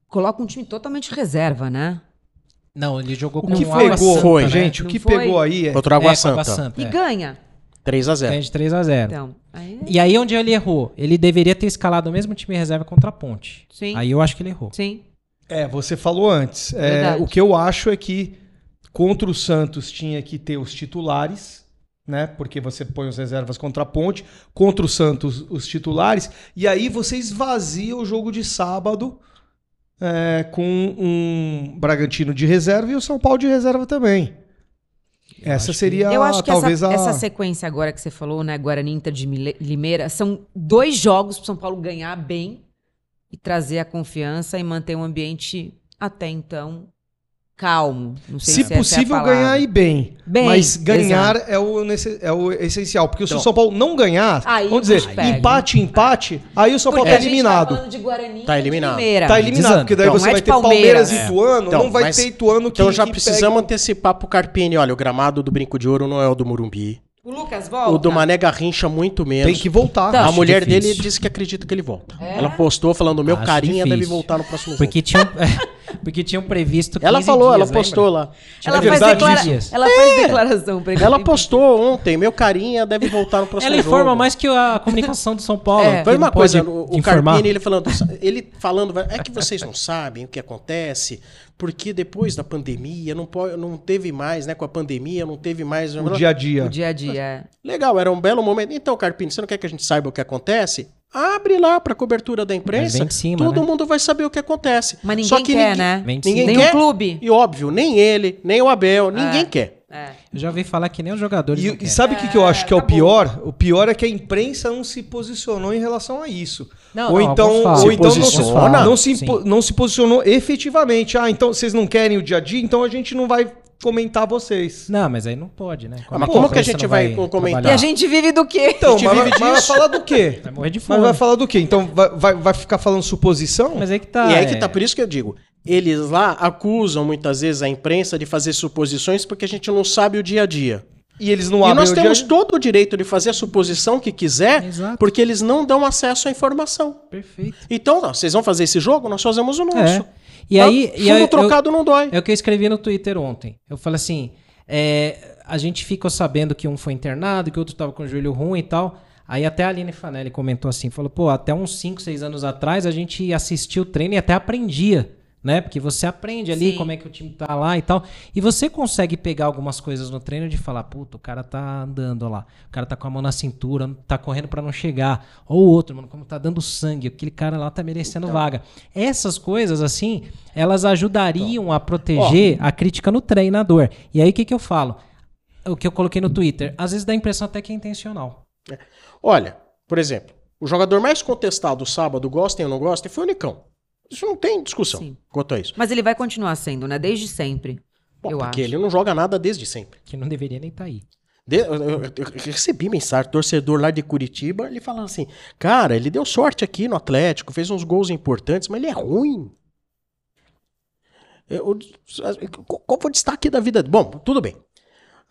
Speaker 2: coloca um time totalmente reserva, né?
Speaker 4: um Não, ele jogou
Speaker 3: O
Speaker 4: com
Speaker 3: que
Speaker 4: o Água
Speaker 3: pegou,
Speaker 4: Santa, né?
Speaker 3: gente, o
Speaker 2: Não
Speaker 3: que
Speaker 2: foi?
Speaker 3: pegou aí é.
Speaker 1: Contra o Água
Speaker 4: É, com a
Speaker 1: Santa.
Speaker 2: E
Speaker 4: é.
Speaker 2: ganha.
Speaker 1: 3 a 0
Speaker 4: Ganha de 3 a 0
Speaker 2: Então, aí-
Speaker 4: E aí onde ele errou? Ele deveria ter escalado o mesmo time reserva contra a Ponte.
Speaker 2: Sim.
Speaker 4: Aí eu acho que ele errou.
Speaker 2: Sim.
Speaker 3: É, você falou antes. É,
Speaker 2: Verdade.
Speaker 3: o que eu acho é que contra o Santos tinha que ter os titulares, né? Porque você põe os reservas contra a ponte, contra o Santos os titulares, e aí você esvazia o jogo de sábado é, com um Bragantino de reserva e o São Paulo de reserva também. essa seria
Speaker 2: Eu acho que
Speaker 3: talvez
Speaker 2: essa,
Speaker 3: a.
Speaker 2: essa sequência agora que você falou, né? Guarani Inter de Mile- Limeira, são dois jogos pro São Paulo ganhar bem e trazer a confiança e manter um ambiente até então calmo. Não sei se,
Speaker 3: Se
Speaker 2: essa é a
Speaker 3: possível,
Speaker 2: palavra.
Speaker 3: ganhar e bem.
Speaker 2: Bem, Então.
Speaker 3: Mas ganhar é o, nesse- é o essencial. Porque se o São Paulo não ganhar,
Speaker 2: Aí
Speaker 3: vamos dizer,
Speaker 2: nos pega.
Speaker 3: empate, empate, aí o São
Speaker 2: Porque
Speaker 3: Paulo
Speaker 2: a
Speaker 3: tá
Speaker 2: gente
Speaker 3: eliminado.
Speaker 2: Tá falando de Guarani
Speaker 1: Tá
Speaker 2: e de
Speaker 1: eliminado.
Speaker 2: Limeira.
Speaker 3: Tá eliminado,
Speaker 4: Desanda.
Speaker 3: porque daí
Speaker 1: Então,
Speaker 3: você
Speaker 2: mas
Speaker 3: vai
Speaker 2: de
Speaker 3: ter
Speaker 2: Palmeiras.
Speaker 3: Palmeiras
Speaker 1: É.
Speaker 3: e Ituano,
Speaker 1: Então,
Speaker 3: não vai
Speaker 1: mas-
Speaker 3: ter Ituano que
Speaker 1: Então já
Speaker 3: que
Speaker 4: um-
Speaker 1: precisamos
Speaker 3: pegue-
Speaker 1: antecipar pro Carpini. Olha, o gramado do Brinco de Ouro não é o do Murumbi.
Speaker 2: O Lucas volta.
Speaker 1: O do Mané Garrincha muito menos.
Speaker 3: Tem que voltar.
Speaker 2: Tá.
Speaker 1: A
Speaker 4: Acho
Speaker 1: mulher
Speaker 4: difícil.
Speaker 1: dele disse que acredita que ele volta.
Speaker 2: É?
Speaker 1: Ela postou falando, meu
Speaker 4: Acho
Speaker 1: carinha
Speaker 4: difícil.
Speaker 1: deve voltar no próximo jogo.
Speaker 4: Porque tinham, porque tinham previsto 15
Speaker 1: Ela falou,
Speaker 4: dias,
Speaker 1: ela
Speaker 4: lembra?
Speaker 1: postou lá.
Speaker 2: Ela,
Speaker 4: É
Speaker 2: faz,
Speaker 4: verdade,
Speaker 2: declara-
Speaker 4: dias.
Speaker 2: ela
Speaker 3: É.
Speaker 2: faz declaração pra ele.
Speaker 1: Ela postou ontem, meu carinha deve voltar no próximo
Speaker 4: Ela
Speaker 1: jogo.
Speaker 4: informa mais que a comunicação do São Paulo.
Speaker 2: É.
Speaker 4: que
Speaker 1: Foi uma
Speaker 4: não pode
Speaker 1: coisa, o, o
Speaker 4: informar.
Speaker 1: Carpini, ele falando, ele falando, é que vocês não sabem o que acontece, porque depois da pandemia, não, pode, não teve mais, né, com a pandemia, não teve mais...
Speaker 4: Um
Speaker 3: O dia a dia.
Speaker 2: O dia a dia. é.
Speaker 1: Legal, era um belo momento. Então, Carpini, você não quer que a gente saiba o que acontece? Abre lá pra cobertura da imprensa,
Speaker 4: vem de cima,
Speaker 1: todo
Speaker 4: né?
Speaker 1: mundo vai saber o que acontece.
Speaker 2: Mas ninguém
Speaker 1: Só que
Speaker 2: quer,
Speaker 1: ninguém-
Speaker 2: né?
Speaker 4: Vem de
Speaker 1: Ninguém
Speaker 2: Nem
Speaker 4: cima.
Speaker 2: o
Speaker 1: quer.
Speaker 2: clube.
Speaker 1: E óbvio, nem ele, nem o Abel, ninguém
Speaker 2: É.
Speaker 1: quer.
Speaker 2: É.
Speaker 4: Eu já ouvi falar que nem os jogadores. não
Speaker 3: E, e
Speaker 4: querem.
Speaker 3: sabe o que, que eu acho que é o
Speaker 2: acabou.
Speaker 3: pior? O pior é que a imprensa não se posicionou em relação a isso.
Speaker 4: Não,
Speaker 3: ou
Speaker 4: não,
Speaker 3: então,
Speaker 4: alguns falam.
Speaker 3: ou
Speaker 1: Se
Speaker 3: então não, se,
Speaker 1: posiciona.
Speaker 3: não, se impo-
Speaker 4: Sim.
Speaker 3: não se posicionou efetivamente. Ah, então vocês não querem o dia a dia, então a gente não vai comentar vocês.
Speaker 4: Não, mas aí não pode, né?
Speaker 1: Ah, mas
Speaker 4: a
Speaker 1: como que a
Speaker 4: imprensa
Speaker 1: gente
Speaker 4: não
Speaker 1: vai comentar?
Speaker 2: E
Speaker 1: Tá.
Speaker 2: a gente vive do quê?
Speaker 3: Então,
Speaker 1: A gente
Speaker 3: mas,
Speaker 1: vive
Speaker 3: mas vai
Speaker 1: disso.
Speaker 3: falar do quê?
Speaker 4: Vai morrer de fome.
Speaker 3: Mas vai falar do quê? Então vai, vai, vai ficar falando suposição?
Speaker 4: Mas aí que tá.
Speaker 1: e aí
Speaker 4: é.
Speaker 1: que tá, por isso que eu digo, eles lá acusam muitas vezes a imprensa de fazer suposições porque a gente não sabe o dia a dia.
Speaker 3: E eles não
Speaker 1: E
Speaker 3: abrem
Speaker 1: nós
Speaker 3: o dia a
Speaker 1: temos
Speaker 3: dia?
Speaker 1: todo o direito de fazer a suposição que quiser,
Speaker 4: Exato.
Speaker 1: porque eles não dão acesso à informação.
Speaker 4: Perfeito.
Speaker 1: Então, ó, vocês vão fazer esse jogo, nós fazemos o nosso.
Speaker 4: É. E
Speaker 1: Tá?
Speaker 4: aí. E
Speaker 1: Fumo
Speaker 4: aí eu-
Speaker 1: trocado não dói.
Speaker 4: é o que eu escrevi no Twitter ontem. Eu falei assim: é, a gente ficou sabendo que um foi internado, que o outro tava com o joelho ruim e tal. Aí até a Aline Fanelli comentou assim: falou, pô, até uns 5, 6 anos atrás a gente assistia o treino e até aprendia. Né? Porque você aprende ali
Speaker 2: Sim.
Speaker 4: como é que o time tá lá e tal. E você consegue pegar algumas coisas no treino de falar, puta, o cara tá andando ó lá, o cara tá com a mão na cintura, tá correndo pra não chegar. Ou o outro, mano, como tá dando sangue, aquele cara lá tá merecendo
Speaker 3: Então.
Speaker 4: vaga. Essas coisas, assim, elas
Speaker 3: Então.
Speaker 4: ajudariam a proteger a crítica no treinador. E aí o que, que eu falo? O que eu coloquei no Twitter. Às vezes dá a impressão até que é intencional.
Speaker 1: Olha, por exemplo, o jogador mais contestado sábado, gostem ou não gostem, foi o Nicão. Isso não tem discussão
Speaker 2: Sim.
Speaker 1: quanto a isso.
Speaker 2: Mas ele vai continuar sendo, né? Desde sempre.
Speaker 1: Bom,
Speaker 2: eu
Speaker 1: porque
Speaker 2: acho.
Speaker 1: ele não joga nada desde sempre.
Speaker 4: Que não deveria nem estar aí.
Speaker 1: De- eu, eu- eu recebi mensagem, torcedor lá de Curitiba, ele falando assim: cara, ele deu sorte aqui no Atlético, fez uns gols importantes, mas ele é ruim. Eu- qual qual foi o destaque da vida? dele? Bom, tudo bem.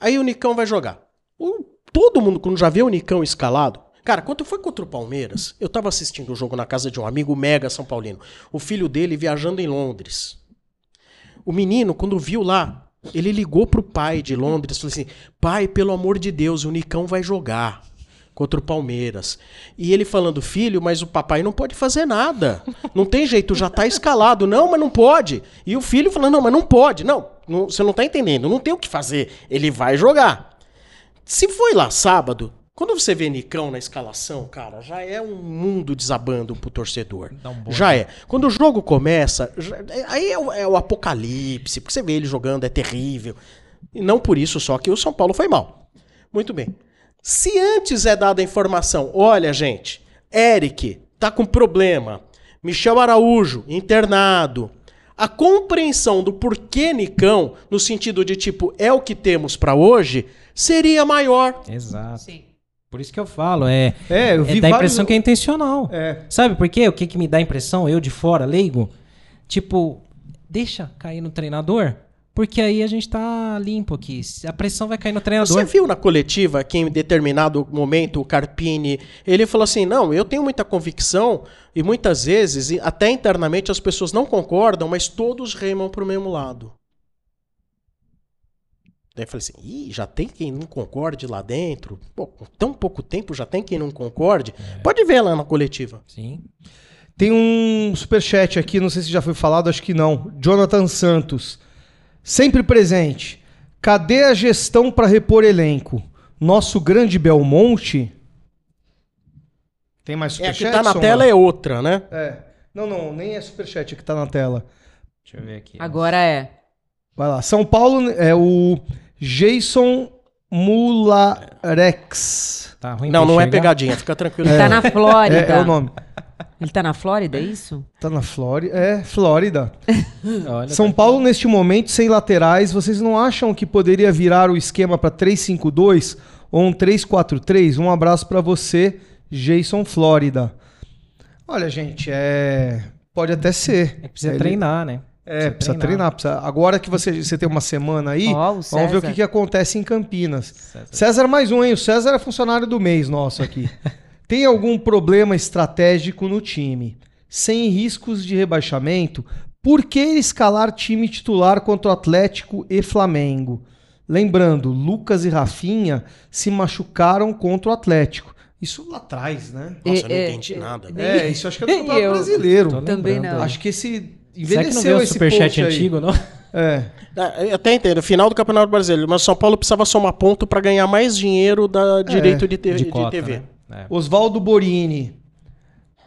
Speaker 1: Aí o Nicão vai jogar. O- todo mundo, quando já vê o Nicão escalado. Cara, quando foi contra o Palmeiras, eu tava assistindo o jogo na casa de um amigo mega São Paulino. O filho dele viajando em Londres. O menino, quando viu lá, ele ligou pro pai de Londres e falou assim: pai, pelo amor de Deus, o Nicão vai jogar contra o Palmeiras. E ele falando, filho, mas o papai não pode fazer nada. Não tem jeito, já tá escalado. Não, mas não pode. E o filho falando, não, mas não pode. Não, não- você não tá entendendo, não tem o que fazer. Ele vai jogar. Se foi lá sábado, quando você vê Nicão na escalação, cara, já é um mundo desabando pro torcedor.
Speaker 4: Dá um bom.
Speaker 1: Já é. Quando o jogo começa, já- aí é o, é o apocalipse, porque você vê ele jogando, é terrível. E não por isso só que o São Paulo foi mal. Muito bem. Se antes é dada a informação, olha, gente, Eric tá com problema, Michel Araújo internado. A compreensão do porquê Nicão, no sentido de tipo, é o que temos pra hoje, seria maior.
Speaker 4: Exato.
Speaker 2: Sim.
Speaker 4: Por isso que eu falo, é,
Speaker 3: É, eu
Speaker 4: é
Speaker 3: vi
Speaker 4: dá a
Speaker 3: vários-
Speaker 4: impressão que é intencional.
Speaker 3: É.
Speaker 4: Sabe por quê? O que, que me dá a impressão, eu de fora, leigo? Tipo, deixa cair no treinador, porque aí a gente tá limpo aqui. Se A pressão vai cair no treinador.
Speaker 1: Você viu na coletiva que em determinado momento o Carpini, ele falou assim: "Não, eu tenho muita convicção e muitas vezes, e até internamente as pessoas não concordam, mas todos remam pro mesmo lado". Daí eu falei assim: "Ih, já tem quem não concorde lá dentro? Pô, com tão pouco tempo já tem quem não concorde?
Speaker 2: É.
Speaker 1: Pode ver lá na coletiva.
Speaker 4: Sim.
Speaker 3: Tem um superchat aqui, não sei se já foi falado, acho que não. Jonathan Santos. Sempre presente. Cadê a gestão para repor elenco? Nosso grande Belmonte. Tem mais
Speaker 1: É a que
Speaker 3: superchat?
Speaker 1: tá na
Speaker 3: Sombra?
Speaker 1: tela é outra, né?
Speaker 3: É. Não, não, nem é superchat é que tá na tela.
Speaker 4: Deixa eu ver aqui.
Speaker 2: Agora é.
Speaker 3: Vai lá. São Paulo é o Jason Mularex.
Speaker 4: Tá ruim
Speaker 1: Não,
Speaker 4: pra
Speaker 1: não é
Speaker 4: enxergar?
Speaker 1: pegadinha, fica tranquilo.
Speaker 2: Ele tá na Flórida.
Speaker 3: É, é o nome.
Speaker 2: Ele tá na Flórida, é isso?
Speaker 3: Tá na Flórida. É, Flórida.
Speaker 4: Olha,
Speaker 3: São
Speaker 4: tá-
Speaker 3: Paulo, neste momento, sem laterais, vocês não acham que poderia virar o esquema para 3-5-2 ou um 3-4-3? Um abraço para você, Jason Flórida. Olha, gente, é. Pode até ser.
Speaker 4: É que precisa
Speaker 3: Ele-
Speaker 4: treinar, né?
Speaker 3: É, precisa treinar. precisa- Agora que você, você tem uma semana aí,
Speaker 2: Ó, o
Speaker 3: vamos ver o
Speaker 2: César.
Speaker 3: que, que acontece em Campinas.
Speaker 4: César.
Speaker 3: César mais um, hein? O César é funcionário do mês nosso aqui. Tem algum problema estratégico no time? Sem riscos de rebaixamento, por que escalar time titular contra o Atlético e Flamengo? Lembrando, Lucas e Rafinha se machucaram contra o Atlético. Isso lá atrás, né?
Speaker 1: Nossa, eu não
Speaker 2: É, é,
Speaker 1: entendi nada. né?
Speaker 2: nem-
Speaker 3: É, isso acho que é do
Speaker 2: Nem
Speaker 3: campeonato
Speaker 2: eu.
Speaker 3: brasileiro.
Speaker 4: Tô
Speaker 2: Também
Speaker 4: lembrando
Speaker 2: não.
Speaker 4: aí.
Speaker 3: Acho que esse
Speaker 4: Será
Speaker 3: envelheceu
Speaker 4: que não veio o
Speaker 3: esse
Speaker 4: superchat
Speaker 3: post aí.
Speaker 4: antigo, não?
Speaker 3: É.
Speaker 1: Ah, Eu até entendo, final do Campeonato Brasileiro, mas o São Paulo precisava somar ponto para ganhar mais dinheiro da direito de, te- de
Speaker 4: É, cota,
Speaker 1: TV.
Speaker 4: né? É.
Speaker 3: Oswaldo Borini.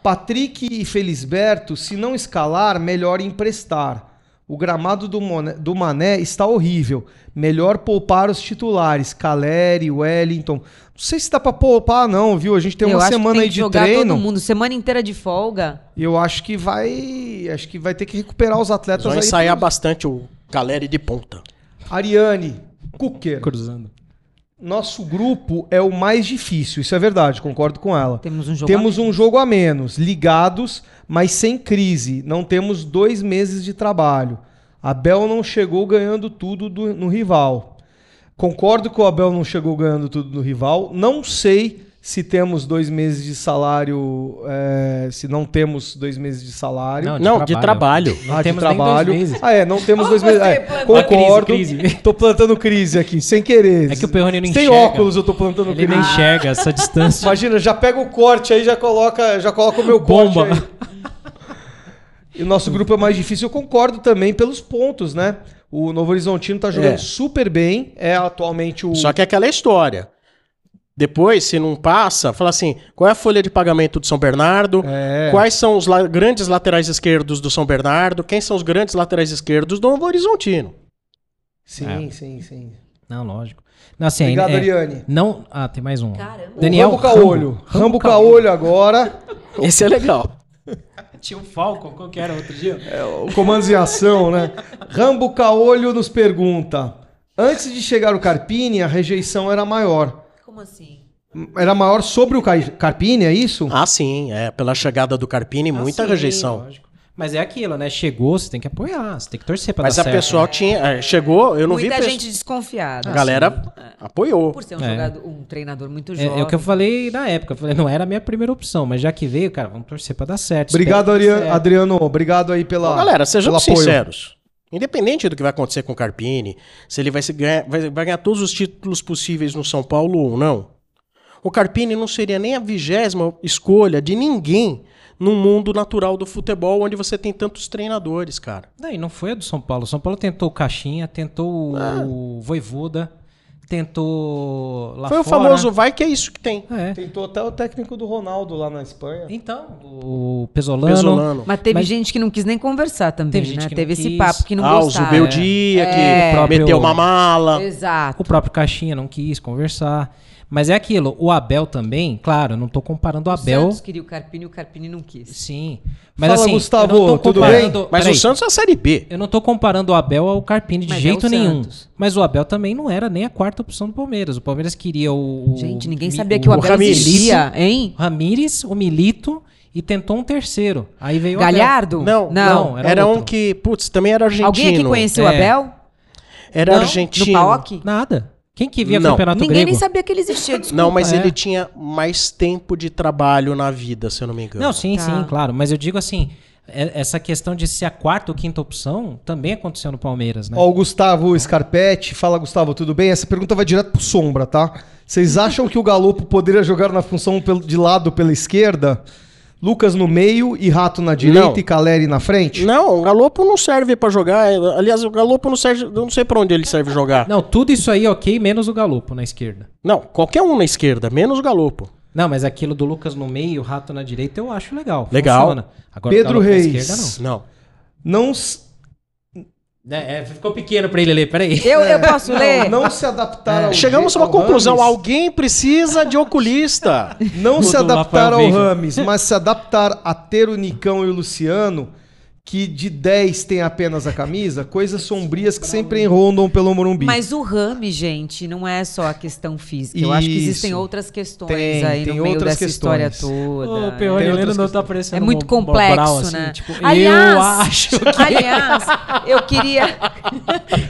Speaker 3: Patrick e Felisberto, se não escalar, melhor emprestar. O gramado do, Moné- do Mané está horrível. Melhor poupar os titulares, Caleri, Wellington. Não sei se dá pra poupar, não, viu? A gente tem
Speaker 2: Eu
Speaker 3: uma
Speaker 2: acho que
Speaker 3: semana
Speaker 2: tem
Speaker 3: aí
Speaker 2: que
Speaker 3: de
Speaker 2: jogar todo
Speaker 3: treino.
Speaker 2: mundo, semana inteira de folga.
Speaker 3: E eu acho que vai. Acho que vai ter que recuperar os
Speaker 1: Eles
Speaker 3: atletas
Speaker 1: vão
Speaker 3: aí.
Speaker 1: ensaiar bastante o Caleri de ponta.
Speaker 3: Ariane, Kuker.
Speaker 4: Cruzando.
Speaker 3: Nosso grupo é o mais difícil. Isso é verdade, concordo com ela.
Speaker 2: Temos um jogo.
Speaker 3: Temos um jogo a menos, ligados, mas sem crise. Não temos dois meses de trabalho. Abel não chegou ganhando tudo do- no rival. Concordo que o Abel não chegou ganhando tudo no rival. Não sei se temos dois meses de salário, é, se não temos dois meses de salário.
Speaker 4: Não,
Speaker 1: Não,
Speaker 4: de
Speaker 1: de
Speaker 4: trabalho.
Speaker 1: trabalho.
Speaker 4: Não temos nem dois meses.
Speaker 3: Ah, é, não temos
Speaker 2: Ó,
Speaker 3: dois
Speaker 2: você
Speaker 3: meses. É,
Speaker 2: plantando
Speaker 3: concordo.
Speaker 4: crise, crise.
Speaker 3: Tô plantando crise aqui, sem querer.
Speaker 4: É que o Perrone não
Speaker 3: Sem
Speaker 4: enxerga.
Speaker 3: óculos eu tô plantando
Speaker 4: Ele
Speaker 3: crise.
Speaker 4: não enxerga essa distância.
Speaker 3: Imagina, já pega o corte aí, já coloca, já coloca o meu
Speaker 4: Bomba.
Speaker 3: corte aí. E o nosso grupo é mais difícil, eu concordo também pelos pontos, né? O Novo Horizontino tá jogando
Speaker 1: É.
Speaker 3: super bem, é atualmente o
Speaker 1: Só que é aquela história. Depois, se não passa, fala assim: qual é a folha de pagamento do São Bernardo?
Speaker 3: É.
Speaker 1: Quais são os la- grandes laterais esquerdos do São Bernardo? Quem são os grandes laterais esquerdos do Novo Horizontino?
Speaker 3: Sim, sim, sim.
Speaker 4: Não, lógico. Não, assim,
Speaker 3: Obrigado,
Speaker 4: é-
Speaker 3: Ariane.
Speaker 4: Não. Ah, tem mais um.
Speaker 2: Caramba.
Speaker 4: Daniel
Speaker 3: Rambo Caolho. Rambo, Caolho agora.
Speaker 1: Esse é legal.
Speaker 4: Tinha o Falcon, qual que era outro dia?
Speaker 3: É O Comandos em ação, né? Rambo Caolho nos pergunta: Antes de chegar o Carpini, a rejeição era maior.
Speaker 2: Como assim?
Speaker 3: Era maior sobre o Ca- Carpini, é isso?
Speaker 1: Ah, sim, é. Pela chegada do Carpini, muita
Speaker 4: Ah, sim,
Speaker 1: rejeição.
Speaker 4: Assim, lógico. Mas é aquilo, né? Chegou, você tem que apoiar, você tem que torcer pra
Speaker 1: Mas a
Speaker 4: dar certo. né?
Speaker 1: pessoal tinha. é, Chegou, eu não
Speaker 2: Muita
Speaker 1: vi. pessoa-
Speaker 2: gente desconfiada.
Speaker 3: Ah,
Speaker 1: A galera apoiou.
Speaker 2: Por ser um,
Speaker 4: É.
Speaker 2: jogador, um treinador muito
Speaker 4: É,
Speaker 2: jovem.
Speaker 4: é o que eu falei na época. Eu falei, não era a minha primeira opção, mas já que veio, cara, vamos torcer pra dar certo.
Speaker 3: Obrigado,
Speaker 4: Espero que dê
Speaker 3: Adriano.
Speaker 4: certo.
Speaker 3: Adriano obrigado aí pela.
Speaker 1: Então, galera,
Speaker 3: pelo
Speaker 1: sejamos
Speaker 3: apoio.
Speaker 1: sinceros. Independente do que vai acontecer com o Carpini, se ele vai, se ganhar, vai, vai ganhar todos os títulos possíveis no São Paulo ou não, o Carpini não seria nem a vigésima escolha de ninguém no mundo natural do futebol, onde você tem tantos treinadores, cara.
Speaker 4: Não, e não foi a do São Paulo. O São Paulo tentou o Caixinha, tentou o Voivoda, tentou lá
Speaker 1: Ah. Foi o
Speaker 4: fora.
Speaker 1: famoso vai que é isso que tem.
Speaker 4: É.
Speaker 3: Tentou até o técnico do Ronaldo lá na Espanha.
Speaker 4: Então, o Pesolano.
Speaker 1: Pesolano.
Speaker 2: Mas teve
Speaker 4: Mas-
Speaker 2: gente que não quis nem conversar também,
Speaker 4: Teve gente
Speaker 2: né?
Speaker 4: que não
Speaker 2: teve esse
Speaker 4: quis.
Speaker 2: papo que não
Speaker 1: ah, o
Speaker 2: gostava.
Speaker 1: Zubeu Dia, que
Speaker 2: É.
Speaker 4: próprio-
Speaker 1: meteu uma mala.
Speaker 2: Exato.
Speaker 4: O próprio Caixinha não quis conversar. Mas é aquilo, o Abel também, claro, eu não tô comparando o Abel.
Speaker 2: Santos queria o Carpini e o Carpini não quis.
Speaker 4: Sim. Mas
Speaker 3: Fala,
Speaker 4: assim,
Speaker 3: Gustavo,
Speaker 4: eu não tô
Speaker 3: tudo
Speaker 4: comparando-
Speaker 1: Mas
Speaker 4: Peraí,
Speaker 1: o Santos é a Série B.
Speaker 4: Eu não tô comparando o Abel ao Carpini de
Speaker 2: Mas é
Speaker 4: jeito
Speaker 2: o
Speaker 4: nenhum.
Speaker 2: Santos.
Speaker 4: Mas o Abel também não era nem a quarta opção do Palmeiras. O Palmeiras queria o. o-
Speaker 2: Gente, ninguém
Speaker 4: Mi-
Speaker 2: sabia que o Abel
Speaker 1: Ramires.
Speaker 2: existia, hein?
Speaker 4: O Ramires, o Milito e tentou um terceiro. Aí veio o Abel.
Speaker 2: Galhardo?
Speaker 1: Não,
Speaker 2: Não.
Speaker 4: não,
Speaker 1: Era,
Speaker 4: Era
Speaker 1: um
Speaker 4: outro.
Speaker 1: que, putz, também era argentino.
Speaker 2: Alguém aqui conheceu o
Speaker 4: É.
Speaker 2: Abel?
Speaker 1: Era
Speaker 4: Não,
Speaker 2: No
Speaker 1: argentino.
Speaker 2: Paok?
Speaker 4: Nada. Quem que via
Speaker 1: Não.
Speaker 4: campeonato
Speaker 2: Ninguém
Speaker 4: grego?
Speaker 2: nem sabia que ele existia, desculpa.
Speaker 1: Não, mas
Speaker 4: É.
Speaker 1: ele tinha mais tempo de trabalho na vida, se eu não me engano.
Speaker 4: Não, sim,
Speaker 2: Tá.
Speaker 4: sim, claro. Mas eu digo assim, é- essa questão de ser a quarta ou quinta opção também aconteceu no Palmeiras, né?
Speaker 3: Ó, o Gustavo Scarpetti. Fala, Gustavo, tudo bem? Essa pergunta vai direto pro Sombra, tá? Vocês acham que o Galopo poderia jogar na função pel- de lado pela esquerda? Lucas no meio e Rato na direita
Speaker 1: Não.
Speaker 3: e Caleri na frente?
Speaker 1: Não, o Galopo não serve pra jogar. É, Aliás, o Galopo não serve. Eu não sei pra onde ele serve jogar. Não.
Speaker 4: Não, tudo isso aí é ok, menos o Galopo na esquerda.
Speaker 1: qualquer um na esquerda, menos o Galopo.
Speaker 4: Não, mas aquilo do Lucas no meio, o Rato na direita, eu acho legal.
Speaker 1: Legal.
Speaker 4: funciona. Agora, o
Speaker 3: Pedro
Speaker 4: Galopo na
Speaker 3: Reis.
Speaker 4: Esquerda,
Speaker 1: Não.
Speaker 3: Não, s-
Speaker 4: não. É, é, ficou pequeno pra ele ler, peraí.
Speaker 2: Eu, eu posso ler?
Speaker 3: não se adaptar ao
Speaker 1: Chegamos a
Speaker 3: jeito-
Speaker 1: uma
Speaker 3: ao
Speaker 1: conclusão.
Speaker 3: Rames.
Speaker 1: Alguém precisa de oculista.
Speaker 3: Não
Speaker 4: O
Speaker 3: se
Speaker 4: do
Speaker 3: adaptar
Speaker 4: Rafael
Speaker 3: ao
Speaker 4: Veiga.
Speaker 3: Rames, mas se adaptar a ter o Nicão e o Luciano, que de 10 tem apenas a camisa, coisas sombrias que sempre rondam pelo Morumbi.
Speaker 2: Mas o Rami, gente, não é só a questão física. Eu acho que existem
Speaker 3: Isso.
Speaker 2: outras questões
Speaker 3: Tem,
Speaker 2: aí
Speaker 3: tem
Speaker 2: no meio
Speaker 3: outras
Speaker 2: dessa
Speaker 3: questões.
Speaker 2: história toda.
Speaker 4: O
Speaker 3: Tem outras
Speaker 4: Pior não tá
Speaker 3: questões.
Speaker 4: aparecendo
Speaker 2: É muito
Speaker 4: Mobral,
Speaker 2: complexo,
Speaker 4: assim,
Speaker 2: né?
Speaker 4: tipo, eu
Speaker 2: aliás,
Speaker 4: acho.
Speaker 2: aliás, eu queria,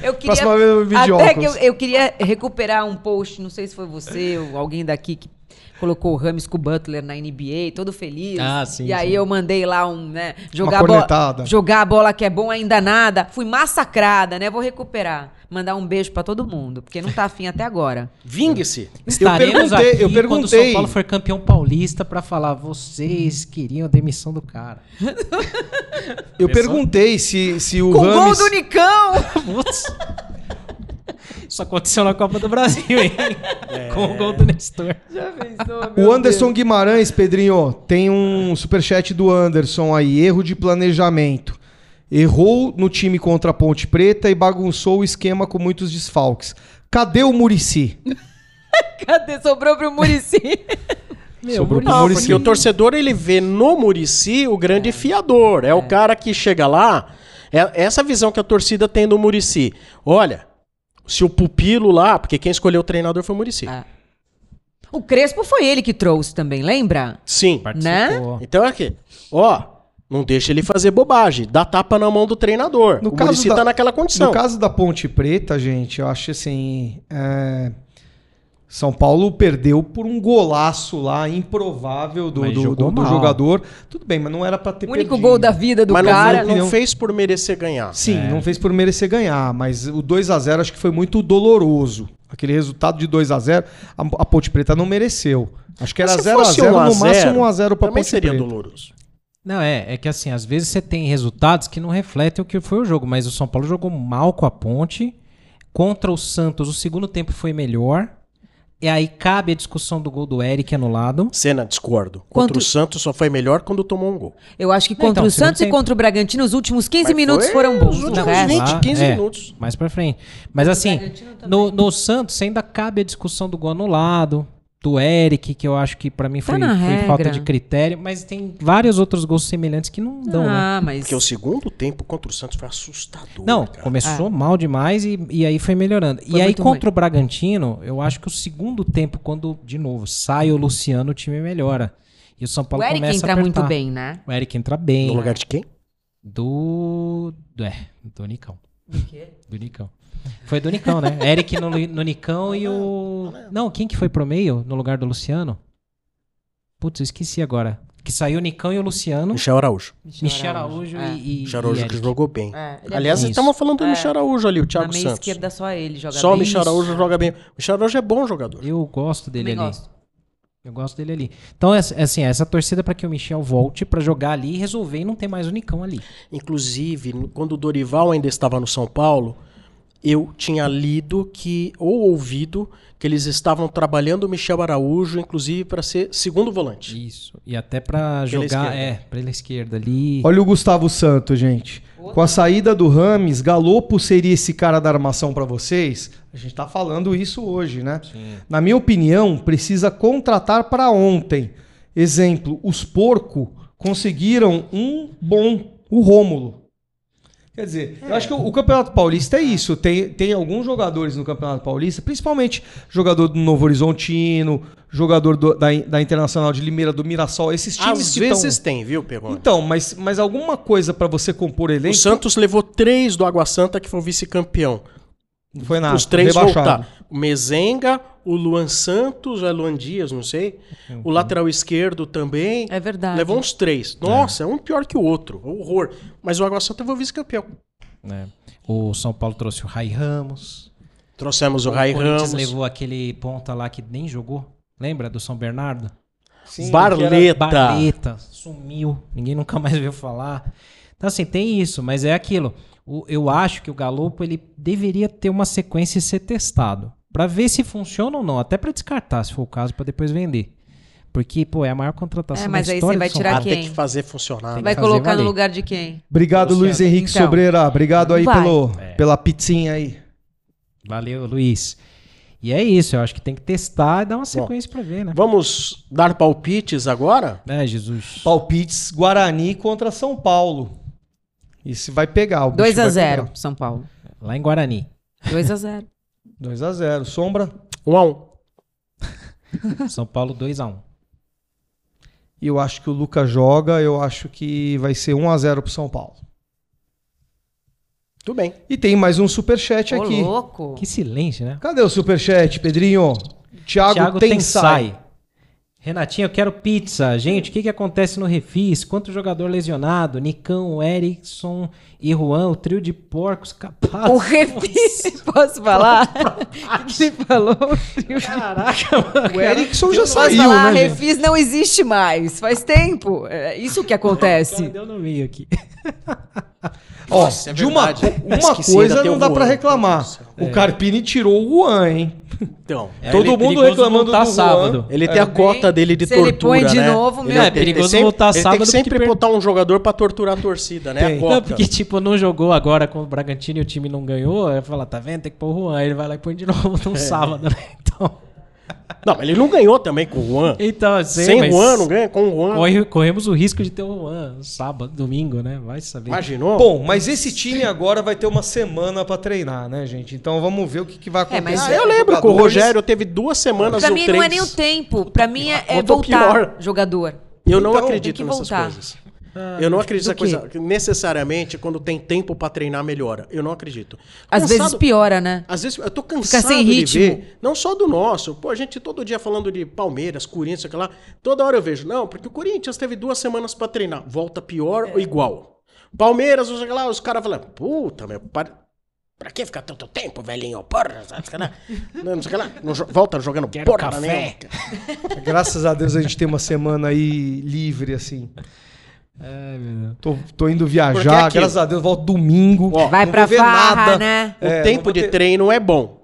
Speaker 2: eu queria
Speaker 3: Próxima vez eu vim de
Speaker 2: até
Speaker 3: óculos.
Speaker 2: que eu, eu queria recuperar um post. Não sei se foi você ou alguém daqui que colocou o Rames com o Butler na NBA, todo feliz.
Speaker 4: Ah, sim,
Speaker 2: E
Speaker 4: sim.
Speaker 2: aí eu mandei lá um, né,
Speaker 3: Uma
Speaker 2: jogar a bola,
Speaker 3: cornetada.
Speaker 2: jogar a bola que é bom ainda nada. Fui massacrada, né? Vou recuperar. Mandar um beijo pra todo mundo, porque não tá afim até agora.
Speaker 1: Vingue-se.
Speaker 4: Estaremos
Speaker 3: perguntei-
Speaker 4: aqui
Speaker 3: eu
Speaker 4: quando o São
Speaker 3: perguntei.
Speaker 4: Paulo for campeão paulista pra falar, vocês queriam a demissão do cara.
Speaker 3: Eu perguntei se, se o
Speaker 2: Com gol
Speaker 3: Rames...
Speaker 2: do Nicão!
Speaker 4: Putz. Isso aconteceu na Copa do Brasil, hein?
Speaker 3: É.
Speaker 4: Com o gol do Nestor.
Speaker 3: O Anderson Guimarães, Pedrinho, tem um superchat do Anderson aí, erro de planejamento. Errou no time contra a Ponte Preta e bagunçou o esquema com muitos desfalques. Cadê o Murici?
Speaker 2: Cadê? Sobrou pro Murici.
Speaker 4: Meu,
Speaker 1: Não, porque o torcedor ele vê no Murici o grande fiador. É, o cara que chega lá. É essa visão que a torcida tem do Murici. Olha, se o pupilo lá, porque quem escolheu o treinador foi o Murici.
Speaker 2: Ah. O Crespo foi ele que trouxe também, lembra?
Speaker 1: Sim.
Speaker 2: Participou.
Speaker 1: Então é aqui. Ó, não deixa ele fazer bobagem. Dá tapa na mão do treinador.
Speaker 3: No
Speaker 1: o
Speaker 3: caso
Speaker 1: Murici
Speaker 3: da-
Speaker 1: tá naquela
Speaker 3: No
Speaker 1: condição.
Speaker 3: caso da Ponte Preta, gente, eu acho assim. é, São Paulo perdeu por um golaço lá, improvável do,
Speaker 4: Mas
Speaker 3: do,
Speaker 4: jogou
Speaker 3: do- do
Speaker 4: mal.
Speaker 3: jogador. Tudo bem, mas não era pra ter
Speaker 2: O único
Speaker 3: perdido.
Speaker 2: gol da vida do
Speaker 1: Mas não-
Speaker 2: cara.
Speaker 1: não, fez por merecer ganhar.
Speaker 3: Sim, não fez por merecer ganhar, mas o 2 a 0 acho que foi muito doloroso. Aquele resultado de 2 a 0 a, a Ponte Preta não mereceu. Acho que era
Speaker 1: Mas se
Speaker 3: 0 a
Speaker 1: fosse
Speaker 3: 0
Speaker 1: um a
Speaker 3: no máximo
Speaker 1: zero,
Speaker 3: 1 a 0 para
Speaker 1: Também
Speaker 3: Ponte
Speaker 1: seria
Speaker 3: Preta.
Speaker 1: doloroso.
Speaker 4: Não, é, é que assim, às vezes você tem resultados que não refletem o que foi o jogo, mas o São Paulo jogou mal com a ponte. Contra o Santos, o segundo tempo foi melhor. E aí cabe a discussão do gol do Eric anulado.
Speaker 1: Cena, discordo. Contra
Speaker 2: Quanto-
Speaker 1: o Santos só foi melhor quando tomou um gol.
Speaker 2: Eu acho que
Speaker 4: Não,
Speaker 2: contra
Speaker 4: então,
Speaker 2: o
Speaker 4: segundo
Speaker 2: Santos e
Speaker 4: tempo.
Speaker 2: contra o Bragantino, os últimos 15
Speaker 1: Mas
Speaker 2: minutos
Speaker 1: foi
Speaker 2: foram bons. é?
Speaker 1: os
Speaker 2: O
Speaker 1: últimos
Speaker 2: resto-
Speaker 4: Ah,
Speaker 1: 20, 15
Speaker 4: é.
Speaker 1: minutos.
Speaker 4: Mais pra frente. Mas assim, no, no Santos ainda cabe a discussão do gol anulado, do Eric, que eu acho que pra mim foi,
Speaker 2: Tá na
Speaker 4: foi
Speaker 2: regra.
Speaker 4: falta de critério, mas tem vários outros gols semelhantes que não dão, né?
Speaker 2: Ah, mas
Speaker 1: Porque o segundo tempo contra o Santos foi assustador.
Speaker 4: Não,
Speaker 1: cara.
Speaker 4: começou mal demais e, e aí foi melhorando.
Speaker 2: É. Foi
Speaker 4: e aí
Speaker 2: muito
Speaker 4: contra o Bragantino, eu acho que o segundo tempo, quando, de novo, sai o Luciano, o time melhora. E o São
Speaker 2: o
Speaker 4: Paulo
Speaker 2: Eric
Speaker 4: começa a
Speaker 2: entra
Speaker 4: apertar.
Speaker 2: muito bem, né?
Speaker 4: O Eric entra bem.
Speaker 1: No lugar de quem?
Speaker 4: Do... do... É, do Nicão. Do Nicão. Foi do Nicão, né? Eric no, no Nicão e o... Não, quem que foi pro meio no lugar do Luciano? Putz, eu esqueci agora. Que saiu o Nicão e o Luciano,
Speaker 1: Michel Araújo.
Speaker 4: Michel Araújo
Speaker 2: É.
Speaker 4: e... e-
Speaker 1: Michel
Speaker 4: e
Speaker 1: Araújo que
Speaker 4: Eric.
Speaker 1: jogou bem.
Speaker 2: É, ele é
Speaker 1: Aliás,
Speaker 4: bom.
Speaker 1: estamos falando do
Speaker 2: É.
Speaker 1: Michel Araújo ali, o
Speaker 2: Na
Speaker 1: Thiago
Speaker 2: meia
Speaker 1: Santos.
Speaker 2: esquerda só ele joga
Speaker 1: Só o
Speaker 2: bem.
Speaker 1: Michel Araújo joga bem. O Michel Araújo é bom jogador.
Speaker 4: Eu gosto dele
Speaker 2: Também
Speaker 4: ali.
Speaker 2: gosto.
Speaker 4: Eu gosto dele ali. Então, é é assim, é essa torcida pra que o Michel volte pra jogar ali e resolver e não ter mais o Nicão ali.
Speaker 1: Inclusive, no- quando o Dorival ainda estava no São Paulo, eu tinha lido que ou ouvido que eles estavam trabalhando o Michel Araújo, inclusive para ser segundo volante.
Speaker 4: Isso. E até pra jogar.
Speaker 1: esquerda.
Speaker 4: é, pra ele à esquerda ali.
Speaker 3: Olha o Gustavo Santo, gente. Com a saída do Rames, Galopo seria esse cara da armação pra vocês? A gente tá falando isso hoje, né?
Speaker 4: Sim.
Speaker 3: Na minha opinião, precisa contratar pra ontem. Exemplo, os porco conseguiram um bom, o Rômulo. Quer dizer, eu acho que o, o Campeonato Paulista é isso. Tem, tem alguns jogadores no Campeonato Paulista, principalmente jogador do Novo Horizontino, jogador do- da, da Internacional de Limeira, do Mirassol, esses times
Speaker 1: Às
Speaker 3: que tão-
Speaker 1: vezes tem, viu, Perrone?
Speaker 3: então, mas, mas alguma coisa pra você compor
Speaker 1: O
Speaker 3: elenco
Speaker 1: Santos levou três do Água Santa que foi vice-campeão.
Speaker 3: não foi nada.
Speaker 1: os três
Speaker 3: rebaixado.
Speaker 1: voltar. O Mezenga, o Luan Santos, ou é Luan Dias, não sei. O lateral esquerdo também.
Speaker 2: É verdade.
Speaker 1: Levou um uns três. Nossa, é um pior que o outro. Horror. Mas o Água Santa foi vice-campeão.
Speaker 4: né? O São Paulo trouxe o Rai Ramos.
Speaker 1: Trouxemos o Rai Ramos.
Speaker 4: Corinthians levou aquele ponta lá que nem jogou. Lembra do São Bernardo?
Speaker 3: Sim,
Speaker 1: Barleta.
Speaker 4: Barleta. Sumiu. Ninguém nunca mais veio falar. Então, assim, tem isso, mas é aquilo. O- eu acho que o Galopo ele deveria ter uma sequência e ser testado. Pra ver se funciona ou não. Até pra descartar, se for o caso, pra depois vender. Porque, pô, é a maior contratação
Speaker 2: É, mas
Speaker 4: da
Speaker 2: aí
Speaker 4: história
Speaker 2: você vai
Speaker 4: do São
Speaker 2: tirar
Speaker 1: Ah,
Speaker 4: Paulo.
Speaker 2: quem?
Speaker 1: tem que fazer funcionar. né?
Speaker 2: Vai
Speaker 4: fazer
Speaker 2: colocar
Speaker 4: valer.
Speaker 2: no lugar de quem?
Speaker 3: Obrigado,
Speaker 4: Luciano.
Speaker 3: Luiz Henrique
Speaker 2: Então.
Speaker 3: Sobreira. Obrigado aí
Speaker 2: Vai.
Speaker 3: pelo,
Speaker 4: É.
Speaker 3: pela pizzinha aí.
Speaker 4: Valeu, Luiz. E é isso, eu acho que tem que testar e dar uma sequência pra ver, né?
Speaker 1: Vamos dar palpites agora?
Speaker 4: É, Jesus.
Speaker 3: Palpites Guarani contra São Paulo. Isso vai pegar. o bicho
Speaker 2: 2 a
Speaker 3: vai
Speaker 2: 0
Speaker 3: pegar.
Speaker 2: São Paulo.
Speaker 4: Lá em Guarani.
Speaker 2: 2 a 0
Speaker 3: 2 a 0 Sombra.
Speaker 1: Um a um.
Speaker 4: São Paulo 2x1.
Speaker 3: E eu acho que o Lucas joga. Eu acho que vai ser 1 a 0 pro São Paulo.
Speaker 1: Tudo bem.
Speaker 3: E tem mais um superchat
Speaker 2: Ô,
Speaker 3: aqui.
Speaker 2: louco.
Speaker 4: Que silêncio, né?
Speaker 3: Cadê o superchat, Pedrinho? Thiago,
Speaker 4: Thiago
Speaker 3: Tensai.
Speaker 4: Tensai. Renatinho, eu quero pizza. Gente, o que, que acontece no Refis? Quanto jogador lesionado? Nicão, Erickson e Juan, o trio de porcos capazes.
Speaker 2: O refis, posso falar? O que Ele falou.
Speaker 4: Caraca, mano.
Speaker 3: O Erickson já
Speaker 2: Posso
Speaker 3: saiu,
Speaker 2: falar?
Speaker 3: né? gente?
Speaker 2: refis não existe mais. Faz tempo. É isso que acontece.
Speaker 4: Deu no meio aqui.
Speaker 3: Ó,
Speaker 1: Nossa, é
Speaker 3: de uma,
Speaker 1: verdade.
Speaker 3: uma
Speaker 1: Esqueci, ainda
Speaker 3: coisa
Speaker 1: tem
Speaker 3: não
Speaker 1: o
Speaker 3: dá
Speaker 1: Juan. é.
Speaker 3: pra reclamar. O Carpini tirou o Juan, hein?
Speaker 1: Então.
Speaker 4: É,
Speaker 3: Todo mundo reclamando
Speaker 4: voltar
Speaker 3: do Juan.
Speaker 4: sábado.
Speaker 1: Ele tem a
Speaker 2: bem.
Speaker 1: cota dele de
Speaker 2: Se ele
Speaker 1: tortura,
Speaker 2: põe de
Speaker 1: né?
Speaker 2: novo, meu
Speaker 1: Ele-
Speaker 4: É, perigoso
Speaker 1: ele sempre-
Speaker 4: voltar
Speaker 1: ele
Speaker 4: sábado
Speaker 1: Tem que
Speaker 4: porque
Speaker 1: sempre
Speaker 4: per-
Speaker 1: botar um jogador pra torturar a torcida, né?
Speaker 3: Tem.
Speaker 1: A
Speaker 3: Não,
Speaker 1: cota.
Speaker 4: Não, porque, tipo, não jogou agora com o Bragantino e o time não ganhou. Aí fala, tá vendo? Tem que pôr o Juan. Aí ele vai lá e põe de novo no
Speaker 3: É.
Speaker 4: sábado, né? Então,
Speaker 1: Não, mas ele não ganhou também com o Juan.
Speaker 4: então assim,
Speaker 1: Sem
Speaker 4: mas
Speaker 1: Juan, não ganha com o Juan.
Speaker 4: corre- corremos o risco de ter o Juan no sábado, domingo, né? Vai saber.
Speaker 1: Imaginou?
Speaker 3: Bom, mas esse time agora vai ter uma semana pra treinar, né, gente? Então vamos ver o que, que vai
Speaker 2: É,
Speaker 3: acontecer.
Speaker 2: mas-
Speaker 1: Ah, eu lembro que o
Speaker 3: Jogadores-
Speaker 1: Rogério teve duas semanas
Speaker 2: Pra
Speaker 4: um
Speaker 1: ou
Speaker 2: mim
Speaker 1: três.
Speaker 2: não é nem o tempo. Pra mim é, é
Speaker 1: Voltou
Speaker 2: voltar
Speaker 1: pior.
Speaker 2: jogador.
Speaker 1: Eu não
Speaker 2: Então,
Speaker 1: acredito
Speaker 2: tem que
Speaker 1: nessas
Speaker 2: voltar.
Speaker 1: coisas. Eu não acredito
Speaker 2: do
Speaker 1: nessa coisa. que Necessariamente, quando tem tempo pra treinar, melhora. Eu não acredito.
Speaker 2: Às
Speaker 1: Cansado-
Speaker 2: vezes piora, né?
Speaker 1: Às vezes eu tô cansado
Speaker 2: sem
Speaker 1: de
Speaker 2: ritmo.
Speaker 1: ver, não só do nosso, pô, a gente todo dia falando de Palmeiras, Corinthians, sei lá, toda hora eu vejo, não, porque o Corinthians teve duas semanas pra treinar, volta pior
Speaker 2: É.
Speaker 1: ou igual. Palmeiras, sei lá, os caras falando, puta, meu, para... Pra que ficar tanto tempo, velhinho? Porra, sabe, sei lá. Não, não sei o que lá. Não jo- volta jogando
Speaker 4: Quero
Speaker 1: porra
Speaker 4: café.
Speaker 1: nenhuma.
Speaker 3: Graças a Deus a gente tem uma semana aí livre, assim. Tô, tô indo
Speaker 1: É, Porque é
Speaker 3: viajar,
Speaker 1: aquilo.
Speaker 3: graças a Deus, volto domingo.
Speaker 1: Ó,
Speaker 2: Vai
Speaker 3: não
Speaker 2: pra
Speaker 3: vou ver
Speaker 2: farra,
Speaker 3: nada.
Speaker 2: né?
Speaker 1: O
Speaker 3: É, não
Speaker 1: tempo
Speaker 3: vou
Speaker 1: de
Speaker 3: ter-
Speaker 1: treino é bom.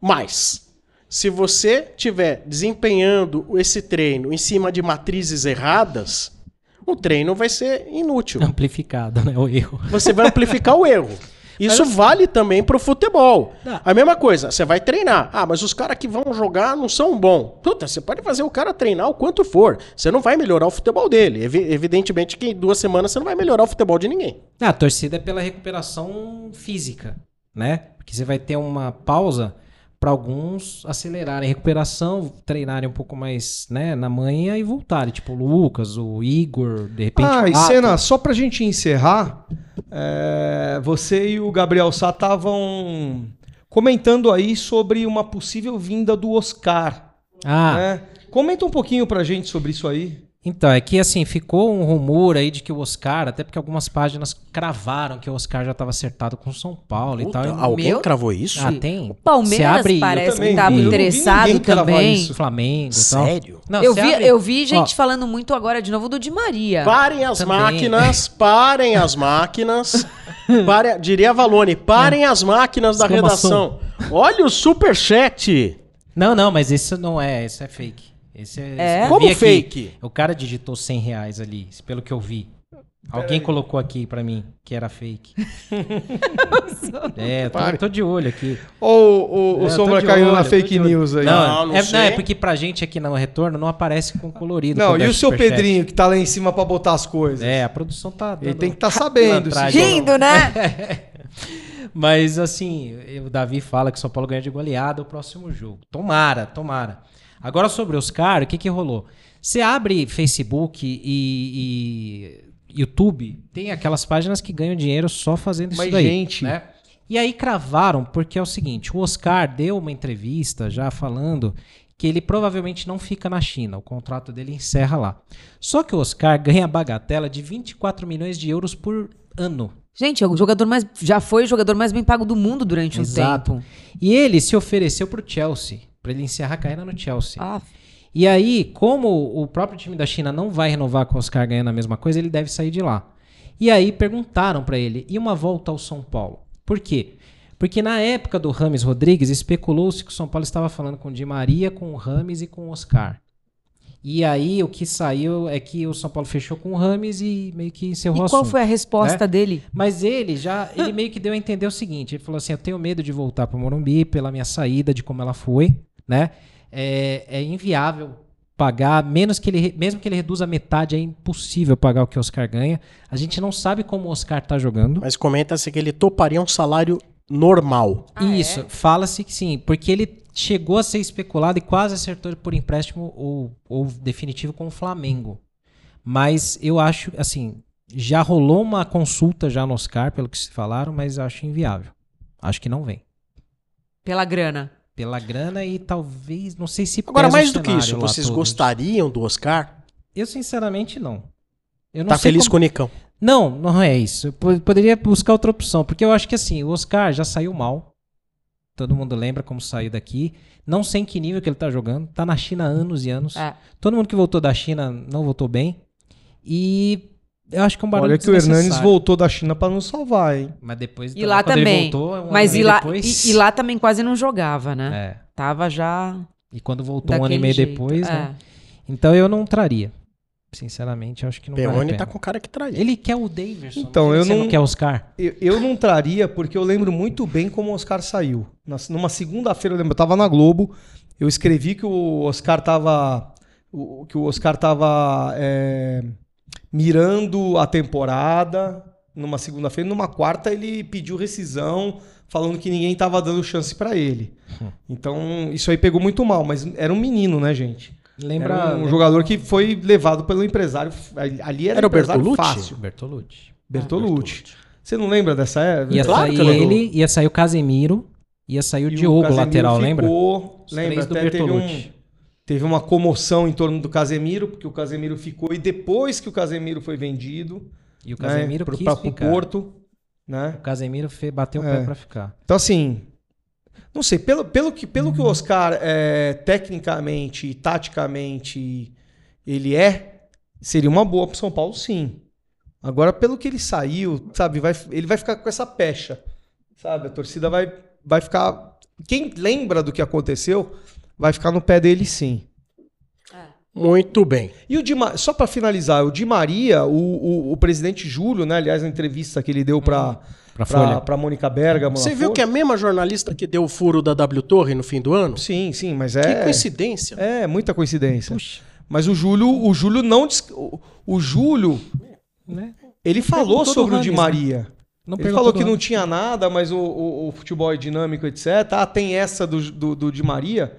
Speaker 1: Mas, se você tiver desempenhando esse treino em cima de matrizes erradas, o treino vai ser inútil.
Speaker 4: Amplificado, né? O erro.
Speaker 1: Você vai amplificar o erro. Isso vale também pro futebol.
Speaker 4: Tá.
Speaker 1: A mesma coisa, você vai treinar. Ah, mas os caras que vão jogar não são bons. Puta, você pode fazer o cara treinar o quanto for. Você não vai melhorar o futebol dele. Evi- evidentemente que em duas semanas você não vai melhorar o futebol de ninguém.
Speaker 4: Ah, a torcida é pela recuperação física, né? Porque você vai ter uma pausa para alguns acelerarem a recuperação, treinarem um pouco mais, né, na manhã e voltarem. Tipo o Lucas, o Igor, de repente.
Speaker 3: Ah,
Speaker 4: o
Speaker 3: e
Speaker 4: Pato.
Speaker 3: Senna, só pra gente encerrar, é, você e o Gabriel Sá estavam comentando aí sobre uma possível vinda do Oscar.
Speaker 4: Ah,
Speaker 3: né? Comenta um pouquinho pra gente sobre isso aí.
Speaker 4: Então, é que assim, ficou um rumor aí de que o Oscar, até porque algumas páginas cravaram que o Oscar já estava acertado com o São Paulo e
Speaker 1: Puta,
Speaker 4: tal. E-
Speaker 1: alguém
Speaker 2: Meu-
Speaker 1: cravou isso?
Speaker 4: Ah, tem.
Speaker 2: O Palmeiras
Speaker 4: Se abre-
Speaker 3: eu
Speaker 2: parece que
Speaker 3: também
Speaker 2: estava
Speaker 3: vi. Eu não vi
Speaker 2: interessado
Speaker 3: ninguém cravar
Speaker 2: também.
Speaker 3: isso.
Speaker 4: Flamengo e tal.
Speaker 1: Sério?
Speaker 4: Não,
Speaker 2: eu,
Speaker 4: se
Speaker 2: vi,
Speaker 4: abre-
Speaker 2: eu vi gente
Speaker 4: Ó.
Speaker 2: falando muito agora de novo do Di Maria.
Speaker 1: Parem as
Speaker 4: É, Também.
Speaker 1: máquinas, parem as máquinas. Pare- diria a Valone, parem as máquinas da redação.
Speaker 4: É. Exclamação.
Speaker 1: Olha o superchat.
Speaker 4: Não, não, mas esse não é, esse é fake. Esse é,
Speaker 2: É?
Speaker 4: esse eu
Speaker 1: Como
Speaker 4: vi aqui.
Speaker 1: fake?
Speaker 4: O cara digitou 100 reais ali, pelo que eu vi. Alguém colocou aqui pra mim que era fake. é, eu
Speaker 3: Pare.
Speaker 4: tô, tô de olho aqui.
Speaker 3: Ou o, o
Speaker 4: É,
Speaker 3: Sombra
Speaker 4: tô de
Speaker 3: caiu
Speaker 4: olho,
Speaker 3: na
Speaker 4: tô
Speaker 3: fake
Speaker 4: de olho.
Speaker 3: news aí.
Speaker 1: Não,
Speaker 4: Não,
Speaker 1: não
Speaker 4: é,
Speaker 1: sei.
Speaker 4: é porque pra gente aqui no retorno não aparece com colorido.
Speaker 3: Não,
Speaker 4: quando
Speaker 3: e
Speaker 4: é
Speaker 3: o seu
Speaker 4: superchat.
Speaker 3: Pedrinho que tá lá em cima pra botar as coisas?
Speaker 4: É, a produção tá.
Speaker 3: Ele
Speaker 4: dando-
Speaker 3: tem que estar sabendo.
Speaker 4: Lá atrás,
Speaker 3: se-
Speaker 4: Gente!
Speaker 2: Rindo, né?
Speaker 4: Mas assim, o Davi fala que o São Paulo ganha de goleada o próximo jogo. Tomara, tomara. Agora sobre o Oscar, o que, que rolou? Você abre Facebook e, e YouTube, tem aquelas páginas que ganham dinheiro só fazendo
Speaker 3: Mas,
Speaker 4: isso daí.
Speaker 3: gente-
Speaker 4: né? E aí cravaram, porque é o seguinte, o Oscar deu uma entrevista já falando que ele provavelmente não fica na China, o contrato dele encerra lá. Só que o Oscar ganha a bagatela de 24 milhões de euros por ano.
Speaker 2: Gente, é o jogador mais. Já foi o jogador mais bem pago do mundo durante um
Speaker 4: Exato.
Speaker 2: tempo.
Speaker 4: E ele se ofereceu pro Chelsea, pra ele encerrar a carreira no Chelsea.
Speaker 2: Ah,
Speaker 4: E aí, como o próprio time da China não vai renovar com o Oscar ganhando a mesma coisa, ele deve sair de lá. E aí perguntaram pra ele, e uma volta ao São Paulo? Por quê? Porque na época do Rames Rodrigues, especulou-se que o São Paulo estava falando com o Di Maria, com o Rames e com o Oscar. E aí o que saiu é que o São Paulo fechou com o Rames e meio que encerrou o
Speaker 2: e qual
Speaker 4: assunto.
Speaker 2: foi a resposta
Speaker 4: Né?
Speaker 2: dele?
Speaker 4: Mas ele já, ele meio que deu a entender o seguinte, ele falou assim, eu tenho medo de voltar para Morumbi pela minha saída, de como ela foi, né? É, é inviável pagar, menos que ele, re- mesmo que ele reduza a metade, é impossível pagar o que o Oscar ganha. A gente não sabe como o Oscar tá jogando.
Speaker 1: Mas comenta-se que ele toparia um salário normal.
Speaker 2: Ah, é?
Speaker 4: Isso, fala-se que sim, porque ele chegou a ser especulado e quase acertou por empréstimo ou, ou definitivo com o Flamengo. Mas eu acho, assim, já rolou uma consulta já no Oscar, pelo que se falaram, mas eu acho inviável. Acho que não vem.
Speaker 2: Pela grana.
Speaker 4: Pela grana e talvez, não sei se
Speaker 1: Agora,
Speaker 4: pesa o
Speaker 1: mais do que
Speaker 4: cenário
Speaker 1: isso,
Speaker 4: lá
Speaker 1: vocês
Speaker 4: todo. né?
Speaker 1: gostariam do Oscar?
Speaker 4: Eu sinceramente não. Eu não
Speaker 1: Tá
Speaker 4: sei
Speaker 1: feliz
Speaker 4: como-
Speaker 1: com o Nicão.
Speaker 4: Não, não é isso. Eu po- poderia buscar outra opção, porque eu acho que assim, o Oscar já saiu mal. Todo mundo lembra como saiu daqui. Não sei em que nível que ele tá jogando. Tá na China há anos e anos.
Speaker 2: É.
Speaker 4: Todo mundo que voltou da China não voltou bem. E eu acho que é um barulho
Speaker 3: Olha que o Hernanes
Speaker 4: desnecessário.
Speaker 3: voltou da China pra nos salvar, hein?
Speaker 4: Mas depois
Speaker 2: E lá
Speaker 4: quando ele
Speaker 2: também.
Speaker 4: voltou, um
Speaker 2: Mas
Speaker 4: ano
Speaker 2: e lá,
Speaker 4: depois-
Speaker 2: e, e lá também quase não jogava, né?
Speaker 4: É.
Speaker 2: Tava já.
Speaker 4: E quando voltou
Speaker 2: daquele
Speaker 4: um ano e meio
Speaker 2: jeito.
Speaker 4: depois,
Speaker 2: É.
Speaker 4: né? Então eu não traria. Sinceramente, eu acho que não vale a
Speaker 1: Peone
Speaker 4: pena.
Speaker 1: tá com cara que traiu.
Speaker 4: Ele quer o Davidson.
Speaker 3: Então,
Speaker 4: mas
Speaker 3: eu
Speaker 4: você
Speaker 3: não-
Speaker 4: quer Oscar.
Speaker 3: Eu, eu não traria, porque eu lembro muito bem como o Oscar saiu. Na- numa segunda-feira, eu lembro, eu tava na Globo, eu escrevi que o Oscar tava. o- que o Oscar tava é, mirando a temporada numa segunda-feira, numa quarta ele pediu rescisão, falando que ninguém tava dando chance pra ele. Então, isso aí pegou muito mal, mas era um menino, né, gente?
Speaker 4: Lembra
Speaker 3: Era um
Speaker 4: lembra-
Speaker 3: jogador que foi levado pelo empresário. Ali era,
Speaker 1: Era o
Speaker 3: empresário
Speaker 1: Bertolucci?
Speaker 3: fácil.
Speaker 4: Bertolucci.
Speaker 3: Bertolucci. Você não lembra dessa é, época?
Speaker 4: Ia
Speaker 1: Claro que
Speaker 4: sair
Speaker 1: eu lembro.
Speaker 4: ele, ia sair o Casemiro, ia sair o Diogo,
Speaker 3: Casemiro
Speaker 4: lateral, lembra?
Speaker 3: ficou,
Speaker 4: Os
Speaker 3: Lembra,
Speaker 4: três do
Speaker 3: até teve, um,
Speaker 4: Bertolucci.
Speaker 3: teve uma comoção em torno do Casemiro, porque o Casemiro ficou e depois que o Casemiro foi vendido,
Speaker 4: E o
Speaker 3: né,
Speaker 4: Casemiro
Speaker 3: pro,
Speaker 4: quis
Speaker 3: pra- pro
Speaker 4: ficar.
Speaker 3: Porto, né?
Speaker 4: O Casemiro fe- bateu o
Speaker 3: É.
Speaker 4: pé pra ficar.
Speaker 3: Então assim, não sei, pelo, pelo, que, pelo
Speaker 1: Uhum.
Speaker 3: que o Oscar é, tecnicamente e taticamente ele é, seria uma boa pro São Paulo sim. Agora pelo que ele saiu, sabe, vai, ele vai ficar com essa pecha, sabe? A torcida vai, vai ficar... Quem lembra do que aconteceu vai ficar no pé dele sim.
Speaker 1: Muito bem.
Speaker 3: E o Di Ma- só para finalizar, o Di Maria, o, o- o presidente Júlio, né? Aliás, na entrevista que ele deu para
Speaker 4: Pra
Speaker 3: para
Speaker 4: Folha.
Speaker 3: para Mônica Bergamo.
Speaker 1: Uhum. Você viu que é a mesma jornalista que deu o furo da W Torre no fim do ano?
Speaker 3: Sim, sim, mas
Speaker 1: Que
Speaker 3: é
Speaker 1: coincidência.
Speaker 3: é muita coincidência. Mas o Júlio, o Júlio não dis- o, o Júlio,
Speaker 4: Né?
Speaker 3: ele falou
Speaker 4: Perguntou do
Speaker 3: sobre o Di
Speaker 4: Rames, né?
Speaker 3: Maria.
Speaker 4: Não
Speaker 3: ele
Speaker 4: perguntou
Speaker 3: falou
Speaker 4: do
Speaker 3: que não
Speaker 4: Ramos.
Speaker 3: tinha nada, mas o, o- o futebol é dinâmico, etc. Ah, tem essa do, do, do Di Maria.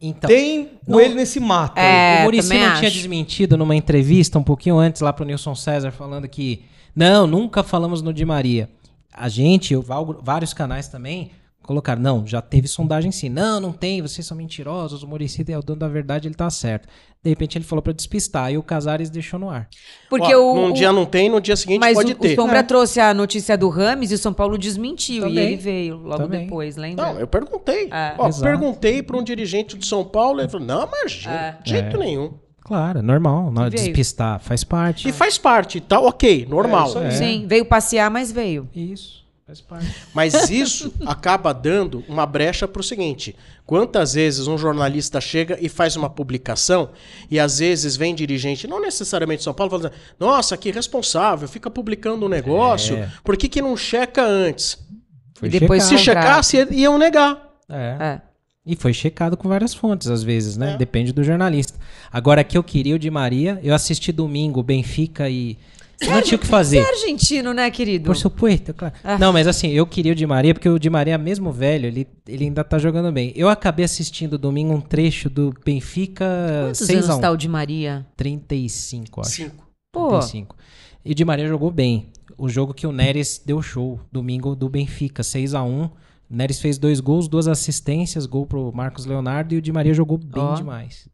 Speaker 4: Então,
Speaker 3: tem com
Speaker 4: Não.
Speaker 3: ele nesse mato. aí.
Speaker 2: É,
Speaker 4: o Muricy
Speaker 2: também
Speaker 4: não tinha
Speaker 2: acho.
Speaker 4: desmentido numa entrevista um pouquinho antes lá pro Nilson César falando que não, nunca falamos no Di Maria. A gente, eu- val- vários canais também colocaram, não, já teve sondagem sim. Não, não tem, vocês são mentirosos, o Muricy é o dono da verdade, ele tá certo. De repente ele falou pra despistar e o Casares deixou no ar.
Speaker 2: Porque
Speaker 1: Ó,
Speaker 2: o.
Speaker 1: Num
Speaker 2: o-
Speaker 1: dia não tem, no dia seguinte
Speaker 2: mas
Speaker 1: pode
Speaker 2: o,
Speaker 1: ter. É.
Speaker 2: o Sombra trouxe a notícia do Rames e o São Paulo desmentiu. E
Speaker 4: Também.
Speaker 2: ele veio logo
Speaker 4: Também.
Speaker 2: depois, lembra?
Speaker 1: Não, eu perguntei.
Speaker 2: É.
Speaker 1: Ó,
Speaker 4: Exato.
Speaker 2: É.
Speaker 3: É.
Speaker 1: perguntei para um dirigente de São Paulo, ele falou: não, imagina, de jeito nenhum.
Speaker 4: Claro, é normal. Na hora de
Speaker 2: Veio.
Speaker 4: despistar, faz parte.
Speaker 2: É.
Speaker 1: E faz parte, tá ok,
Speaker 3: É, isso
Speaker 1: normal.
Speaker 3: aí.
Speaker 4: né?
Speaker 3: É.
Speaker 2: Sim, veio passear, mas veio.
Speaker 4: Isso, faz parte.
Speaker 1: Mas isso acaba dando uma brecha pro seguinte: quantas vezes um jornalista chega e faz uma publicação, e às vezes vem dirigente, não necessariamente de São Paulo, falando: assim, nossa, que responsável, fica publicando um negócio,
Speaker 4: É.
Speaker 1: por que, que não checa antes?
Speaker 4: Foi
Speaker 2: E depois
Speaker 1: Se
Speaker 2: Não,
Speaker 4: checado.
Speaker 2: cara.
Speaker 1: checasse, iam negar.
Speaker 4: É.
Speaker 2: É.
Speaker 4: E foi checado com várias fontes, às vezes, né?
Speaker 1: É.
Speaker 4: Depende do jornalista. Agora, que eu queria o de Maria, eu assisti domingo, Benfica e. Não tinha o que fazer.
Speaker 2: É argentino, né, querido?
Speaker 4: Por supuesto, é claro.
Speaker 2: Ah.
Speaker 4: Não, mas assim, eu queria o Di Maria, porque o Di Maria, mesmo velho, ele, ele ainda tá jogando bem. Eu acabei assistindo domingo um trecho do Benfica
Speaker 2: Quantos
Speaker 4: 6 a
Speaker 2: anos
Speaker 4: 1
Speaker 2: tá o de Maria?
Speaker 4: 35, acho.
Speaker 1: Cinco.
Speaker 2: Pô,
Speaker 4: 35. E o Di Maria jogou bem. O jogo que o Neres deu show, domingo do Benfica, 6 a 1 O Neres fez dois gols, duas assistências, gol pro Marcos Leonardo e o Di Maria jogou bem
Speaker 2: Ó.
Speaker 4: demais.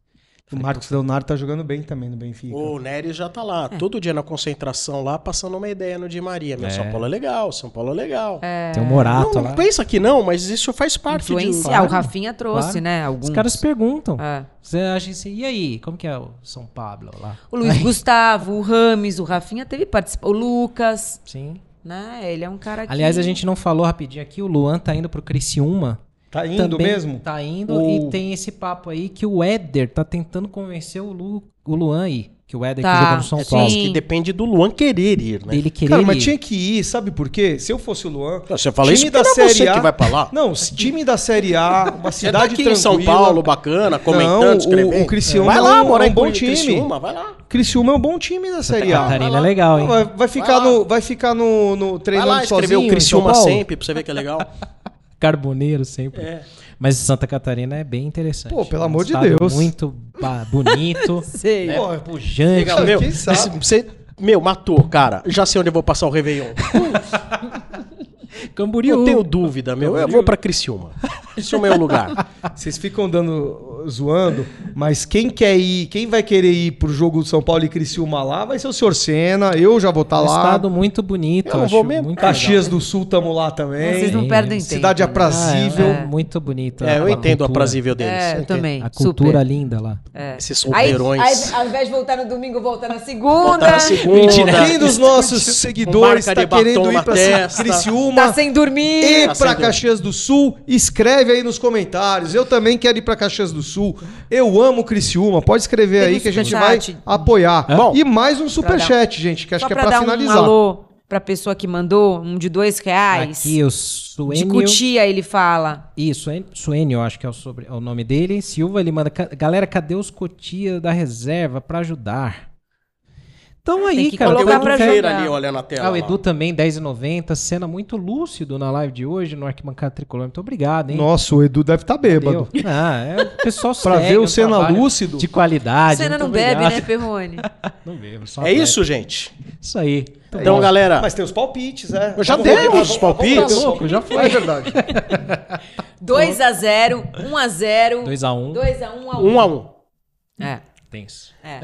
Speaker 3: O Marcos Leonardo tá jogando bem também no Benfica.
Speaker 1: O Neres já tá
Speaker 2: É.
Speaker 1: lá, todo dia na concentração lá, passando uma ideia no Di Maria. Meu,
Speaker 4: É.
Speaker 1: São Paulo é legal, São Paulo é legal.
Speaker 4: Tem o
Speaker 1: Não,
Speaker 4: Morato
Speaker 1: não
Speaker 4: lá.
Speaker 1: pensa que não, mas isso faz parte de... um
Speaker 2: influenciar.
Speaker 4: claro,
Speaker 2: Ah, o Rafinha trouxe,
Speaker 4: claro.
Speaker 2: né? Alguns.
Speaker 4: Os caras perguntam.
Speaker 2: É.
Speaker 4: Você acha assim, e aí, como que é o São Pablo lá?
Speaker 2: O Luiz Gustavo, o Rames, o Rafinha teve participação. O Lucas,
Speaker 4: Sim.
Speaker 2: né? Ele é um cara que...
Speaker 4: Aliás, a gente não falou rapidinho aqui, o Luan tá indo pro Criciúma.
Speaker 3: Tá indo
Speaker 4: Também
Speaker 3: mesmo?
Speaker 4: Tá indo
Speaker 3: Ou-
Speaker 4: e tem esse papo aí que o Éder tá tentando convencer o, Lu, o Luan aí. Que o Éder
Speaker 2: Tá,
Speaker 4: que jogou no São
Speaker 2: sim.
Speaker 4: Paulo.
Speaker 1: Que depende do Luan querer ir, né?
Speaker 4: Dele querer
Speaker 3: Cara, mas
Speaker 4: ir. Tá.
Speaker 3: tinha que ir, sabe por quê? Se eu fosse o Luan.
Speaker 1: Você fala
Speaker 3: Time
Speaker 1: isso
Speaker 3: da
Speaker 1: porque não é
Speaker 3: Série
Speaker 1: você
Speaker 3: A.
Speaker 1: que vai pra lá.
Speaker 3: Não, os time da Série A,
Speaker 4: É
Speaker 3: uma
Speaker 1: Você
Speaker 3: cidade
Speaker 1: tá aqui em São
Speaker 3: tranquila.
Speaker 1: Paulo, bacana, comentando,
Speaker 3: Não, o-
Speaker 1: escrevendo.
Speaker 3: o Criciúma
Speaker 1: vai
Speaker 3: é
Speaker 1: lá,
Speaker 3: um-
Speaker 1: morar
Speaker 3: é um
Speaker 1: em
Speaker 3: bom
Speaker 1: Criciúma, vai lá.
Speaker 3: Criciúma é um bom time da Série A.
Speaker 4: Catarina
Speaker 1: lá.
Speaker 4: é legal, hein?
Speaker 3: Não, Vai, vai ficar
Speaker 1: lá.
Speaker 3: no, vai ficar no, no
Speaker 1: Vai
Speaker 3: treinando
Speaker 1: lá escrever
Speaker 3: sozinho
Speaker 1: o
Speaker 3: em
Speaker 1: Criciúma
Speaker 3: São Paulo?
Speaker 1: sempre pra você ver que é legal.
Speaker 4: Carboneiro sempre. Mas Santa Catarina é bem interessante.
Speaker 3: Pô, pelo
Speaker 4: É um
Speaker 3: amor de
Speaker 4: estado
Speaker 3: Deus.
Speaker 4: Muito ba- bonito.
Speaker 2: Sei.
Speaker 3: É.
Speaker 4: é pujante.
Speaker 1: Legal, meu.
Speaker 3: Quem sabe?
Speaker 1: esse- Você, meu, matou, cara. Já sei onde eu vou passar o Réveillon.
Speaker 4: Camboriú.
Speaker 1: Não tenho dúvida, meu. Eu vou pra Criciúma. Criciúma é o lugar.
Speaker 3: Vocês ficam dando zoando, mas quem quer ir, quem vai querer ir pro jogo do São Paulo e Criciúma lá, vai ser o senhor Senna, eu já vou estar
Speaker 4: Um
Speaker 3: lá.
Speaker 4: estado muito bonito.
Speaker 1: Eu não
Speaker 4: acho
Speaker 1: vou mesmo.
Speaker 4: muito
Speaker 3: Caxias do Sul tamo lá
Speaker 2: Vocês
Speaker 3: também.
Speaker 2: não
Speaker 4: Sim,
Speaker 2: perdem tempo.
Speaker 3: Cidade
Speaker 2: né?
Speaker 3: aprazível.
Speaker 4: legal. É, Muito bonito.
Speaker 1: É, eu
Speaker 4: A
Speaker 1: entendo o
Speaker 4: cultura.
Speaker 1: aprazível deles.
Speaker 2: É, eu
Speaker 1: entendo.
Speaker 2: também.
Speaker 4: A cultura linda lá.
Speaker 2: Super. É.
Speaker 1: Esses
Speaker 2: Aí,
Speaker 1: solteirões.
Speaker 2: aí, ao invés de voltar no domingo, volta na segunda.
Speaker 1: Voltar na segunda.
Speaker 3: Quem Um dos nossos seguidores
Speaker 1: marca
Speaker 3: tá
Speaker 1: de batom
Speaker 3: querendo ir
Speaker 1: na
Speaker 3: pra
Speaker 1: testa.
Speaker 3: Criciúma
Speaker 2: Tá sem dormir.
Speaker 3: e
Speaker 1: Tá
Speaker 3: pra
Speaker 1: sendo-
Speaker 3: Caxias do Sul? Escreve aí nos comentários. Eu também quero ir pra Caxias do Sul. Eu amo Criciúma. Pode escrever
Speaker 2: Tem
Speaker 3: aí
Speaker 2: um
Speaker 3: que a gente vai
Speaker 2: superchat?
Speaker 3: apoiar.
Speaker 1: Bom.
Speaker 3: e mais um superchat, gente, que acho
Speaker 2: Só
Speaker 3: que é
Speaker 2: pra,
Speaker 3: pra
Speaker 2: dar um
Speaker 3: finalizar.
Speaker 2: alô pra pessoa que mandou, um de dois reais.
Speaker 4: Aqui o
Speaker 2: de
Speaker 4: Suênio.
Speaker 2: cutia, ele fala.
Speaker 4: Isso, Suen- Suênio, acho que é o, sobre, é o nome dele. Silva, ele manda. "Ca- Galera, cadê os cotia da reserva pra ajudar? Então aí,
Speaker 2: Ah, que
Speaker 4: cara.
Speaker 2: colocar
Speaker 1: Tem o Edu
Speaker 2: pra
Speaker 4: quer-
Speaker 1: Ferreira
Speaker 2: jogar.
Speaker 1: ali olhando a tela.
Speaker 4: Ah, o
Speaker 1: lá.
Speaker 4: Edu também, 10,90. Cena muito lúcido na live de hoje no Arquibancada Tricolor. Muito obrigado, hein?
Speaker 3: Nossa, o Edu deve estar bêbado.
Speaker 4: Entendeu? Ah, é o pessoal
Speaker 3: Pra
Speaker 4: segue
Speaker 3: ver o
Speaker 4: um
Speaker 3: Senna
Speaker 4: trabalho
Speaker 3: lúcido.
Speaker 4: De qualidade.
Speaker 2: Cena
Speaker 4: muito
Speaker 2: não bebe,
Speaker 4: Ah, obrigado.
Speaker 2: né, Ferrone?
Speaker 4: Não bebo, só
Speaker 1: É isso, gente.
Speaker 4: Isso aí. Tá
Speaker 1: Então, galera,
Speaker 3: Mas tem os palpites, é.
Speaker 1: Eu já
Speaker 3: Vamos
Speaker 1: dei
Speaker 3: rodar,
Speaker 1: os
Speaker 3: vamos- vamos dar
Speaker 1: palpites.
Speaker 3: os
Speaker 4: Louco, já foi.
Speaker 3: É verdade.
Speaker 2: 2x0, 1x0,
Speaker 4: 2x1.
Speaker 2: 2x1 a 1.
Speaker 1: um a um.
Speaker 2: É,
Speaker 4: Tenso.
Speaker 2: é.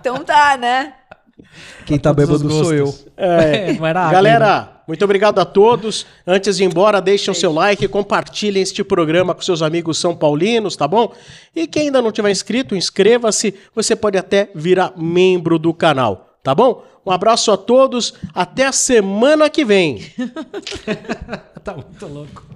Speaker 2: então tá, né?
Speaker 3: Quem tá
Speaker 4: Todos os
Speaker 3: bêbado sou eu.
Speaker 4: gostos. É, mas era água, né?
Speaker 1: Galera, muito obrigado a todos. Antes de ir embora, deixem o seu like, compartilhem este programa com seus amigos são paulinos, tá bom? E quem ainda não tiver inscrito, inscreva-se. Você pode até virar membro do canal, tá bom? Um abraço a todos. Até a semana que vem.
Speaker 4: tá muito louco.